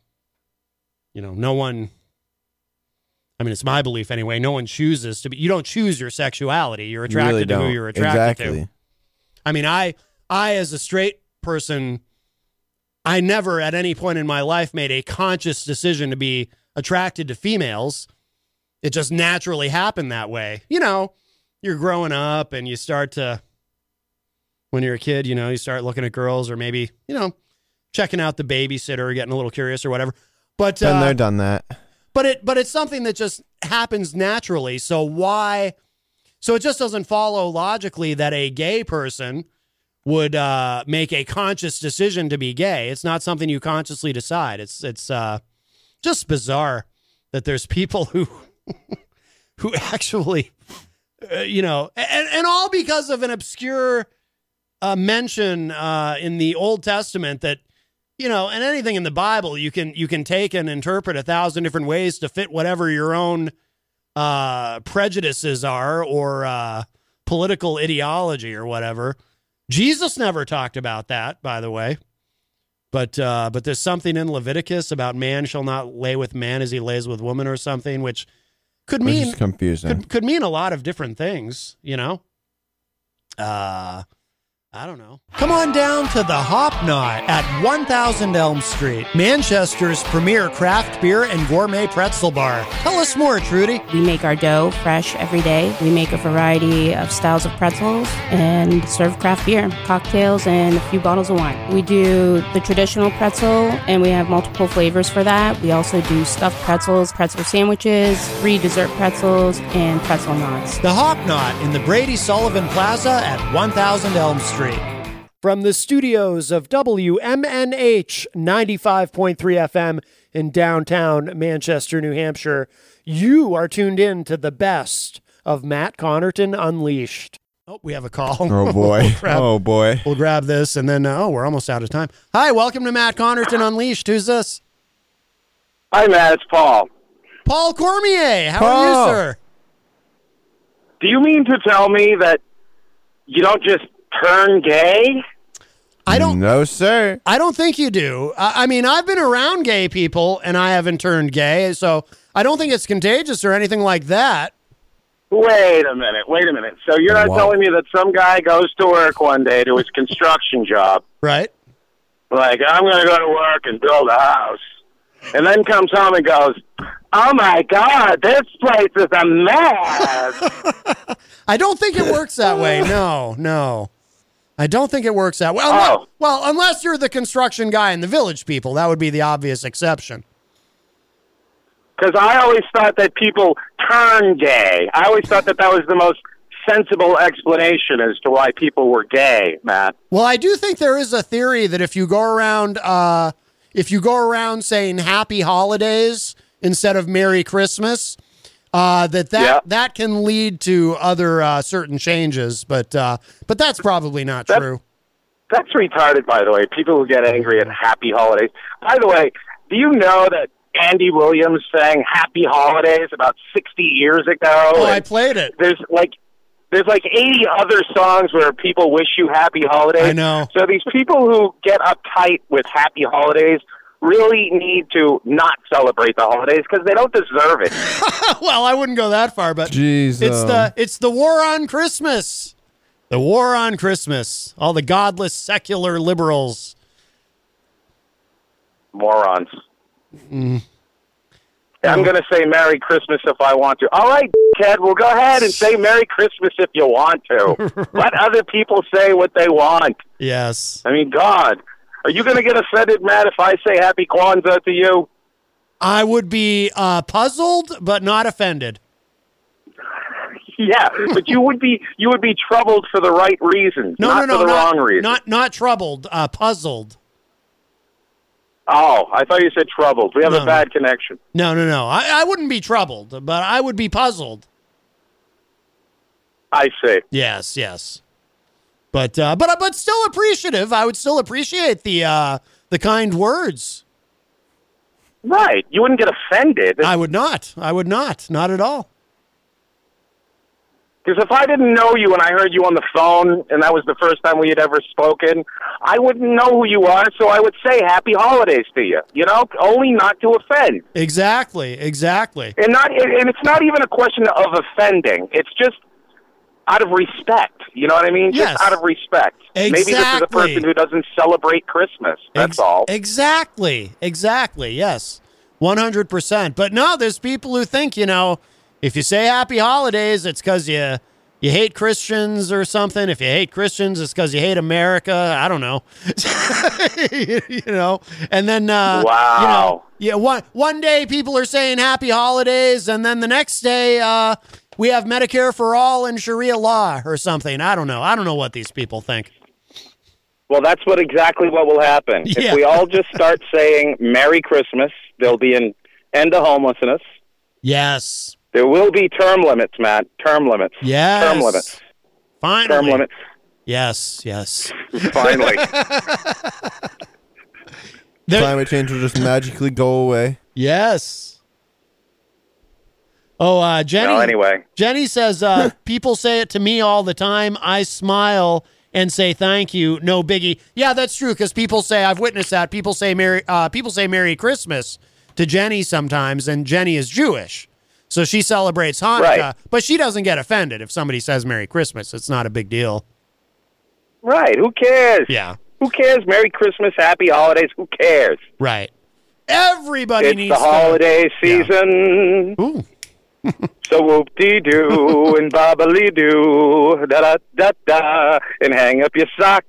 Speaker 6: You know, no one. I mean, it's my belief anyway. No one chooses to be. You don't choose your sexuality. You're attracted
Speaker 3: really
Speaker 6: to
Speaker 3: don't.
Speaker 6: who you're attracted
Speaker 3: exactly.
Speaker 6: to. I mean, I I as a straight person, I never at any point in my life made a conscious decision to be attracted to females. It just naturally happened that way. You know, you're growing up and you start to when you're a kid, you know, you start looking at girls or maybe, you know, checking out the babysitter, getting a little curious or whatever. But
Speaker 3: Been
Speaker 6: uh,
Speaker 3: there, done that.
Speaker 6: but it but it's something that just happens naturally. So why so it just doesn't follow logically that a gay person would uh, make a conscious decision to be gay. It's not something you consciously decide. It's it's uh, just bizarre that there's people who who actually, uh, you know, and and all because of an obscure uh, mention uh, in the Old Testament that you know, and anything in the Bible you can you can take and interpret a thousand different ways to fit whatever your own uh, prejudices are or uh, political ideology or whatever. Jesus never talked about that, by the way. But uh, but there's something in Leviticus about man shall not lay with man as he lays with woman or something, which could
Speaker 4: Which
Speaker 6: mean
Speaker 4: is confusing.
Speaker 6: could, could mean a lot of different things, you know? Uh, I don't know. Come on down to the Hop Knot at 1000 Elm Street, Manchester's premier craft beer and gourmet pretzel bar. Tell us more, Trudy.
Speaker 15: We make our dough fresh every day. We make a variety of styles of pretzels and serve craft beer, cocktails, and a few bottles of wine. We do the traditional pretzel, and we have multiple flavors for that. We also do stuffed pretzels, pretzel sandwiches, free dessert pretzels, and pretzel knots.
Speaker 6: The Hop Knot in the Brady Sullivan Plaza at 1000 Elm Street. From the studios of WMNH 95.3 FM in downtown Manchester, New Hampshire, you are tuned in to the best of Matt Connerton Unleashed. Oh, we have a call.
Speaker 4: Oh, boy.
Speaker 6: We'll grab-
Speaker 4: Oh, boy.
Speaker 6: We'll grab this and then, uh, oh, we're almost out of time. Hi, welcome to Matt Connerton Unleashed. Who's this?
Speaker 17: Hi, Matt. It's Paul.
Speaker 6: Paul Cormier. How
Speaker 17: Paul.
Speaker 6: are you, sir?
Speaker 17: Do you mean to tell me that you don't just turn gay?
Speaker 6: I don't.
Speaker 4: No, sir.
Speaker 6: I don't think you do. I, I mean, I've been around gay people and I haven't turned gay, so I don't think it's contagious or anything like that.
Speaker 17: Wait a minute. Wait a minute. So you're not
Speaker 6: Wow.
Speaker 17: telling me that some guy goes to work one day to his construction job,
Speaker 6: Right?
Speaker 17: like I'm going to go to work and build a house, and then comes home and goes, "Oh my God, this place is a mess."
Speaker 6: I don't think it works that way. No, no. I don't think it works that way. Unless,
Speaker 17: Oh.
Speaker 6: Well, unless you're the construction guy and the village people, that would be the obvious exception.
Speaker 17: Because I always thought that people turn gay. I always thought that that was the most sensible explanation as to why people were gay, Matt.
Speaker 6: Well, I do think there is a theory that if you go around, uh, if you go around saying "Happy Holidays" instead of "Merry Christmas," uh, that that that can lead to other uh, certain changes. But uh, but that's probably not true.
Speaker 17: That's retarded, by the way. People who get angry at happy holidays. By the way, do you know that Andy Williams sang "Happy Holidays" about sixty years ago?
Speaker 6: Oh, I
Speaker 17: And
Speaker 6: played it.
Speaker 17: There's like, there's like eighty other songs where people wish you happy holidays.
Speaker 6: I know.
Speaker 17: So these people who get uptight with happy holidays really need to not celebrate the holidays because they don't deserve it.
Speaker 6: well, I wouldn't go that far, but
Speaker 4: Jeez,
Speaker 6: it's
Speaker 4: um.
Speaker 6: the it's the war on Christmas. The war on Christmas. All the godless secular liberals.
Speaker 17: Morons.
Speaker 6: Mm.
Speaker 17: I'm going to say Merry Christmas if I want to. All right, Ted, well, go ahead and say Merry Christmas if you want to. Let other people say what they want.
Speaker 6: Yes.
Speaker 17: I mean, God, are you going to get offended, Matt, if I say Happy Kwanzaa to you?
Speaker 6: I would be uh, puzzled, but not offended.
Speaker 17: Yeah, but you would be you would be troubled for the right reasons,
Speaker 6: No,
Speaker 17: not
Speaker 6: no, no,
Speaker 17: for the
Speaker 6: not,
Speaker 17: wrong reasons.
Speaker 6: Not not troubled, uh, puzzled.
Speaker 17: oh, I thought you said troubled. We have
Speaker 6: No, no.
Speaker 17: a bad connection.
Speaker 6: No, no, no. I, I wouldn't be troubled, but I would be puzzled.
Speaker 17: I see.
Speaker 6: Yes, yes. But uh, but but still appreciative. I would still appreciate the uh, the kind words.
Speaker 17: Right. You wouldn't get offended.
Speaker 6: I would not. I would not. Not at all.
Speaker 17: Because if I didn't know you and I heard you on the phone, and that was the first time we had ever spoken, I wouldn't know who you are, so I would say Happy Holidays to you. You know, only not to offend,
Speaker 6: Exactly. Exactly.
Speaker 17: and not and and it's not even a question of offending. It's just out of respect. You know what I mean?
Speaker 6: Yes.
Speaker 17: Just out of respect. Maybe this is a
Speaker 6: Exactly.
Speaker 17: person who doesn't celebrate Christmas. That's all.
Speaker 6: Exactly. Exactly. Yes. 100%. But no, there's people who think, you know, if you say happy holidays, it's cuz you you hate Christians or something. If you hate Christians, it's cuz you hate America. I don't know. you know. And then uh you know,
Speaker 17: Wow.
Speaker 6: yeah, one one day people are saying happy holidays and then the next day uh we have Medicare for all and Sharia law or something. I don't know. I don't know what these people think.
Speaker 17: Well, that's what exactly what will happen.
Speaker 18: Yeah.
Speaker 17: If we all just start saying Merry Christmas, there'll be an end to homelessness.
Speaker 6: Yes.
Speaker 17: There will be term limits, Matt. Term limits.
Speaker 6: Yes.
Speaker 17: Term limits.
Speaker 6: Finally.
Speaker 17: Term limits.
Speaker 6: Yes, yes.
Speaker 17: Finally.
Speaker 3: Climate change will just magically go away.
Speaker 6: Yes.
Speaker 3: Oh,
Speaker 6: uh, Jenny.
Speaker 3: Well, anyway.
Speaker 6: Jenny says uh, people say it to me all the time. I smile and say thank you. No biggie. Yeah, that's true because people say I've witnessed that. People say Merry. Uh, people say Merry Christmas to Jenny sometimes, and Jenny is Jewish, so she celebrates Hanukkah,
Speaker 17: Right.
Speaker 6: but she doesn't get offended if somebody says Merry Christmas. It's not a big deal.
Speaker 17: Right. Who cares?
Speaker 6: Yeah.
Speaker 17: Who cares? Merry Christmas. Happy holidays. Who cares?
Speaker 6: Right. Everybody
Speaker 17: it's
Speaker 6: needs
Speaker 17: the
Speaker 6: to-
Speaker 17: holiday season.
Speaker 6: Ooh.
Speaker 17: so whoop dee doo and bobbly doo da da da da and hang up your sock.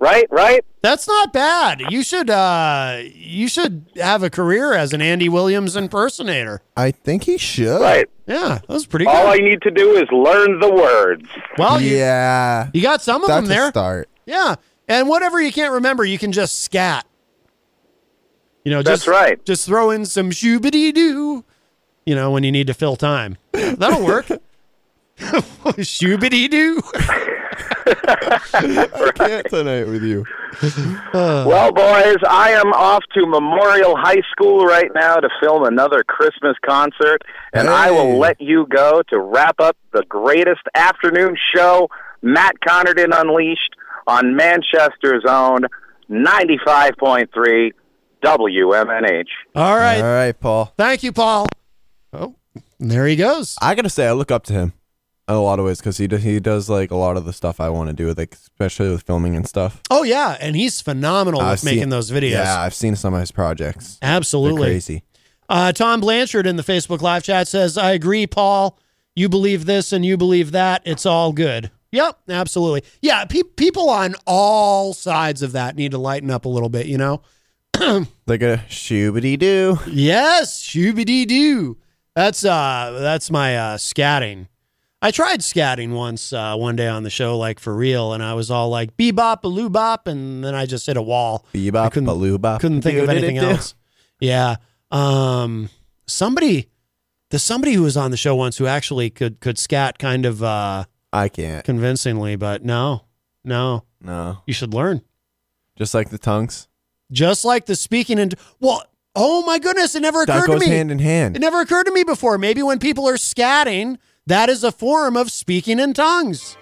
Speaker 17: Right, right.
Speaker 6: That's not bad. You should uh you should have a career as an Andy Williams impersonator.
Speaker 3: I think he should.
Speaker 17: Right.
Speaker 6: Yeah, that was pretty
Speaker 17: All
Speaker 6: good.
Speaker 17: I need to do is learn the words.
Speaker 6: Well, you-
Speaker 3: yeah,
Speaker 6: you got some of
Speaker 3: That's
Speaker 6: them
Speaker 3: a
Speaker 6: there.
Speaker 3: start.
Speaker 6: Yeah, and whatever you can't remember, you can just scat. You know,
Speaker 17: That's
Speaker 6: just,
Speaker 17: right.
Speaker 6: Just throw in some shoobity doo. You know, when you need to fill time, that'll work. shoobity doo.
Speaker 3: I can't tonight with you.
Speaker 17: Well, boys, I am off to Memorial High School right now to film another Christmas concert, and I will let you go to wrap up the greatest afternoon show, Matt Connerton Unleashed, on Manchester's own 95.3 WMNH.
Speaker 6: All right.
Speaker 3: All right, Paul.
Speaker 6: Thank you, Paul.
Speaker 3: Oh,
Speaker 6: there he goes.
Speaker 3: I gotta say, I look up to him in a lot of ways because he does, he does like a lot of the stuff I want to do, with, like especially with filming and stuff.
Speaker 6: Oh yeah, and he's phenomenal
Speaker 3: I've
Speaker 6: with making
Speaker 3: seen-
Speaker 6: those videos.
Speaker 3: Yeah, I've seen some of his projects.
Speaker 6: Absolutely.
Speaker 3: They're crazy.
Speaker 6: Uh, Tom Blanchard in the Facebook live chat says, I agree, Paul. You believe this and you believe that. It's all good. Yep, absolutely. Yeah, pe- people on all sides of that need to lighten up a little bit, you know?
Speaker 3: Like a shoobity doo.
Speaker 6: Yes, shoobity doo. That's uh that's my uh scatting. I tried scatting once uh one day on the show like for real and I was all like bebop baloo bop and then I just hit a wall.
Speaker 3: Bebop baloo bop.
Speaker 6: Couldn't think of anything
Speaker 3: Doo-doo-doo.
Speaker 6: else. Yeah. Um somebody there's somebody who was on the show once who actually could could scat kind of uh
Speaker 3: I can't.
Speaker 6: convincingly, but no. No.
Speaker 3: No.
Speaker 6: You should learn.
Speaker 3: Just like the tongues.
Speaker 6: Just like the speaking and well, oh my goodness, it never
Speaker 3: That
Speaker 6: occurred
Speaker 3: goes
Speaker 6: to me.
Speaker 3: hand in hand.
Speaker 6: It never occurred to me before. Maybe when people are scatting, that is a form of speaking in tongues.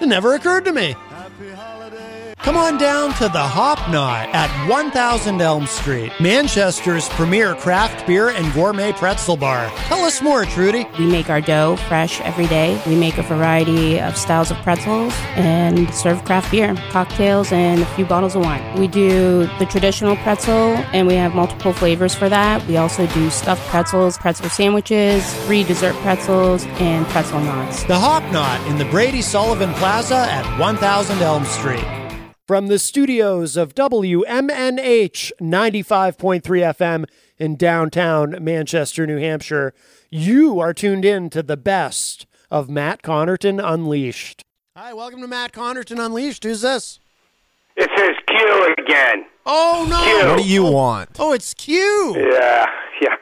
Speaker 6: It never occurred to me. Come on down to the Hop Knot at 1000 Elm Street, Manchester's premier craft beer and gourmet pretzel bar. Tell us more, Trudy.
Speaker 15: We make our dough fresh every day. We make a variety of styles of pretzels and serve craft beer, cocktails, and a few bottles of wine. We do the traditional pretzel, and we have multiple flavors for that. We also do stuffed pretzels, pretzel sandwiches, free dessert pretzels, and pretzel knots.
Speaker 6: The Hop Knot in the Brady Sullivan Plaza at 1000 Elm Street. From the studios of WMNH 95.3 FM in downtown Manchester, New Hampshire, you are tuned in to the best of Matt Connerton Unleashed. Hi, welcome to Matt Connerton Unleashed. Who's this?
Speaker 18: It says Q again.
Speaker 6: Oh no!
Speaker 18: Q.
Speaker 3: What do you want?
Speaker 6: Oh, it's Q.
Speaker 18: Yeah, yeah.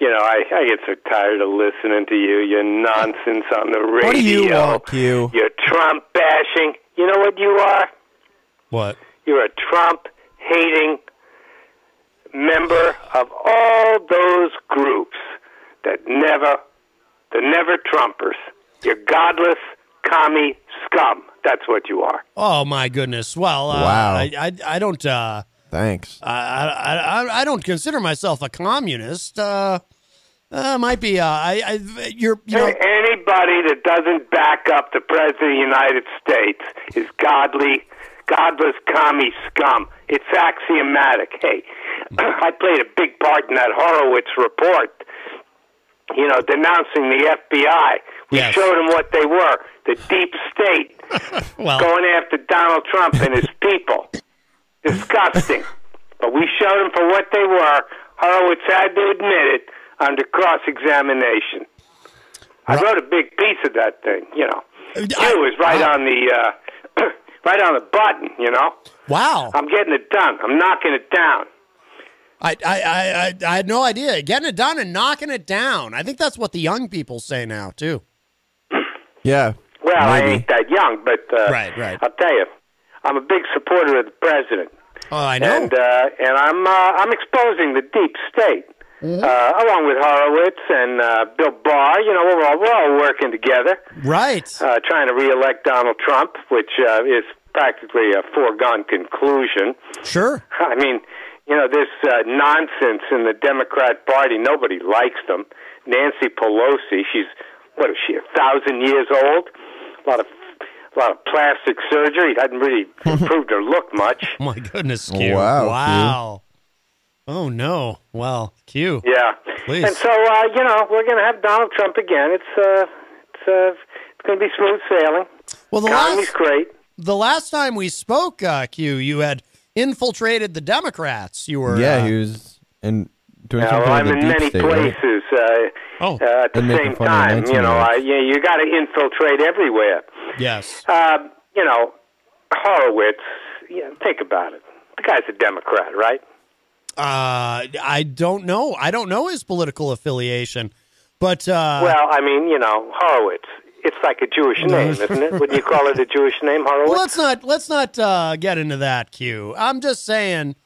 Speaker 18: You know, I, I get so tired of listening to you, your nonsense on the radio.
Speaker 3: What do you want, Q?
Speaker 18: Your Trump bashing. You know what you are?
Speaker 6: What?
Speaker 18: You're a Trump hating member of all those groups that never, the never Trumpers. You're godless commie scum. That's what you are.
Speaker 6: Oh my goodness! Well, uh,
Speaker 3: Wow.
Speaker 6: I, I I don't uh,
Speaker 3: Thanks.
Speaker 6: I, I I I don't consider myself a communist. Uh, uh might be. Uh, I, I you're you know.
Speaker 18: Anybody that doesn't back up the president of the United States is godly, godless commie scum. It's axiomatic. Hey, I played a big part in that Horowitz report. You know, denouncing the FBI. We
Speaker 6: Yes.
Speaker 18: showed them what they were: the deep state, going after Donald Trump and his people. Disgusting. But we showed them for what they were. Horowitz had to admit it under cross examination. I wrote a big piece of that thing, you know. it was right on the uh, right on the button, you know?
Speaker 6: Wow.
Speaker 18: I'm getting it done. I'm knocking it down.
Speaker 6: I, I, I, I, I had no idea. Getting it done and knocking it down. I think that's what the young people say now, too.
Speaker 3: Yeah.
Speaker 18: Well, I ain't that young, but uh,
Speaker 6: Right, right.
Speaker 18: I'll tell you, I'm a big supporter of the president.
Speaker 6: Oh, I know.
Speaker 18: And, uh, and I'm uh, I'm exposing the deep state, uh, along with Horowitz and uh, Bill Barr. You know, we're all, we're all working together,
Speaker 6: Right.
Speaker 18: uh, trying to reelect Donald Trump, which uh, is practically a foregone conclusion.
Speaker 6: Sure.
Speaker 18: I mean, you know, this uh, nonsense in the Democrat Party, nobody likes them. Nancy Pelosi, she's, what is she, a thousand years old? A lot of, a lot of plastic surgery. Hadn't really improved her look much.
Speaker 6: My goodness,
Speaker 19: Q.
Speaker 6: Wow.
Speaker 19: Wow,
Speaker 6: Wow. Oh, no. Well, Q.
Speaker 18: Yeah.
Speaker 6: Please.
Speaker 18: And so, uh, you know, we're going to have Donald Trump again. It's, uh, it's, uh, it's going to be smooth sailing.
Speaker 6: Well, the
Speaker 18: Economy's
Speaker 6: last-
Speaker 18: great.
Speaker 6: The last time we spoke, uh, Q, you had infiltrated the Democrats. You were.
Speaker 3: yeah,
Speaker 6: uh,
Speaker 3: he was and doing
Speaker 18: Now,
Speaker 3: something
Speaker 18: I'm
Speaker 3: with
Speaker 18: in
Speaker 3: the deep
Speaker 18: many
Speaker 3: state, right?
Speaker 18: places uh,
Speaker 6: Oh.
Speaker 18: uh, at the
Speaker 3: And making
Speaker 18: same
Speaker 3: fun of
Speaker 18: time. You know, I,
Speaker 3: 19-year-olds.
Speaker 18: you, you got to infiltrate everywhere.
Speaker 6: Yes.
Speaker 18: Uh, you know, Horowitz, you know, think about it. The guy's a Democrat, right?
Speaker 6: Uh, I don't know. I don't know his political affiliation, but uh,
Speaker 18: well, I mean, you know, Horowitz. It's like a Jewish name, isn't it? Would you call it a Jewish name, Horowitz?
Speaker 6: well, let's not let's not uh, get into that. Q. I'm just saying,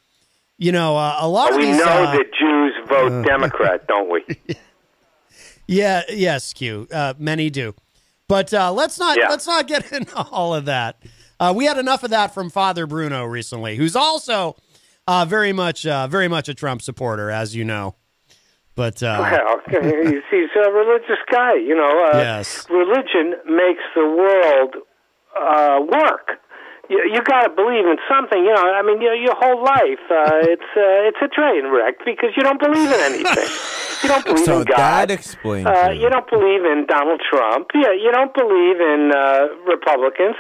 Speaker 6: you know, uh, a lot
Speaker 18: But
Speaker 6: of
Speaker 18: we
Speaker 6: these.
Speaker 18: know
Speaker 6: uh,
Speaker 18: that Jews vote Democrat, don't we?
Speaker 6: Yeah, yes, Q. Uh, many do, but uh, let's not
Speaker 18: Yeah.
Speaker 6: let's not get into all of that. Uh, we had enough of that from Father Bruno recently, who's also uh, very much uh, very much a Trump supporter, as you know. But uh,
Speaker 18: Well, he's, he's a religious guy, you know. Uh,
Speaker 6: Yes.
Speaker 18: Religion makes the world uh, work. You, you got to believe in something, you know. I mean, your, your whole life, uh, it's uh, it's a train wreck because you don't believe in anything. You don't believe
Speaker 3: So
Speaker 18: in God.
Speaker 3: that explains
Speaker 18: Uh,
Speaker 3: it.
Speaker 18: you don't believe in Donald Trump. Yeah, you don't believe in uh, Republicans,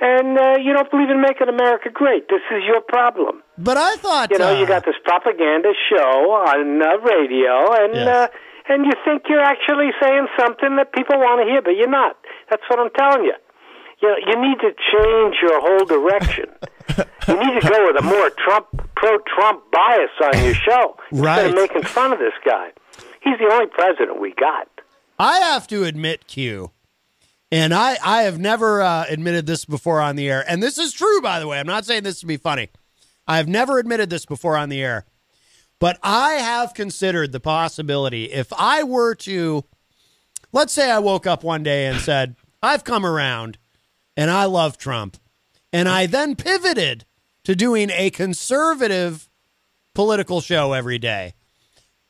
Speaker 18: and uh, you don't believe in making America great. This is your problem.
Speaker 6: but I thought
Speaker 18: You know,
Speaker 6: uh,
Speaker 18: you got this propaganda show on uh, radio, and
Speaker 6: Yes.
Speaker 18: uh, and you think you're actually saying something that people want to hear, but you're not. That's what I'm telling you. You know, you need to change your whole direction. you need to go with a more Trump, pro-Trump bias on your show instead
Speaker 6: Right.
Speaker 18: of making fun of this guy. He's the only president we got.
Speaker 6: I have to admit, Q, and I, I have never uh, admitted this before on the air. And this is true, by the way. I'm not saying this to be funny. I have never admitted this before on the air. But I have considered the possibility if I were to, let's say I woke up one day and said, I've come around and I love Trump. And I then pivoted to doing a conservative political show every day.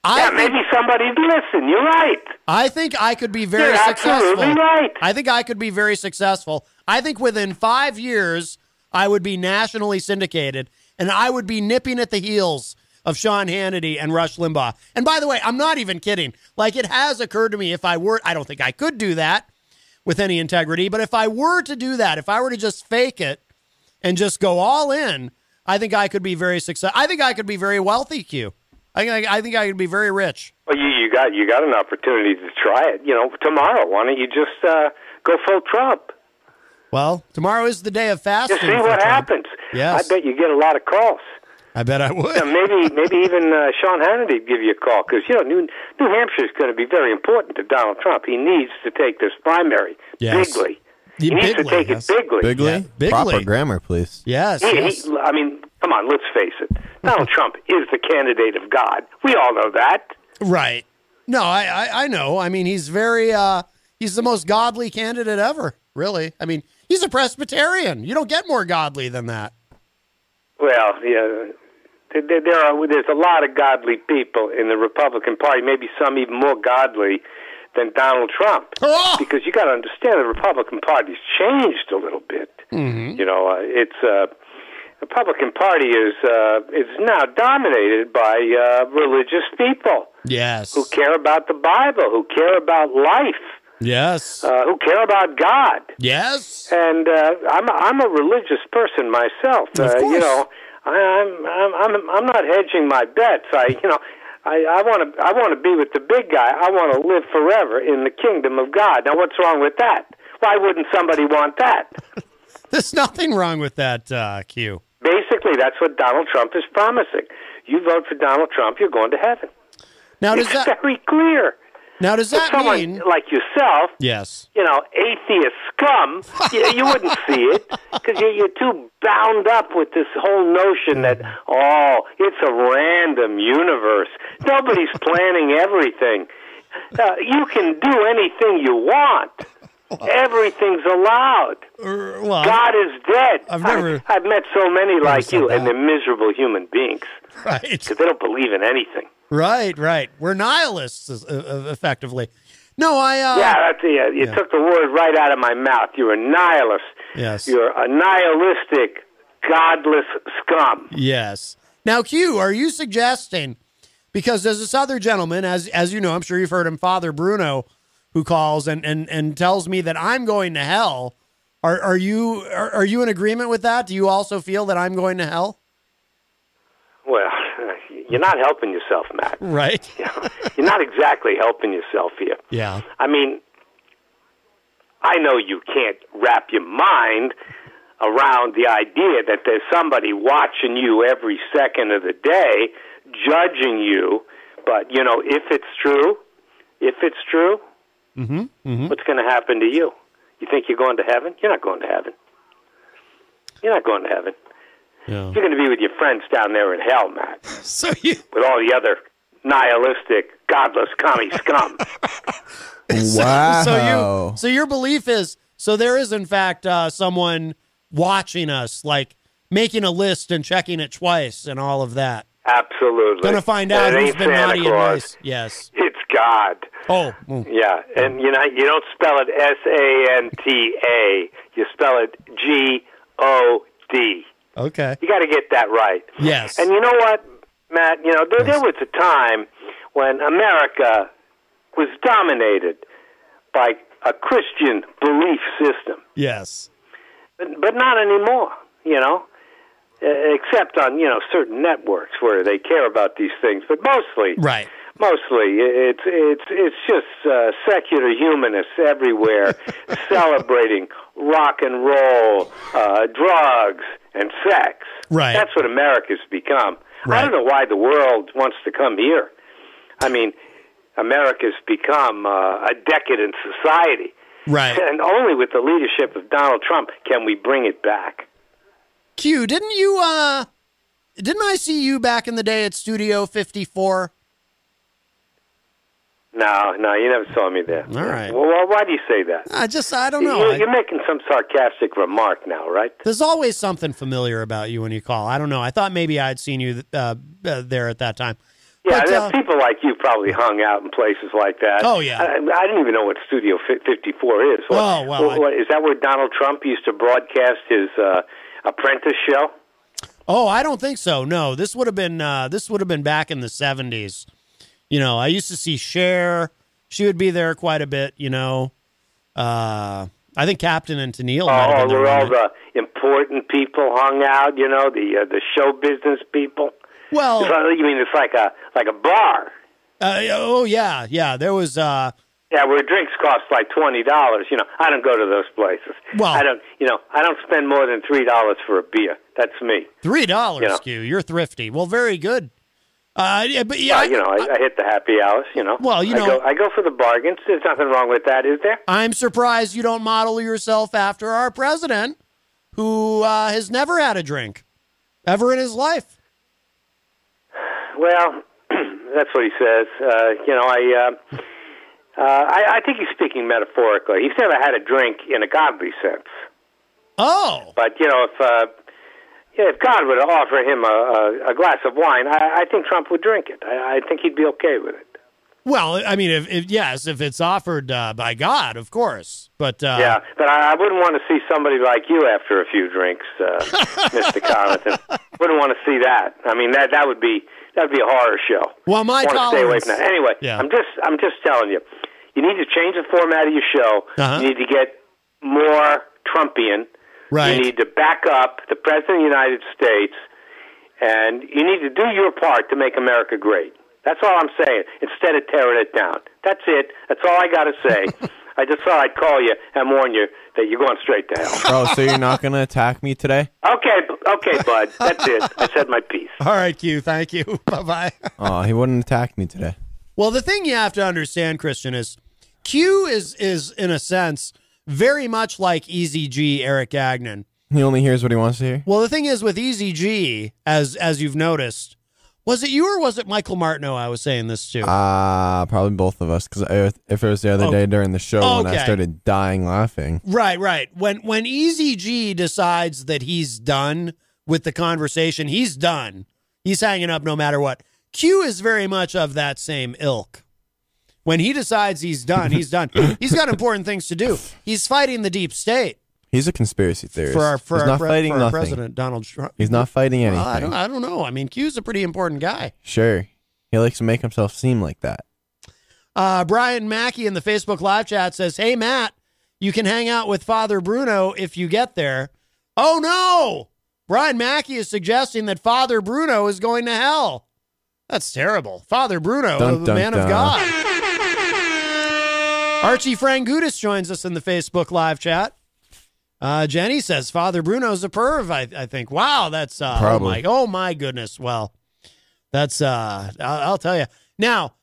Speaker 6: I
Speaker 18: yeah, maybe somebody'd listen. You're right.
Speaker 6: I think I could be very
Speaker 18: You're
Speaker 6: successful.
Speaker 18: absolutely right.
Speaker 6: I think I could be very successful. I think within five years, I would be nationally syndicated and I would be nipping at the heels of Sean Hannity and Rush Limbaugh. And by the way, I'm not even kidding. Like, it has occurred to me if I were, I don't think I could do that with any integrity, but if I were to do that, if I were to just fake it and just go all in, I think I could be very successful. I think I could be very wealthy, Q. I, I, I think I could be very rich.
Speaker 18: Well, you, you got you got an opportunity to try it. You know, tomorrow, why don't you just uh, go full Trump?
Speaker 6: Well, tomorrow is the day of fasting.
Speaker 18: Just see what happens.
Speaker 6: Yes.
Speaker 18: I bet you get a lot of calls.
Speaker 6: I bet I would.
Speaker 18: You know, maybe maybe even uh, Sean Hannity would give you a call because you know New New Hampshire is going to be very important to Donald Trump. He needs to take this primary
Speaker 3: Yes.
Speaker 18: bigly. He needs to take it bigly.
Speaker 3: Bigly? Proper grammar, please.
Speaker 6: Yes.
Speaker 18: He, he, I mean, come on, let's face it. Donald Trump is the candidate of God. We all know that.
Speaker 6: Right. No, I, I, I know. I mean, he's very, uh, he's the most godly candidate ever, really. I mean, he's a Presbyterian. You don't get more godly than that.
Speaker 18: Well, yeah, there, there- there are there's a lot of godly people in the Republican Party. Maybe some even more godly than Donald Trump, because you got to understand the Republican Party's changed a little bit.
Speaker 2: Mm-hmm.
Speaker 8: Hmm?
Speaker 18: You know, uh, it's uh, the Republican Party is uh, is now dominated by uh, religious people
Speaker 6: Yes.
Speaker 18: who care about the Bible, who care about life,
Speaker 6: Yes.
Speaker 18: uh, who care about God.
Speaker 6: Yes.
Speaker 18: And uh, I'm a, I'm a religious person myself. uh, You know, I, I'm I'm I'm I'm not hedging my bets. I you know. I, I want to. I want to be with the big guy. I want to live forever in the kingdom of God. Now, what's wrong with that? Why wouldn't somebody want that?
Speaker 6: There's nothing wrong with that uh, cue.
Speaker 18: Basically, that's what Donald Trump is promising. You vote for Donald Trump, you're going to heaven.
Speaker 2: Now,
Speaker 18: does it's that very clear?
Speaker 2: Now, does
Speaker 18: that someone mean like yourself,
Speaker 6: Yes.
Speaker 18: you know, atheist scum, you, you wouldn't see it because you're, you're too bound up with this whole notion that, oh, it's a random universe. Nobody's planning everything. Uh, you can do anything you want. Everything's allowed.
Speaker 6: uh, well,
Speaker 18: God is dead.
Speaker 6: I've never-
Speaker 18: I, have met so many like you, and they're miserable human beings.
Speaker 6: Right.
Speaker 18: Because they don't believe in anything.
Speaker 6: Right, right. We're nihilists, uh, uh, effectively. No, I. Uh,
Speaker 18: yeah, that's, yeah, you took the word right out of my mouth. You're a nihilist.
Speaker 6: Yes.
Speaker 18: You're a nihilistic, godless scum.
Speaker 6: Yes. Now, Q, are you suggesting because there's this other gentleman, as as you know, I'm sure you've heard him, Father Bruno, who calls and and and tells me that I'm going to hell. Are are you are, are you in agreement with that? Do you also feel that I'm going to hell?
Speaker 18: Well, you're not helping yourself, Matt.
Speaker 6: Right.
Speaker 18: You're not exactly helping yourself here.
Speaker 6: Yeah.
Speaker 18: I mean, I know you can't wrap your mind around the idea that there's somebody watching you every second of the day, judging you. But, you know, if it's true, if it's true,
Speaker 6: Mm-hmm.
Speaker 18: what's going to happen to you? You think you're going to heaven? You're not going to heaven. You're not going to heaven.
Speaker 6: Yeah.
Speaker 18: You're going to be with your friends down there in hell, Matt.
Speaker 6: So you
Speaker 18: with all the other nihilistic, godless commie scum.
Speaker 3: wow.
Speaker 6: So you so your belief is so there is in fact uh, someone watching us, like making a list and checking it twice and all of that.
Speaker 18: Absolutely.
Speaker 6: Gonna find
Speaker 18: And
Speaker 6: out
Speaker 18: it
Speaker 6: who's
Speaker 18: ain't
Speaker 6: been
Speaker 18: Santa
Speaker 6: naughty and
Speaker 18: Claus.
Speaker 6: nice. Yes.
Speaker 18: It's God.
Speaker 6: Oh.
Speaker 18: Yeah, and you know you don't spell it S A N T A. You spell it G O D.
Speaker 6: Okay.
Speaker 18: You got to get that right.
Speaker 6: Yes.
Speaker 18: And you know what, Matt? You know, there, there was a time when America was dominated by a Christian belief system,
Speaker 6: Yes.
Speaker 18: but, but not anymore, you know, Uh, except on, you know, certain networks where they care about these things, but mostly.
Speaker 6: Right.
Speaker 18: Mostly, it's it's it's just uh, secular humanists everywhere celebrating rock and roll, uh, drugs, and sex.
Speaker 6: Right.
Speaker 18: That's what America's become. I don't know why the world wants to come here. I mean, America's become uh, a decadent society,
Speaker 6: Right.
Speaker 18: and only with the leadership of Donald Trump can we bring it back.
Speaker 6: Q, didn't you uh didn't I see you back in the day at Studio 54?
Speaker 18: No, no, you never saw me there.
Speaker 6: All right.
Speaker 18: Well, why- why do you say that?
Speaker 6: I just I don't know.
Speaker 18: You're,
Speaker 6: I-
Speaker 18: you're making some sarcastic remark now, right?
Speaker 6: There's always something familiar about you when you call. I don't know. I thought maybe I'd seen you uh, uh, there at that time.
Speaker 18: Yeah,
Speaker 6: But,
Speaker 18: there-
Speaker 6: uh,
Speaker 18: people like you probably hung out in places like that.
Speaker 6: Oh, yeah.
Speaker 18: I, I didn't even know what Studio Fi- 54 is. What,
Speaker 6: Oh, wow,
Speaker 18: what- what- is that where Donald Trump used to broadcast his uh, apprentice show?
Speaker 6: Oh, I don't think so. No, this would have been uh, this would have been back in the seventies. You know, I used to see Cher. She would be there quite a bit. You know, uh, I think Captain and Tennille. might have
Speaker 18: oh,
Speaker 6: been there
Speaker 18: where
Speaker 6: one
Speaker 18: all
Speaker 6: night.
Speaker 18: the important people hung out. You know, the uh, the show business people.
Speaker 6: Well-
Speaker 18: It's like- you mean it's like a like a bar?
Speaker 6: Uh, oh yeah, yeah. There was. Uh,
Speaker 18: Yeah, where drinks cost like twenty dollars. You know, I don't go to those places.
Speaker 6: Well-
Speaker 18: I don't. You know, I don't spend more than three dollars for a beer. That's me.
Speaker 6: Three dollars,
Speaker 18: Yeah.
Speaker 6: Q. You're thrifty. Well, very good. Uh, yeah, but yeah,
Speaker 18: Well, you know, I, I hit the happy hours. You know,
Speaker 6: Well, you
Speaker 18: I
Speaker 6: know-
Speaker 18: go, I go for the bargains. There's nothing wrong with that, is there?
Speaker 6: I'm surprised you don't model yourself after our president, who uh, has never had a drink ever in his life.
Speaker 18: Well, that's what he says. Uh, you know, I, uh, uh, I, I think he's speaking metaphorically. He's never had a drink in a godly sense.
Speaker 6: Oh,
Speaker 18: But you know, if uh, yeah, if God were to offer him a, a, a glass of wine, I, I think Trump would drink it. I, I think he'd be okay with it.
Speaker 6: well, I mean, if, if yes, if it's offered uh, by God, of course. But uh,
Speaker 18: yeah, but I, I wouldn't want to see somebody like you after a few drinks, uh, Mr. Connaughton. Wouldn't want to see that. I mean, that that would be that would be a horror show.
Speaker 6: Well, my
Speaker 18: want to stay away from
Speaker 6: tolerance-
Speaker 18: that. Anyway,
Speaker 6: Yeah.
Speaker 18: I'm just I'm just telling you, you need to change the format of your show.
Speaker 6: Uh-huh.
Speaker 18: You need to get more Trumpian.
Speaker 6: Right.
Speaker 18: You need to back up the president of the United States, and you need to do your part to make America great. That's all I'm saying. Instead of tearing it down. That's it. That's all I got to say. I just thought I'd call you and warn you that you're going straight to hell.
Speaker 3: Bro, so you're not gonna attack me today?
Speaker 18: Okay, b- okay, bud. That's it. I said my piece.
Speaker 6: All right, Q. Thank you. Bye bye.
Speaker 3: Oh, he wouldn't attack me today.
Speaker 6: Well, the thing you have to understand, Christian, is Q is is in a sense very much like Easy G Eric Agnon.
Speaker 3: He only hears what he wants to hear.
Speaker 6: Well, the thing is with Easy G, as as you've noticed, was it you or was it Michael Martineau? I was saying this too.
Speaker 3: Ah, probably both of us. Because if it was the other
Speaker 6: Oh.
Speaker 3: day during the show when
Speaker 6: Okay.
Speaker 3: I started dying laughing,
Speaker 6: Right, right. When when Easy G decides that he's done with the conversation, he's done. He's hanging up no matter what. Q is very much of that same ilk. When he decides he's done, he's done. he's got important things to do. He's fighting the deep state
Speaker 3: he's a conspiracy theorist.
Speaker 6: for our for
Speaker 3: he's
Speaker 6: our,
Speaker 3: not
Speaker 6: pre-
Speaker 3: fighting
Speaker 6: for our
Speaker 3: nothing.
Speaker 6: president Donald Trump.
Speaker 3: He's not fighting
Speaker 6: Well,
Speaker 3: anything.
Speaker 6: I don't I don't know. I mean, Q's a pretty important guy.
Speaker 3: Sure, he likes to make himself seem like that.
Speaker 6: Uh, Brian Mackey in the Facebook live chat says, "Hey Matt, you can hang out with Father Bruno if you get there." Oh no! Brian Mackey is suggesting that Father Bruno is going to hell. That's terrible. Father Bruno,
Speaker 3: Dun,
Speaker 6: the
Speaker 3: dun,
Speaker 6: man of
Speaker 3: dun.
Speaker 6: God. Archie Frangutis joins us in the Facebook live chat. Uh, Jenny says Father Bruno's a perv. I, I think. Wow, that's uh, oh my
Speaker 3: Probably.
Speaker 6: oh my goodness. Well, that's uh, I'll, I'll tell you. Now,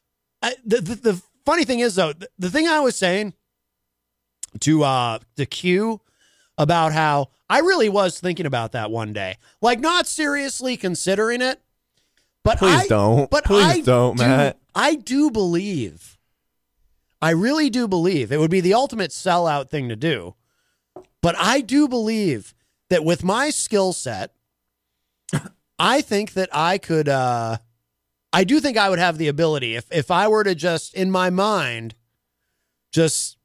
Speaker 6: I, the, the the funny thing is though, the, the thing I was saying to uh to Q about how I really was thinking about that one day, like not seriously considering it, but
Speaker 3: Please
Speaker 6: I,
Speaker 3: don't.
Speaker 6: But
Speaker 3: Please
Speaker 6: I
Speaker 3: don't,
Speaker 6: do-
Speaker 3: Matt.
Speaker 6: I do believe. I really do believe it would be the ultimate sellout thing to do. But I do believe that with my skill set, I think that I could uh I do think I would have the ability if if I were to just in my mind just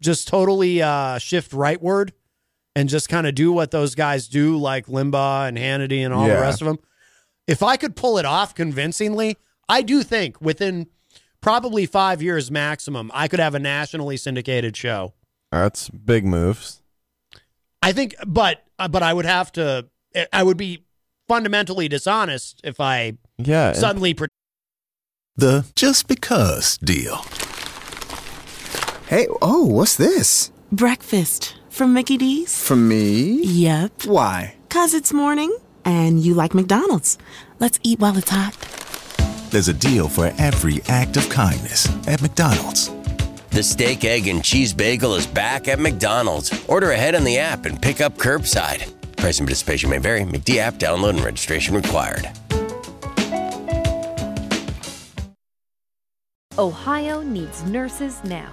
Speaker 6: just totally uh shift rightward and just kind of do what those guys do like Limbaugh and Hannity and all
Speaker 3: Yeah.
Speaker 6: the rest of them. If I could pull it off convincingly, I do think within probably 5 years maximum I could have a nationally syndicated show.
Speaker 3: That's big moves.
Speaker 6: I think, but uh, but I would have to. I would be fundamentally dishonest if I
Speaker 3: Yeah.
Speaker 6: suddenly. Pre-
Speaker 20: The just because deal. Hey, oh, what's this?
Speaker 21: Breakfast from Mickey D's.
Speaker 20: For me?
Speaker 21: Yep.
Speaker 20: Why?
Speaker 21: Cause it's morning and you like McDonald's. Let's eat while it's hot.
Speaker 20: There's a deal for every act of kindness at McDonald's.
Speaker 22: The steak, egg, and cheese bagel is back at McDonald's. Order ahead on the app and pick up curbside. Price and participation may vary. McD app download and registration required.
Speaker 23: Ohio needs nurses now.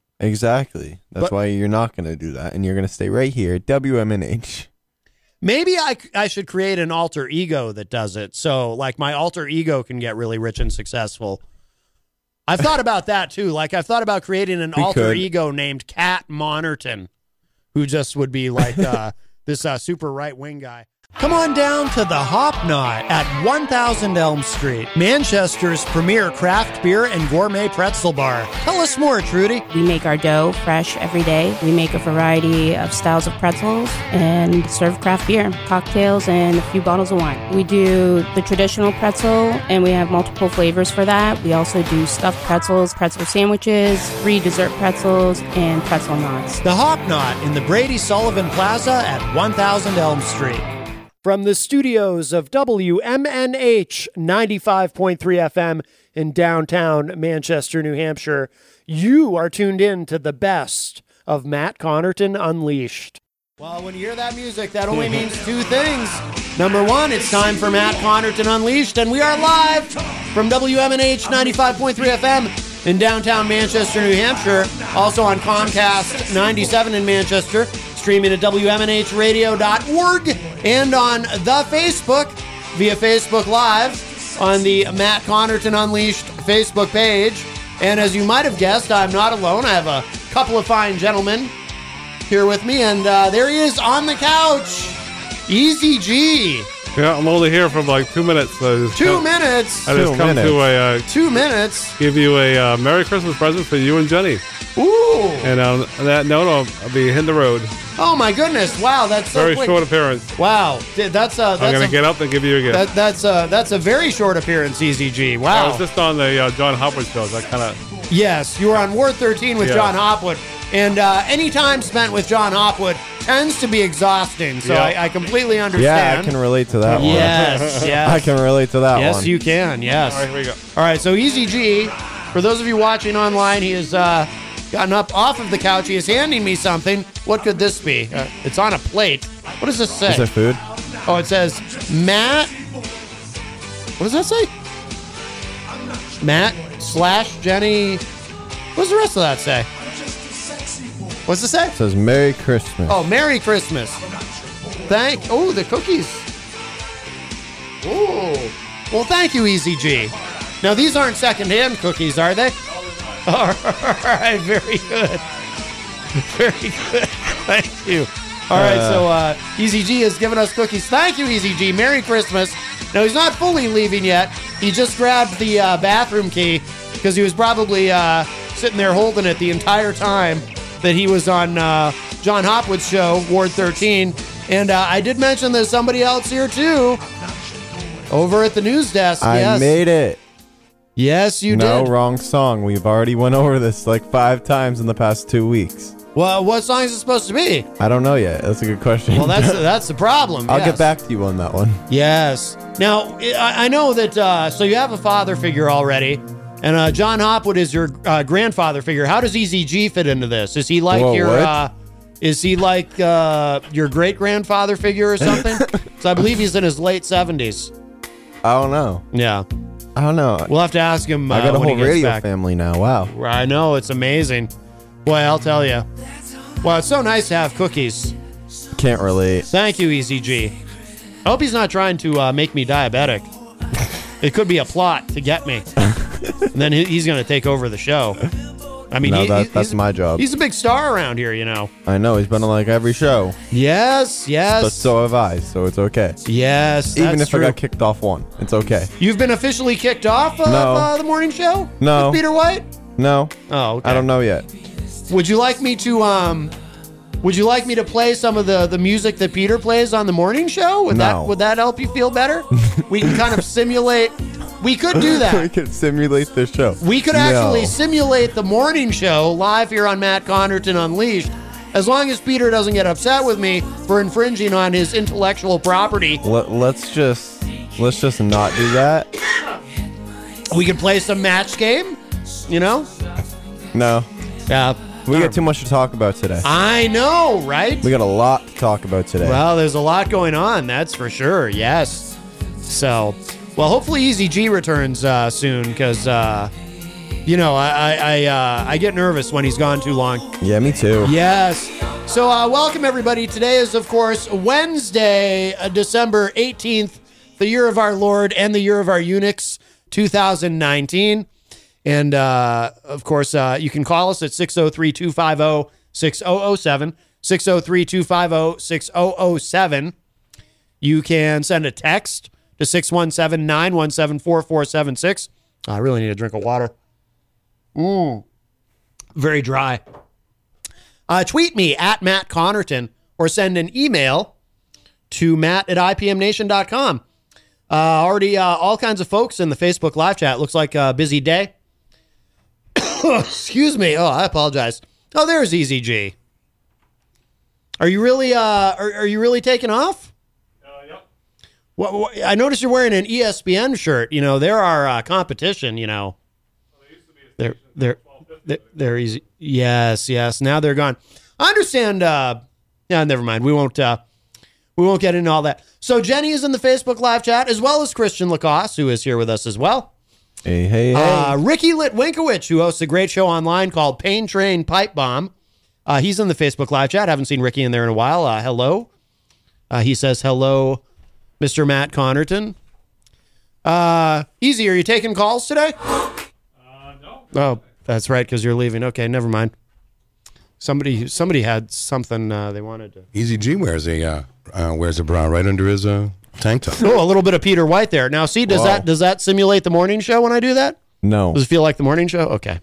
Speaker 3: Exactly. That's
Speaker 6: But-
Speaker 3: why you're not going to do that, and you're going to stay right here, at WMNH.
Speaker 6: Maybe I, c- I should create an alter ego that does it. So like my alter ego can get really rich and successful. I've thought about that too. Like I've thought about creating an
Speaker 3: We
Speaker 6: alter
Speaker 3: could.
Speaker 6: ego named Cat Monerton, who just would be like uh, this uh, super right wing guy. Come on down to the Hop Knot at 1000 Elm Street, Manchester's premier craft beer and gourmet pretzel bar. Tell us more, Trudy.
Speaker 15: We make our dough fresh every day. We make a variety of styles of pretzels and serve craft beer, cocktails, and a few bottles of wine. We do the traditional pretzel, and we have multiple flavors for that. We also do stuffed pretzels, pretzel sandwiches, free dessert pretzels, and pretzel knots.
Speaker 6: The Hop Knot in the Brady Sullivan Plaza at 1000 Elm Street. From the studios of WMNH 95.3 FM in downtown Manchester, New Hampshire, you are tuned in to the best of Matt Connerton Unleashed. Well, when you hear that music, that only means two things. Number one, it's time for Matt Connerton Unleashed, and we are live from WMNH 95.3 FM in downtown Manchester, New Hampshire. Also on Comcast 97 in Manchester, streaming at WMNHradio.org, and on the Facebook via Facebook Live on the Matt Connerton Unleashed Facebook page. And as you might have guessed, I'm not alone. I have a couple of fine gentlemen here with me, and uh, there he is on the couch. Easy G.
Speaker 16: Yeah, I'm only here for like two minutes. So I just
Speaker 6: Two
Speaker 16: come-
Speaker 6: minutes.
Speaker 16: I just come to a uh,
Speaker 6: two minutes.
Speaker 16: Give you a uh, Merry Christmas present for you and Jenny.
Speaker 6: Ooh.
Speaker 16: And on that note, I'll, I'll be hitting the road.
Speaker 6: Oh my goodness! Wow, that's so
Speaker 16: Very
Speaker 6: quick.
Speaker 16: short appearance.
Speaker 6: Wow, Th- that's a that's
Speaker 16: I'm gonna
Speaker 6: a,
Speaker 16: get up and give you a gift.
Speaker 6: that, that's a that's a very short appearance. EZG.
Speaker 16: I
Speaker 6: Wow.
Speaker 16: was just on the uh, John Hopper show. so I kind of
Speaker 6: Yes, you were on Ward 13 with
Speaker 16: Yeah.
Speaker 6: John Hopwood, and uh, any time spent with John Hopwood tends to be exhausting. So
Speaker 3: Yeah.
Speaker 6: I, I completely
Speaker 3: Yeah, I
Speaker 6: understand.
Speaker 3: can relate to that one.
Speaker 6: Yes, yes.
Speaker 3: I can relate to that
Speaker 6: Yes,
Speaker 3: one.
Speaker 6: you can. Yes.
Speaker 16: All right, here we go.
Speaker 6: All right, so Easy G, for those of you watching online, he has uh, gotten up off of the couch. He is handing me something. What could this be? Uh, it's on a plate. What does this say?
Speaker 3: Is there food?
Speaker 6: Oh, it says Matt. What does that say? Matt slash Jenny. What does the rest of that say? What's it say?
Speaker 3: It says Merry Christmas.
Speaker 6: Oh, Merry Christmas. Thank. Oh, the cookies. Oh. Well, thank you, Easy G. Now these aren't secondhand cookies, are they? All right. Very good. Very good. Thank you. All right.
Speaker 8: Uh,
Speaker 6: so uh, Easy G has given us cookies. Thank you, Easy G. Merry Christmas. Now he's not fully leaving yet. He just grabbed the uh, bathroom key because he was probably uh, sitting there holding it the entire time that he was on uh, John Hopwood's show, Ward 13. And uh, I did mention there's somebody else here too, over at the news desk.
Speaker 3: I
Speaker 6: yes.
Speaker 3: made it.
Speaker 6: Yes, you
Speaker 3: no,
Speaker 6: did.
Speaker 3: wrong song. We've already went over this like five times in the past two weeks.
Speaker 6: Well, what song is it supposed to be?
Speaker 3: I don't know yet. That's a good question.
Speaker 6: Well, that's that's the problem.
Speaker 3: I'll
Speaker 6: yes.
Speaker 3: get back to you on that one.
Speaker 6: Yes. Now, I I know that, uh, so you have a father figure already, and uh, John Hopwood is your uh, grandfather figure. How does EZG fit into this? Is he like
Speaker 3: Whoa,
Speaker 6: your.
Speaker 3: what?
Speaker 6: Uh, is he like uh, your great grandfather figure or something? so I believe he's in his late seventies.
Speaker 3: I don't know.
Speaker 6: Yeah.
Speaker 3: I don't know.
Speaker 6: We'll have to ask him.
Speaker 3: I got
Speaker 6: uh,
Speaker 3: a
Speaker 6: when he
Speaker 3: whole
Speaker 6: gets
Speaker 3: radio
Speaker 6: back.
Speaker 3: family now. Oh, Wow.
Speaker 6: I know it's amazing. Boy, I'll tell you. Well, it's so nice to have cookies.
Speaker 3: Can't relate.
Speaker 6: Thank you, EZG. I hope he's not trying to uh, make me diabetic. It could be a plot to get me, and then he, he's going to take over the show. I mean,
Speaker 3: no,
Speaker 6: he-
Speaker 3: that,
Speaker 6: he-
Speaker 3: that's my job.
Speaker 6: he's a big star around here, you know.
Speaker 3: I know he's been on like every show.
Speaker 6: Yes, yes.
Speaker 3: But so have I, so it's okay.
Speaker 6: Yes,
Speaker 3: Even
Speaker 6: that's
Speaker 3: if I got kicked off one, it's okay.
Speaker 6: You've been officially kicked off of
Speaker 3: No.
Speaker 6: uh, the morning show.
Speaker 3: No.
Speaker 6: with Peter White.
Speaker 3: No.
Speaker 6: Oh,
Speaker 3: I don't know yet.
Speaker 6: Would you like me to um? Would you like me to play some of the the music that Peter plays on the morning show? Would
Speaker 3: No.
Speaker 6: that would that help you feel better? we can kind of simulate. We could do that.
Speaker 3: we could simulate the show.
Speaker 6: We could
Speaker 3: No.
Speaker 6: actually simulate the morning show live here on Matt Connerton Unleashed, as long as Peter doesn't get upset with me for infringing on his intellectual property.
Speaker 3: Let, let's just let's just not do that.
Speaker 6: We could play some match game, you know?
Speaker 3: No.
Speaker 6: Yeah.
Speaker 3: We got too much to talk about today.
Speaker 6: I know, right?
Speaker 3: We got a lot to talk about today.
Speaker 6: Well, there's a lot going on, that's for sure. Yes. So, well, hopefully Easy G returns uh, soon because, uh, you know, I I I, uh, I get nervous when he's gone too long.
Speaker 3: yeah, me too.
Speaker 6: Yes. So, uh, welcome everybody. Today is, of course, Wednesday, uh, December 18th, the year of our Lord and the year of our eunuchs, 2019. And, uh, of course, uh, you can call us at 603 250 6007. 603 250 6007. You can send a text to 617 917 4476. I really need a drink of water. Ooh. Mmm. Very dry. Uh, tweet me at Matt Connerton or send an email to matt at ipmnation.com. Uh, already, uh, all kinds of folks in the Facebook live chat. Looks like a busy day. Excuse me. Oh, I apologize. Oh, there's EZG. Are you really? Uh, are, are you really taking off? Uh, yep. What, what, I noticed you're wearing an E ESPN shirt. You know, there are uh, competition. You know, they're they're they're, they're easy. Yes, yes. Now they're gone. I understand. Uh, yeah, never mind. We won't. Uh, we won't get into all that. So Jenny is in the Facebook live chat as well as Christian Lacoste, who is here with us as well.
Speaker 3: Hey, hey, hey.
Speaker 6: Uh, Ricky Litwinkowicz, who hosts a great show online called Pain Train Pipe Bomb. Uh, he's in the Facebook live chat. Haven't seen Ricky in there in a while. Uh, hello. Uh, he says, hello, Mr. Matt Connerton. Uh, easy, are you taking calls today? Uh, no. Oh, that's right, because you're leaving. Okay, never mind. Somebody somebody had something uh, they wanted to.
Speaker 1: Easy G wears a uh, uh, wears a bra right under his uh, tank top.
Speaker 6: Oh, a little bit of Peter White there. Now, see, does
Speaker 1: Wow.
Speaker 6: that does that simulate the morning show when I do that?
Speaker 3: No.
Speaker 6: Does it feel like the morning show? Okay.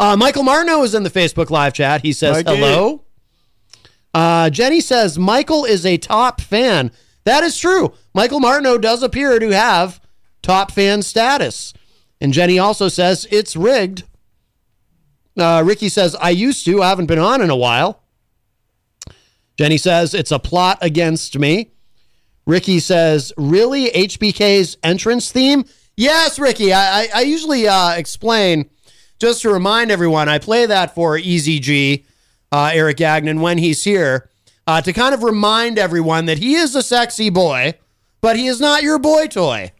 Speaker 6: Uh, Michael Marno is in the Facebook live chat. He says
Speaker 2: Mikey.
Speaker 6: hello. Uh, Jenny says Michael is a top fan. That is true. Michael Marno does appear to have top fan status. And Jenny also says it's rigged. Uh, Ricky says I used to. I haven't been on in a while. Jenny says it's a plot against me. Ricky says, "Really, HBK's entrance theme?" Yes, Ricky. I I, I usually uh, explain just to remind everyone. I play that for Easy G, uh, Eric Gagnon, when he's here, uh, to kind of remind everyone that he is a sexy boy, but he is not your boy toy.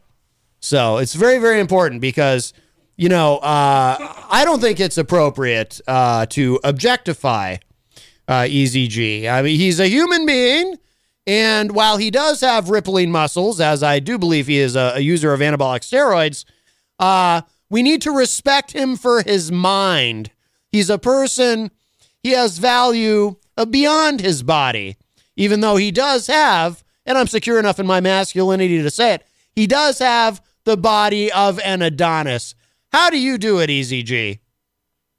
Speaker 6: So it's very, very important because, you know, uh, I don't think it's appropriate uh, to objectify uh, Easy G. I mean, he's a human being. And while he does have rippling muscles, as I do believe he is a, a user of anabolic steroids, uh, we need to respect him for his mind. He's a person, he has value uh, beyond his body, even though he does have, and I'm secure enough in my masculinity to say it, he does have the body of an Adonis. How do you do it, Easy G?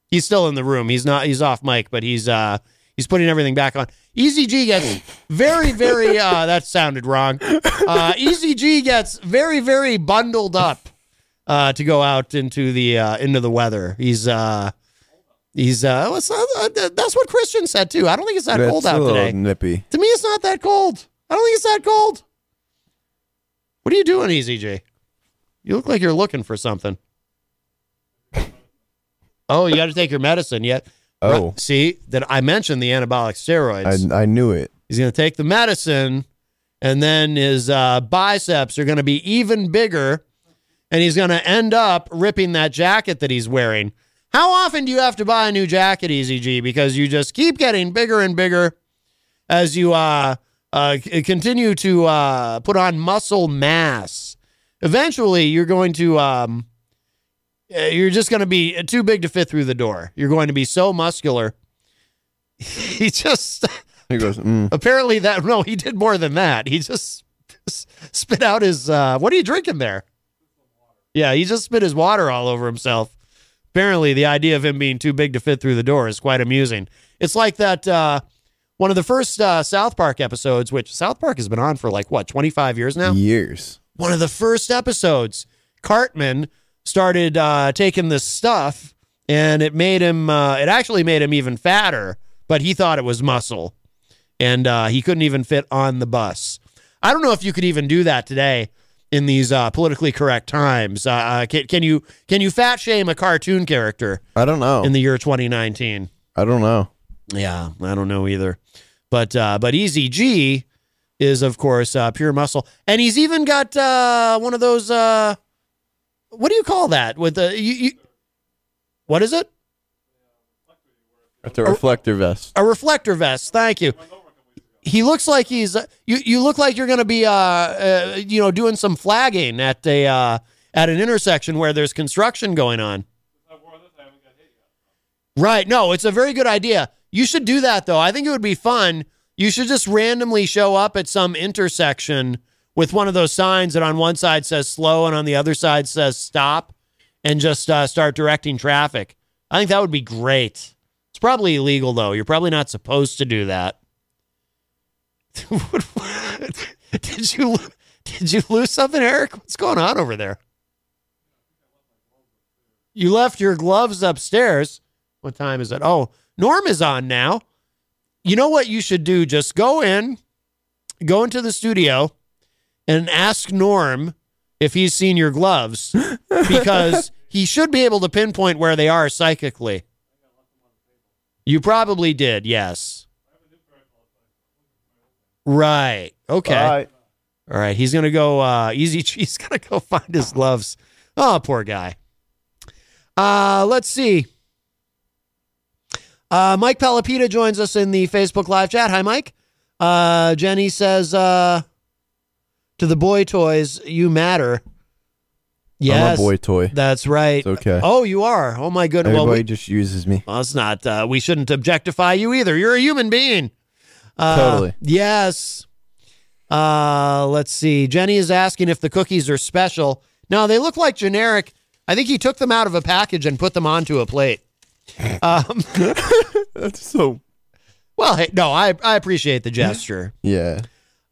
Speaker 6: He's still in the room. He's not. He's off mic, but he's uh he's putting everything back on. Easy G gets very very uh that sounded wrong. Uh, Easy G gets very very bundled up uh to go out into the uh into the weather. He's uh he's uh what's uh, that's what Christian said too. I don't think it's that
Speaker 3: That's
Speaker 6: cold
Speaker 3: a
Speaker 6: out
Speaker 3: little
Speaker 6: today.
Speaker 3: nippy.
Speaker 6: To me, it's not that cold. I don't think it's that cold. What are you doing, Easy G? You look like you're looking for something. Oh, you got to take your medicine yet.
Speaker 3: Oh.
Speaker 6: Right, see that I mentioned the anabolic steroids.
Speaker 3: I, I knew it.
Speaker 6: He's going to take the medicine, and then his uh, biceps are going to be even bigger, and he's going to end up ripping that jacket that he's wearing. How often do you have to buy a new jacket, Easy G? Because you just keep getting bigger and bigger as you uh, uh, c- continue to uh, put on muscle mass. Eventually, you're going to um, uh, you're just going to be too big to fit through the door. You're going to be so muscular. he just
Speaker 3: He goes, mm.
Speaker 6: apparently that no, he did more than that. He just s- spit out his uh, what are you drinking there? Yeah, he just spit his water all over himself. Apparently, the idea of him being too big to fit through the door is quite amusing. It's like that uh, one of the first uh, South Park episodes, which South Park has been on for like what twenty five years now.
Speaker 3: Years.
Speaker 6: One of the first episodes, Cartman started uh, taking this stuff, and it made him. Uh, it actually made him even fatter, but he thought it was muscle, and uh, he couldn't even fit on the bus. I don't know if you could even do that today in these uh, politically correct times. Uh, Uh, can, can you can you fat shame a cartoon character?
Speaker 3: I don't know.
Speaker 6: In the year 2019.
Speaker 3: I don't know.
Speaker 6: Yeah, I don't know either. But uh, but Easy G is of course uh, pure muscle, and he's even got uh, one of those. Uh, what do you call that? With uh, the you, you, what is it?
Speaker 3: That's a reflector vest.
Speaker 6: A reflector vest. Thank you. He looks like he's uh, you. You look like you're going to be uh, uh, you know doing some flagging at a uh, at an intersection where there's construction going on. Right. No, it's a very good idea. You should do that though. I think it would be fun. You should just randomly show up at some intersection with one of those signs that on one side says slow and on the other side says stop and just uh, start directing traffic. I think that would be great. It's probably illegal though. You're probably not supposed to do that. What- did you did you lose something, Eric? What's going on over there? You left your gloves upstairs. What time is it? Oh, Norm is on now. You know what you should do? Just go in, go into the studio, and ask Norm if he's seen your gloves because he should be able to pinpoint where they are psychically. You probably did, yes. Right. Okay.
Speaker 3: Bye.
Speaker 6: All right. He's gonna go. Uh, Easy G's gonna go find his gloves. Oh, poor guy. Uh, let's see. Uh, Mike Palapita joins us in the Facebook live chat. Hi, Mike. Uh, Jenny says uh, to the boy toys, "You matter."
Speaker 3: I'm a boy toy.
Speaker 6: That's right.
Speaker 3: It's okay.
Speaker 6: Oh, you are. Oh my goodness.
Speaker 3: Everybody
Speaker 6: Well, we,
Speaker 3: just uses me.
Speaker 6: well, it's not. Uh, we shouldn't objectify you either. You're a human being. Uh,
Speaker 3: Totally.
Speaker 6: Yes. Uh, let's see. Jenny is asking if the cookies are special. No, they look like generic. I think he took them out of a package and put them onto a plate. Um,
Speaker 3: That's so.
Speaker 6: Well, hey, no, I I appreciate the gesture.
Speaker 3: Yeah.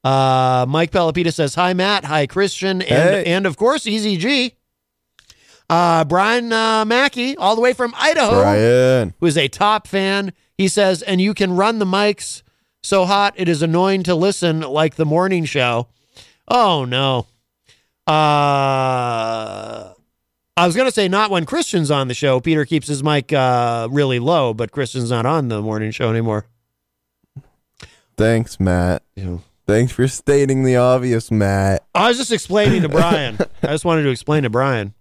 Speaker 6: Uh, Mike Pelopita says, "Hi Matt, hi Christian, and
Speaker 3: Hey.
Speaker 6: and of course EZG." Uh, Brian uh, Mackey, all the way from Idaho,
Speaker 3: Brian.
Speaker 6: who is a top fan. He says, "And you can run the mics so hot it is annoying to listen, like the morning show." Oh no. Uh, I was gonna say not when Christian's on the show. Peter keeps his mic uh, really low, but Christian's not on the morning show anymore.
Speaker 3: Thanks, Matt. Thanks for stating the obvious, Matt.
Speaker 6: I was just explaining to Brian. I just wanted to explain to Brian.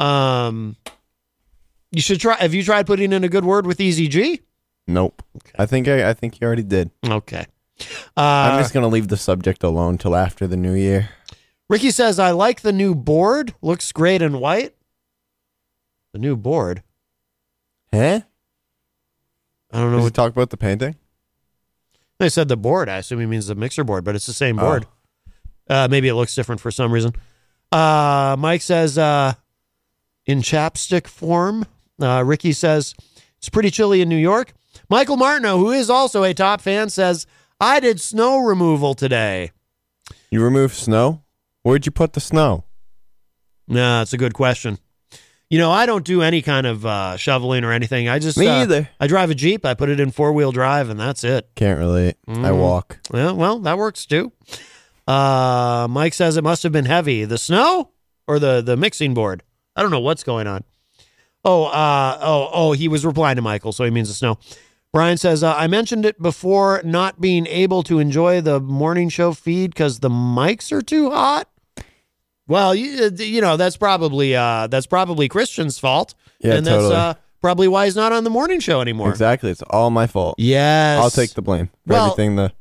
Speaker 6: Um, you should try. Have you tried putting in a good word with EZG?
Speaker 3: Nope. I think I, I think you already did.
Speaker 6: Okay. Uh,
Speaker 3: I'm just gonna leave the subject alone till after the new year.
Speaker 6: Ricky says I like the new board. Looks great in white. The new board.
Speaker 3: Huh?
Speaker 6: I don't know.
Speaker 3: We talk about the painting.
Speaker 6: They said the board. I assume he means the mixer board, but it's the same
Speaker 3: Oh.
Speaker 6: board. Uh, maybe it looks different for some reason. Uh, Mike says uh, in chapstick form. Uh, Ricky says it's pretty chilly in New York. Michael Martineau, who is also a top fan, says I did snow removal today.
Speaker 3: You removed snow. Where'd you put the snow?
Speaker 6: Nah, it's a good question. You know, I don't do any kind of uh, shoveling or anything. I just
Speaker 3: Me
Speaker 6: uh,
Speaker 3: either.
Speaker 6: I drive a jeep. I put it in four wheel drive, and that's it.
Speaker 3: Can't relate. I
Speaker 6: Mm.
Speaker 3: walk.
Speaker 6: Yeah, well, that works too. Uh, Mike says it must have been heavy. The snow or the the mixing board. I don't know what's going on. Oh, uh, oh, oh, he was replying to Michael, so he means the snow. Brian says uh, I mentioned it before, not being able to enjoy the morning show feed because the mics are too hot. Well, you, uh, you know that's probably uh, that's probably Christian's fault,
Speaker 3: Yeah,
Speaker 6: and that's
Speaker 3: totally.
Speaker 6: uh, probably why he's not on the morning show anymore.
Speaker 3: Exactly. It's all my fault.
Speaker 6: Yes.
Speaker 3: I'll take the blame for
Speaker 6: Well-
Speaker 3: everything that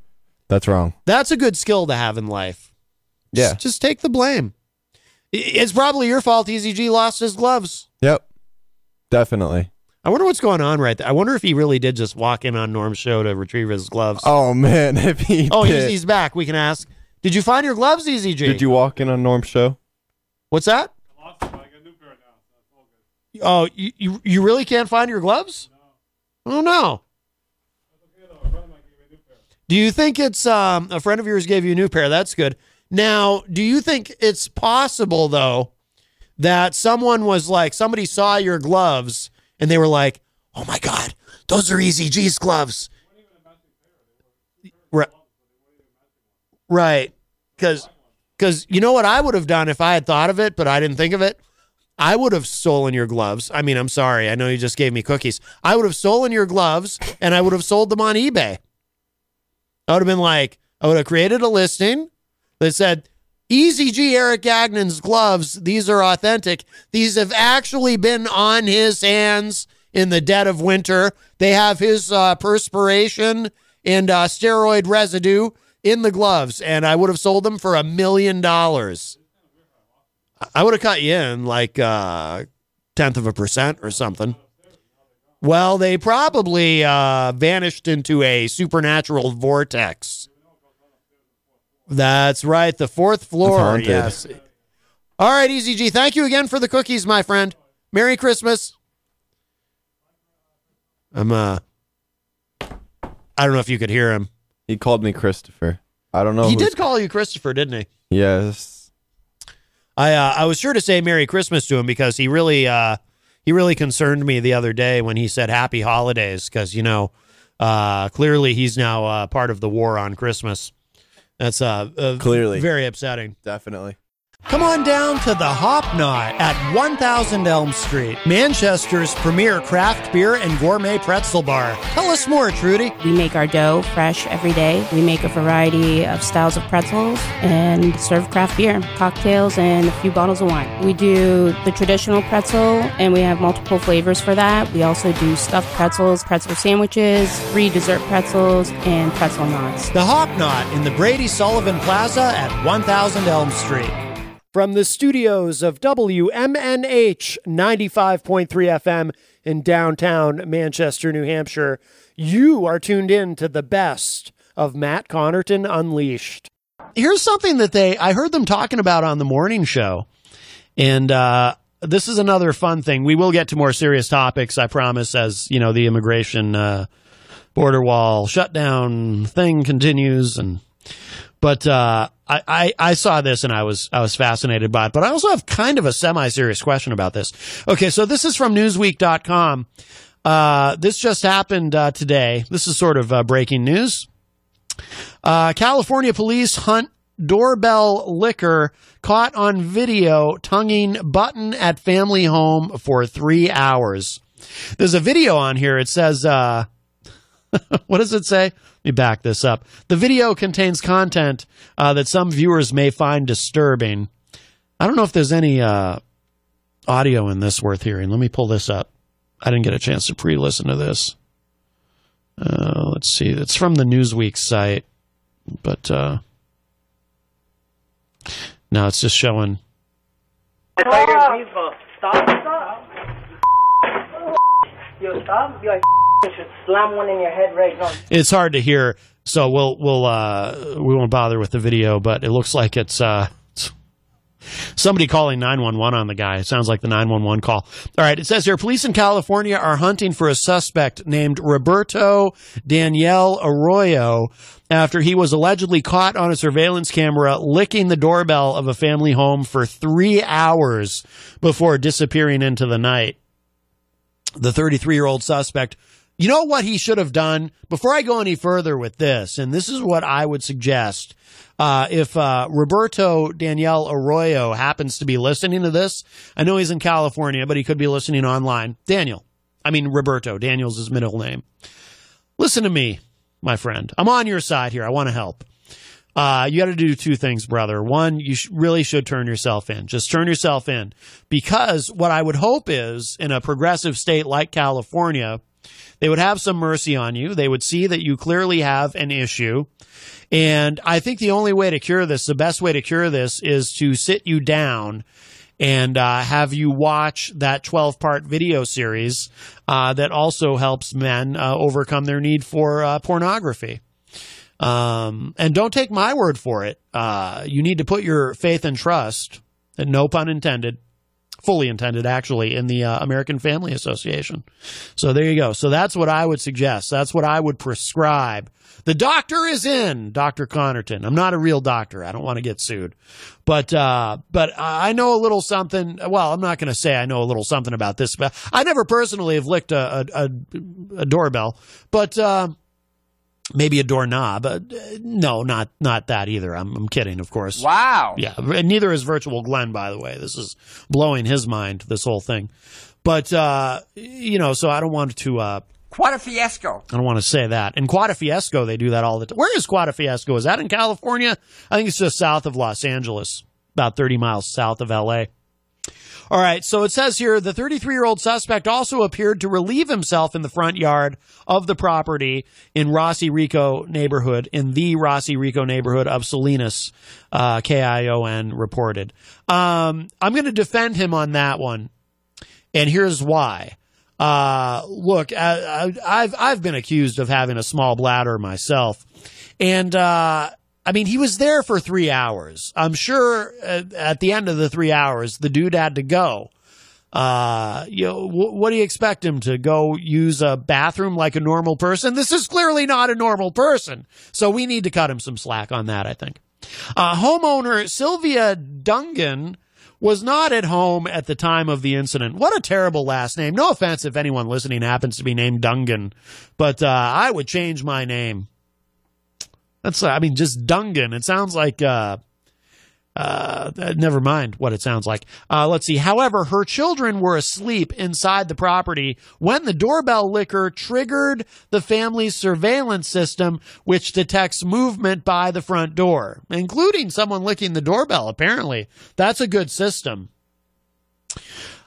Speaker 3: that's wrong.
Speaker 6: That's a good skill to have in life.
Speaker 3: Yeah.
Speaker 6: Just, just take the blame. I- It's probably your fault EZG lost his gloves.
Speaker 3: Yep. Definitely.
Speaker 6: I wonder what's going on right there. I wonder if he really did just walk in on Norm's show to retrieve his gloves.
Speaker 3: Oh man, if he
Speaker 6: oh, he's,
Speaker 3: did,
Speaker 6: he's back. We can ask. Did you find your gloves, E EZG?
Speaker 3: did you walk in on Norm's show?
Speaker 6: What's that? Oh, you, you, you really can't find your gloves? Oh, no. Do you think it's um, a friend of yours gave you a new pair? That's good. Now, do you think it's possible, though, that someone was like, somebody saw your gloves and they were like, oh my God, those are EZG's gloves? Right. Right. Because because you know what I would have done if I had thought of it, but I didn't think of it? I would have stolen your gloves. I mean, I'm sorry. I know you just gave me cookies. I would have stolen your gloves and I would have sold them on eBay. I would have been like, I would have created a listing that said, Easy G Eric Gagnon's gloves, these are authentic. These have actually been on his hands in the dead of winter. They have his uh, perspiration and uh, steroid residue in the gloves, and I would have sold them for a million dollars. I- I would have cut you in like a tenth of a percent or something. Well, they probably uh, vanished into a supernatural vortex. That's right, the fourth floor.
Speaker 3: haunted.
Speaker 6: Yes. All right, EZG. Thank you again for the cookies, my friend. Merry Christmas. I'm uh I don't know if you could hear him.
Speaker 3: He called me Christopher. I don't know.
Speaker 6: he
Speaker 3: who's-
Speaker 6: did call you Christopher, didn't he?
Speaker 3: Yes.
Speaker 6: I uh, I was sure to say Merry Christmas to him because he really uh, he really concerned me the other day when he said Happy Holidays because you know uh, clearly he's now uh, part of the war on Christmas. That's uh, uh
Speaker 3: Clearly.
Speaker 6: very upsetting.
Speaker 3: Definitely.
Speaker 6: Come on down to the Hop Knot at 1000 Elm Street, Manchester's premier craft beer and gourmet pretzel bar. Tell us more, Trudy.
Speaker 15: We make our dough fresh every day. We make a variety of styles of pretzels and serve craft beer, cocktails, and a few bottles of wine. We do the traditional pretzel, and we have multiple flavors for that. We also do stuffed pretzels, pretzel sandwiches, free dessert pretzels, and pretzel knots.
Speaker 6: The Hop Knot in the Brady Sullivan Plaza at 1000 Elm Street. From the studios of WMNH 95.3 FM in downtown Manchester, New Hampshire, you are tuned in to the best of Matt Connerton Unleashed. Here's something that they I heard them talking about on the morning show. And uh, this is another fun thing. We will get to more serious topics, I promise, as you know the immigration uh, border wall shutdown thing continues. And but uh, I, I I saw this and I was I was fascinated by it. But I also have kind of a semi serious question about this. Okay, so this is from Newsweek.com. Uh, this just happened uh, today. This is sort of uh, breaking news. Uh, California police hunt doorbell licker caught on video tonguing button at family home for three hours. There's a video on here. It says, uh, what does it say? Let me back this up. The video contains content uh, that some viewers may find disturbing. I don't know if there's any uh, audio in this worth hearing. Let me pull this up. I didn't get a chance to pre listen to this. Uh, let's see. It's from the Newsweek site, but uh, now it's just showing.
Speaker 9: I thought you were evil. Stop, stop. Yo, stop. Yo, I should slam one in your head right now.
Speaker 6: It's hard to hear, so we'll we'll uh, we won't bother with the video. But it looks like it's uh, somebody calling nine one one on the guy. It sounds like the nine one one call. All right, it says here police in California are hunting for a suspect named Roberto Daniel Arroyo after he was allegedly caught on a surveillance camera licking the doorbell of a family home for three hours before disappearing into the night the 33 year old suspect. You know what he should have done? Before I go any further with this, and this is what I would suggest. Uh, if uh, Roberto Daniel Arroyo happens to be listening to this, I know he's in California, but he could be listening online. Daniel, I mean, Roberto, Daniel's his middle name. Listen to me, my friend. I'm on your side here. I want to help. Uh, you got to do two things, brother. One, you sh- really should turn yourself in. Just turn yourself in. Because what I would hope is in a progressive state like California, they would have some mercy on you. They would see that you clearly have an issue. And I think the only way to cure this, the best way to cure this is to sit you down and uh, have you watch that 12 part video series uh, that also helps men uh, overcome their need for uh, pornography. Um, and don't take my word for it. Uh, you need to put your faith and trust, and no pun intended, fully intended actually, in the uh, American Family Association. So there you go. So that's what I would suggest. That's what I would prescribe. The doctor is in, Dr. Connerton. I'm not a real doctor. I don't want to get sued. But, uh, but I I know a little something. Well, I'm not going to say I know a little something about this, but I never personally have licked a, a, a, a doorbell, but, um, maybe a doorknob. Uh, no, not not that either. I'm, I'm kidding, of course.
Speaker 24: Wow.
Speaker 6: Yeah, and neither is Virtual Glenn, by the way. This is blowing his mind. This whole thing, but uh, you know, so I don't want to. Uh,
Speaker 24: Quite a fiasco.
Speaker 6: I don't want to say that. In Quata Fiasco, they do that all the time. Where is Quata Fiasco? Is that in California? I think it's just south of Los Angeles, about 30 miles south of LA. All right, so it says here the 33 year old suspect also appeared to relieve himself in the front yard of the property in Rossi Rico neighborhood, in the Rossi Rico neighborhood of Salinas, uh, KION reported. Um, I'm going to defend him on that one, and here's why. Uh, look, I, I, I've I've been accused of having a small bladder myself, and uh, I mean he was there for three hours. I'm sure uh, at the end of the three hours, the dude had to go. Uh, you know, wh- what do you expect him to go use a bathroom like a normal person? This is clearly not a normal person, so we need to cut him some slack on that. I think. Uh, homeowner Sylvia Dungan was not at home at the time of the incident. What a terrible last name. No offense if anyone listening happens to be named Dungan, but uh, I would change my name. That's, uh, I mean, just Dungan. It sounds like, uh, uh, uh, never mind what it sounds like. Uh, let's see. However, her children were asleep inside the property when the doorbell licker triggered the family's surveillance system, which detects movement by the front door, including someone licking the doorbell, apparently. That's a good system.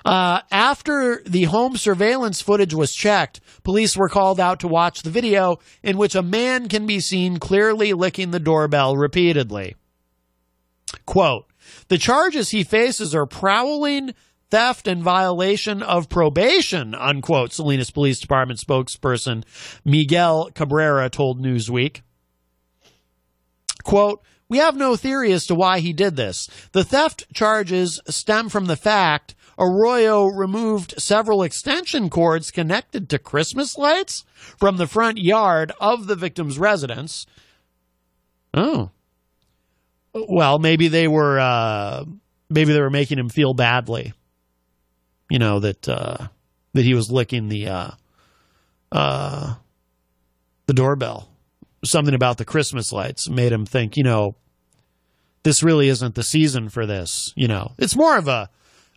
Speaker 6: Uh, after the home surveillance footage was checked, police were called out to watch the video in which a man can be seen clearly licking the doorbell repeatedly. Quote The charges he faces are prowling, theft, and violation of probation, unquote, Salinas Police Department spokesperson Miguel Cabrera told Newsweek. Quote, we have no theory as to why he did this. The theft charges stem from the fact Arroyo removed several extension cords connected to Christmas lights from the front yard of the victim's residence. Oh. Well, maybe they were uh maybe they were making him feel badly. You know, that uh that he was licking the uh uh the doorbell. Something about the Christmas lights made him think, you know, this really isn't the season for this. You know, it's more of a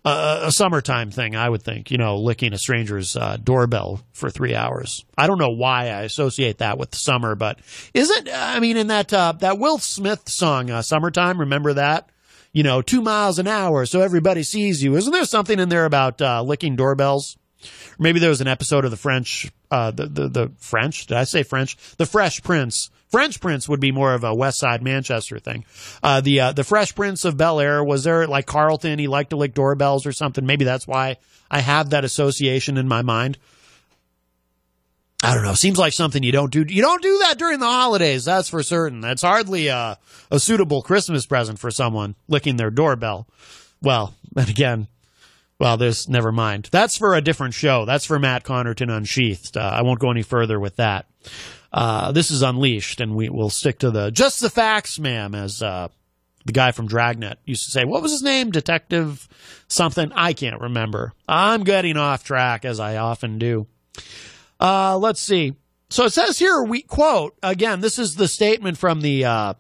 Speaker 6: a, a summertime thing, I would think. You know, licking a stranger's uh, doorbell for three hours. I don't know why I associate that with summer, but isn't I mean, in that uh, that Will Smith song, uh, "Summertime," remember that? You know, two miles an hour, so everybody sees you. Isn't there something in there about uh, licking doorbells? Or maybe there was an episode of the French, uh, the, the the French. Did I say French? The Fresh Prince. French Prince would be more of a West Side Manchester thing. Uh, the uh, the Fresh Prince of Bel Air was there like Carlton. He liked to lick doorbells or something. Maybe that's why I have that association in my mind. I don't know. Seems like something you don't do. You don't do that during the holidays. That's for certain. That's hardly uh, a suitable Christmas present for someone licking their doorbell. Well, and again, well, there's never mind. That's for a different show. That's for Matt Connerton Unsheathed. Uh, I won't go any further with that. Uh, this is Unleashed, and we will stick to the just the facts, ma'am, as uh, the guy from Dragnet used to say. What was his name? Detective something? I can't remember. I'm getting off track, as I often do. Uh, let's see. So it says here, we quote again. This is the statement from the uh,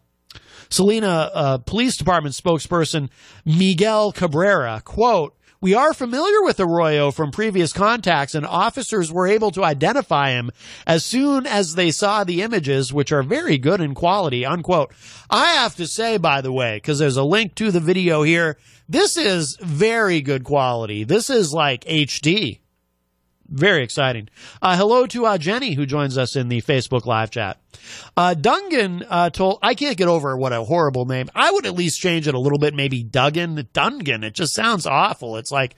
Speaker 6: Salina uh, Police Department spokesperson Miguel Cabrera. Quote. We are familiar with Arroyo from previous contacts, and officers were able to identify him as soon as they saw the images, which are very good in quality. Unquote. I have to say, by the way, because there's a link to the video here, this is very good quality. This is like HD. Very exciting. Uh, hello to uh, Jenny, who joins us in the Facebook live chat. Uh, Dungan uh, told, I can't get over what a horrible name. I would at least change it a little bit, maybe Duggan. Dungan, it just sounds awful. It's like,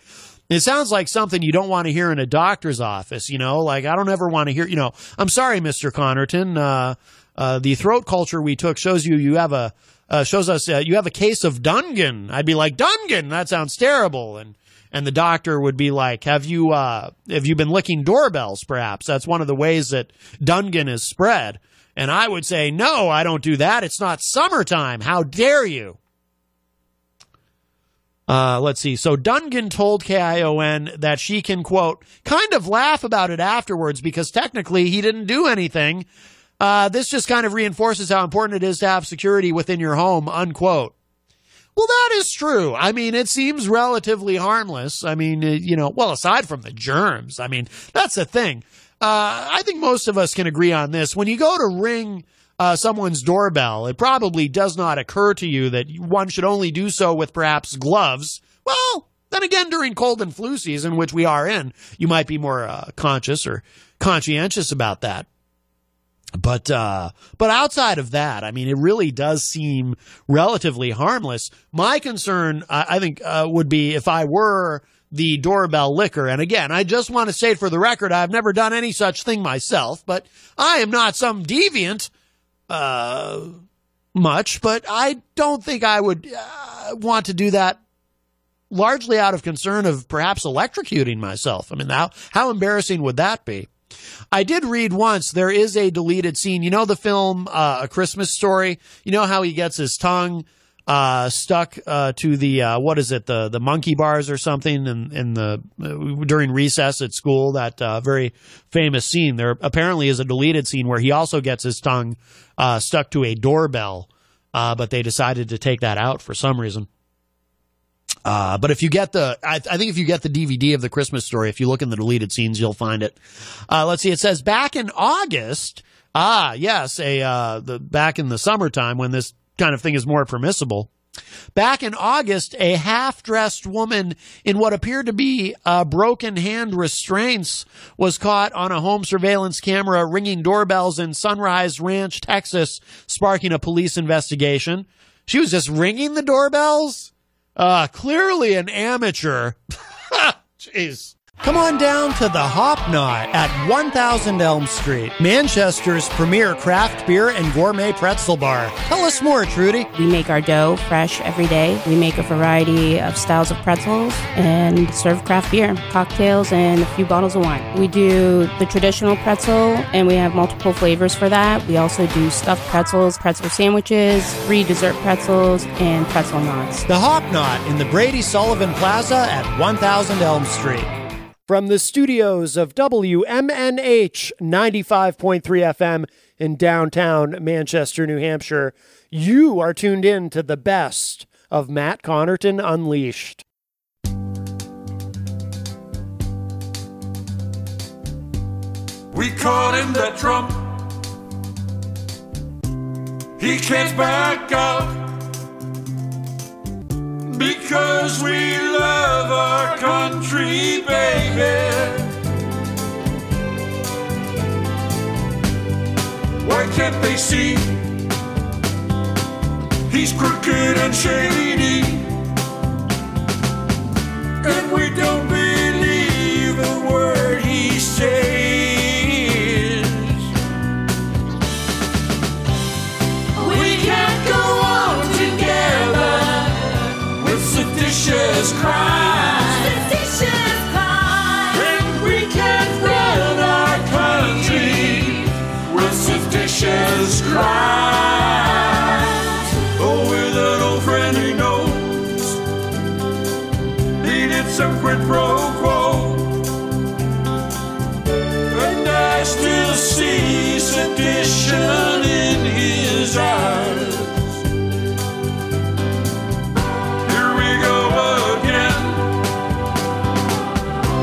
Speaker 6: it sounds like something you don't want to hear in a doctor's office, you know? Like, I don't ever want to hear, you know, I'm sorry, Mr. Connerton. Uh, uh, the throat culture we took shows you you have a, uh, shows us uh, you have a case of Dungan. I'd be like, Dungan, that sounds terrible. And, and the doctor would be like, "Have you uh, have you been licking doorbells? Perhaps that's one of the ways that Dungan is spread." And I would say, "No, I don't do that. It's not summertime. How dare you?" Uh, let's see. So Dungan told KION that she can quote kind of laugh about it afterwards because technically he didn't do anything. Uh, this just kind of reinforces how important it is to have security within your home. Unquote. Well, that is true. I mean, it seems relatively harmless. I mean, uh, you know, well, aside from the germs, I mean, that's the thing. Uh, I think most of us can agree on this. When you go to ring uh, someone's doorbell, it probably does not occur to you that one should only do so with perhaps gloves. Well, then again, during cold and flu season, which we are in, you might be more uh, conscious or conscientious about that. But uh, but outside of that, I mean, it really does seem relatively harmless. My concern, I, I think, uh, would be if I were the doorbell licker. And again, I just want to state for the record, I've never done any such thing myself. But I am not some deviant uh, much. But I don't think I would uh, want to do that largely out of concern of perhaps electrocuting myself. I mean, how, how embarrassing would that be? I did read once there is a deleted scene. You know the film uh, A Christmas Story. You know how he gets his tongue uh, stuck uh, to the uh, what is it the the monkey bars or something in in the uh, during recess at school. That uh, very famous scene. There apparently is a deleted scene where he also gets his tongue uh, stuck to a doorbell, uh, but they decided to take that out for some reason. Uh, but if you get the, I, I think if you get the DVD of the Christmas story, if you look in the deleted scenes, you'll find it. Uh, let's see. It says back in August. Ah, yes, a uh, the back in the summertime when this kind of thing is more permissible. Back in August, a half dressed woman in what appeared to be uh, broken hand restraints was caught on a home surveillance camera ringing doorbells in Sunrise Ranch, Texas, sparking a police investigation. She was just ringing the doorbells? Uh, clearly an amateur. Jeez. Come on down to the Hopknot at 1000 Elm Street, Manchester's premier craft beer and gourmet pretzel bar. Tell us more, Trudy.
Speaker 15: We make our dough fresh every day. We make a variety of styles of pretzels and serve craft beer, cocktails, and a few bottles of wine. We do the traditional pretzel, and we have multiple flavors for that. We also do stuffed pretzels, pretzel sandwiches, free dessert pretzels, and pretzel knots.
Speaker 6: The Hopknot in the Brady Sullivan Plaza at 1000 Elm Street.
Speaker 2: From the studios of WMNH 95.3 FM in downtown Manchester, New Hampshire, you are tuned in to the best of Matt Connerton Unleashed.
Speaker 7: We caught him the trump. He can't back out because we love our country, baby. Why can't they see? He's crooked and shady, and we don't believe a word he says. We can't go on together with seditious crimes. Seditious crimes. And we can't run our country with seditious crimes. Oh, with an old friend he knows, he did some quid pro quo. And I still see sedition in his eyes. Here we go again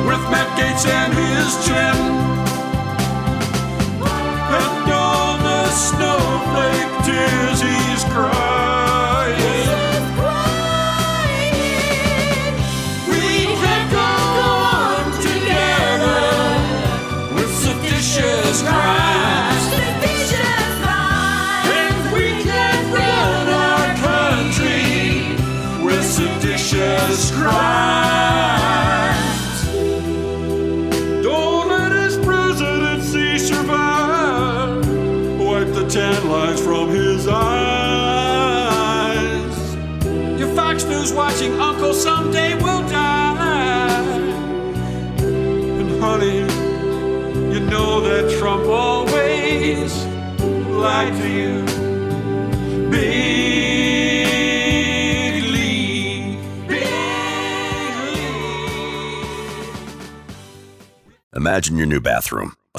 Speaker 7: with Matt Gates and his gin. And all the snowflake tears he's crying. We can't go on together with seditious crimes. Seditious crimes. And we can't run our country with seditious crimes. Don't let his presidency survive. Wipe the tan lines from his eyes. Your Fox News watching uncle someday will die. And honey, you know that Trump always lied to you. Big Lee.
Speaker 24: Imagine your new bathroom a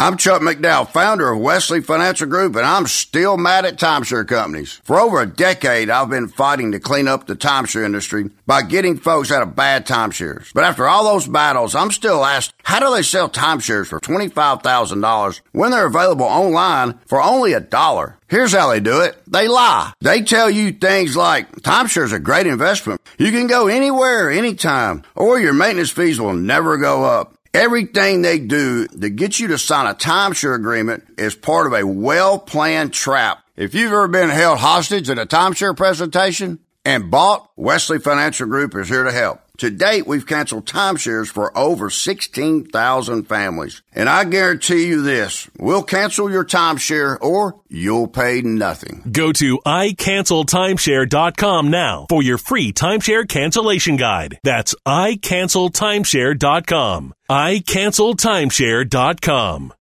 Speaker 12: I'm Chuck McDowell, founder of Wesley Financial Group, and I'm still mad at timeshare companies. For over a decade, I've been fighting to clean up the timeshare industry by getting folks out of bad timeshares. But after all those battles, I'm still asked, how do they sell timeshares for $25,000 when they're available online for only a dollar? Here's how they do it. They lie. They tell you things like, timeshare's a great investment. You can go anywhere, anytime, or your maintenance fees will never go up. Everything they do to get you to sign a timeshare agreement is part of a well planned trap. If you've ever been held hostage at a timeshare presentation and bought, Wesley Financial Group is here to help. To date, we've canceled timeshares for over 16,000 families. And I guarantee you this, we'll cancel your timeshare or you'll pay nothing.
Speaker 25: Go to iCancelTimeshare.com now for your free timeshare cancellation guide. That's iCancelTimeshare.com. iCancelTimeshare.com.